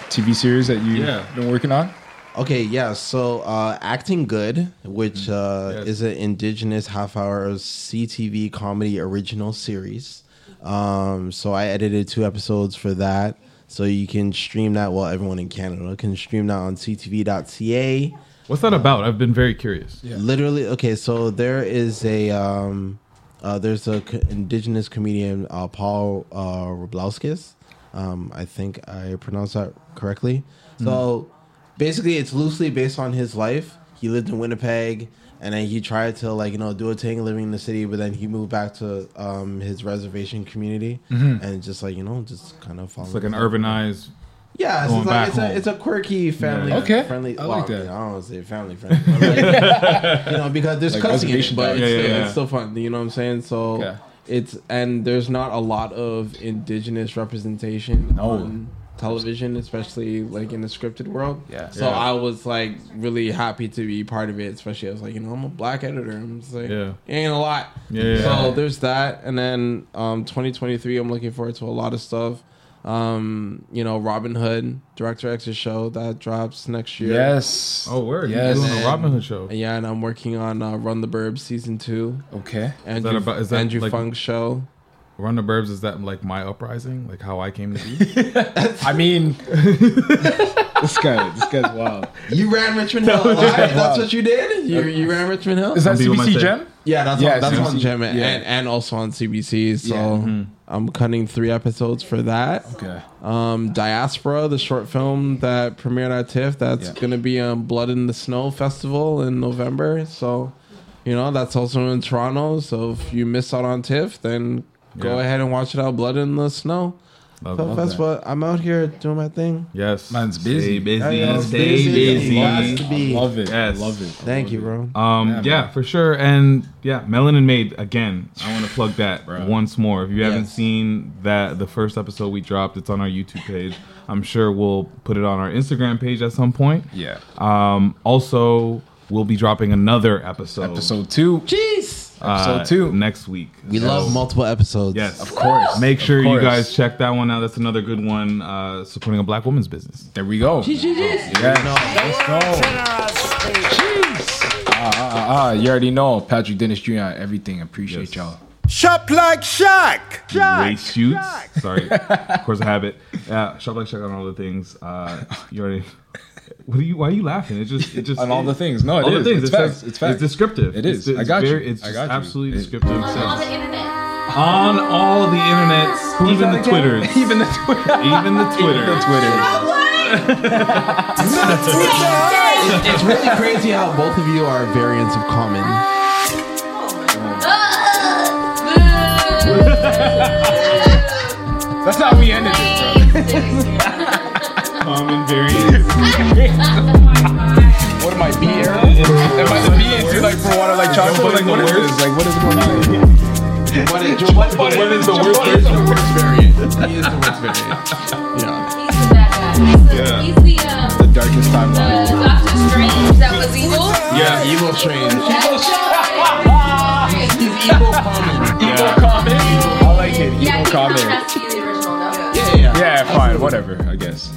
Speaker 1: TV series that you
Speaker 12: Yeah.
Speaker 1: been working on.
Speaker 12: Okay, yeah. So, uh, acting good, which uh, is an indigenous half-hour CTV comedy original series. Um, so I edited two episodes for that. So you can stream that. Well, everyone in Canada can stream that on CTV.ca.
Speaker 2: What's that about? I've been very curious.
Speaker 12: Literally, okay. So there is a um, uh, there's a co- indigenous comedian uh, Paul uh, Roblauskis. Um, I think I pronounced that correctly.
Speaker 2: Mm-hmm.
Speaker 12: So basically, it's loosely based on his life. He lived in Winnipeg, and then he tried to like you know do a thing living in the city, but then he moved back to um, his reservation community,
Speaker 2: Mhm.
Speaker 12: and just like you know just kind of follow.
Speaker 2: It's like an urbanized.
Speaker 12: Yeah, it's,
Speaker 2: going
Speaker 12: like,
Speaker 2: back
Speaker 12: it's, a,
Speaker 2: home.
Speaker 12: it's a quirky family
Speaker 2: Yeah. Okay.
Speaker 12: friendly.
Speaker 2: I
Speaker 12: well,
Speaker 2: like
Speaker 12: I, mean,
Speaker 2: that.
Speaker 12: I don't want to say family friendly, but like, you know, because there's
Speaker 1: Like
Speaker 12: cussing in it,
Speaker 1: reservation
Speaker 12: but
Speaker 1: dialect.
Speaker 12: it's,
Speaker 1: Yeah, yeah,
Speaker 12: still-
Speaker 1: yeah.
Speaker 12: it's still fun. You know what I'm saying? So it's and there's not a lot of indigenous representation on television, especially like in the scripted world.
Speaker 1: Yeah.
Speaker 12: So
Speaker 1: Yeah.
Speaker 12: I was like really happy to be part of it, especially I was like, you know, I'm a black editor. I'm just like,
Speaker 2: Yeah.
Speaker 12: ain't a lot.
Speaker 2: Yeah, yeah,
Speaker 12: So
Speaker 2: yeah.
Speaker 12: there's that, and then um, 2023. I'm looking forward to a lot of stuff. Um, you know, Robin Hood, Director X's show that drops next year.
Speaker 1: Yes.
Speaker 2: Oh, word.
Speaker 1: Yes.
Speaker 2: You're doing a Robin Hood show.
Speaker 12: Yeah, and I'm working on uh, Run the Burbs season two.
Speaker 1: Okay.
Speaker 12: Andrew,
Speaker 2: about- is that
Speaker 12: Andrew
Speaker 2: like-
Speaker 12: Funk's show.
Speaker 2: Run the Burbs is that like my uprising, like how I came to be?
Speaker 1: I mean, this guy, this guy's wild.
Speaker 12: You ran Richmond Hill.
Speaker 1: That was-
Speaker 12: Alright,
Speaker 1: Wow.
Speaker 12: that's what you did. You, you ran Richmond Hill.
Speaker 1: Is that Be with CBC myself. Gem?
Speaker 12: Yeah, that's
Speaker 1: Yeah,
Speaker 12: on, that's
Speaker 1: CBC.
Speaker 12: on Gem and,
Speaker 1: Yeah. Mm-hmm.
Speaker 12: and also on CBC. So I'm cutting three episodes for that.
Speaker 1: Okay.
Speaker 12: Um, Diaspora, the short film that premiered at TIFF, that's um,
Speaker 1: Yeah.
Speaker 12: gonna be on Blood in the Snow Festival in November. So You know, that's also in Toronto. So if you miss out on TIFF, then go
Speaker 2: Yeah.
Speaker 12: ahead and watch it out Blood in the Snow.
Speaker 2: Love-
Speaker 12: so
Speaker 2: love
Speaker 12: that's
Speaker 2: that.
Speaker 12: what I'm out here doing my thing.
Speaker 2: Yes.
Speaker 1: Mine's
Speaker 2: Stay
Speaker 1: busy.
Speaker 2: busy.
Speaker 12: Yeah, yeah,
Speaker 2: Stay
Speaker 12: busy.
Speaker 2: busy.
Speaker 12: Lots to be.
Speaker 1: Love it.
Speaker 2: Yes.
Speaker 1: Love it.
Speaker 12: Thank you, bro.
Speaker 2: Um, yeah, for sure. And yeah, Melanin Maid again. I want to plug that once more. If you haven't seen that, the first episode we dropped, it's on our YouTube page. I'm sure we'll put it on our Instagram page at some point.
Speaker 1: Yeah.
Speaker 2: Um, also, we'll be dropping another episode. uh,
Speaker 1: Episode two. Uh,
Speaker 12: Jeez.
Speaker 1: Episode two.
Speaker 2: next week.
Speaker 12: We love multiple episodes.
Speaker 2: Yes, of
Speaker 1: course.
Speaker 2: Make
Speaker 1: Of
Speaker 2: sure you
Speaker 1: course.
Speaker 2: guys check that one out. That's another good one. Uh, supporting a black woman's business.
Speaker 1: There we go. Yes. Ah, ah, ah, you already know Patrick Dennis Jr. on Everything. Appreciate y'all.
Speaker 5: Shop like Shaq.
Speaker 2: Late shoots. Sorry, of course I have it. Yeah, shop like check on all the things. Uh, you already. What are you? Why are you laughing? It just. It just.
Speaker 1: On all the things. No, it
Speaker 2: all
Speaker 1: is.
Speaker 2: the things.
Speaker 1: It's
Speaker 2: it says-
Speaker 1: facts. It's facts.
Speaker 2: descriptive.
Speaker 1: It is.
Speaker 2: It's,
Speaker 1: I got you.
Speaker 2: very- It's
Speaker 1: I
Speaker 2: just
Speaker 1: got you.
Speaker 2: absolutely
Speaker 1: It-
Speaker 2: descriptive. It
Speaker 1: On all
Speaker 2: says-
Speaker 1: the
Speaker 2: on all the internets, even the twitters,
Speaker 1: even the twitter,
Speaker 2: even the twitter,
Speaker 1: the twitter.
Speaker 12: it's really crazy how both of you are variants of common.
Speaker 9: Uh,
Speaker 1: That's how we ended this, bro.
Speaker 2: Common variants.
Speaker 1: what am I being? Am I the being too like for water like chocolate? Like what is this? Like what is going on? here?
Speaker 12: What is, what, what is the worst variant? the worst variant. He is the worst variant. Yeah.
Speaker 2: Yeah.
Speaker 9: He's the, um,
Speaker 1: The darkest
Speaker 9: the
Speaker 1: timeline.
Speaker 9: Doctor Strange that was evil.
Speaker 2: Yeah.
Speaker 12: Evil strange.
Speaker 9: He's evil common.
Speaker 1: Evil comment. I like it.
Speaker 9: Yeah,
Speaker 1: Evil
Speaker 9: he
Speaker 1: comment.
Speaker 9: has to be the original. No?
Speaker 1: Yeah, fine, whatever, I guess.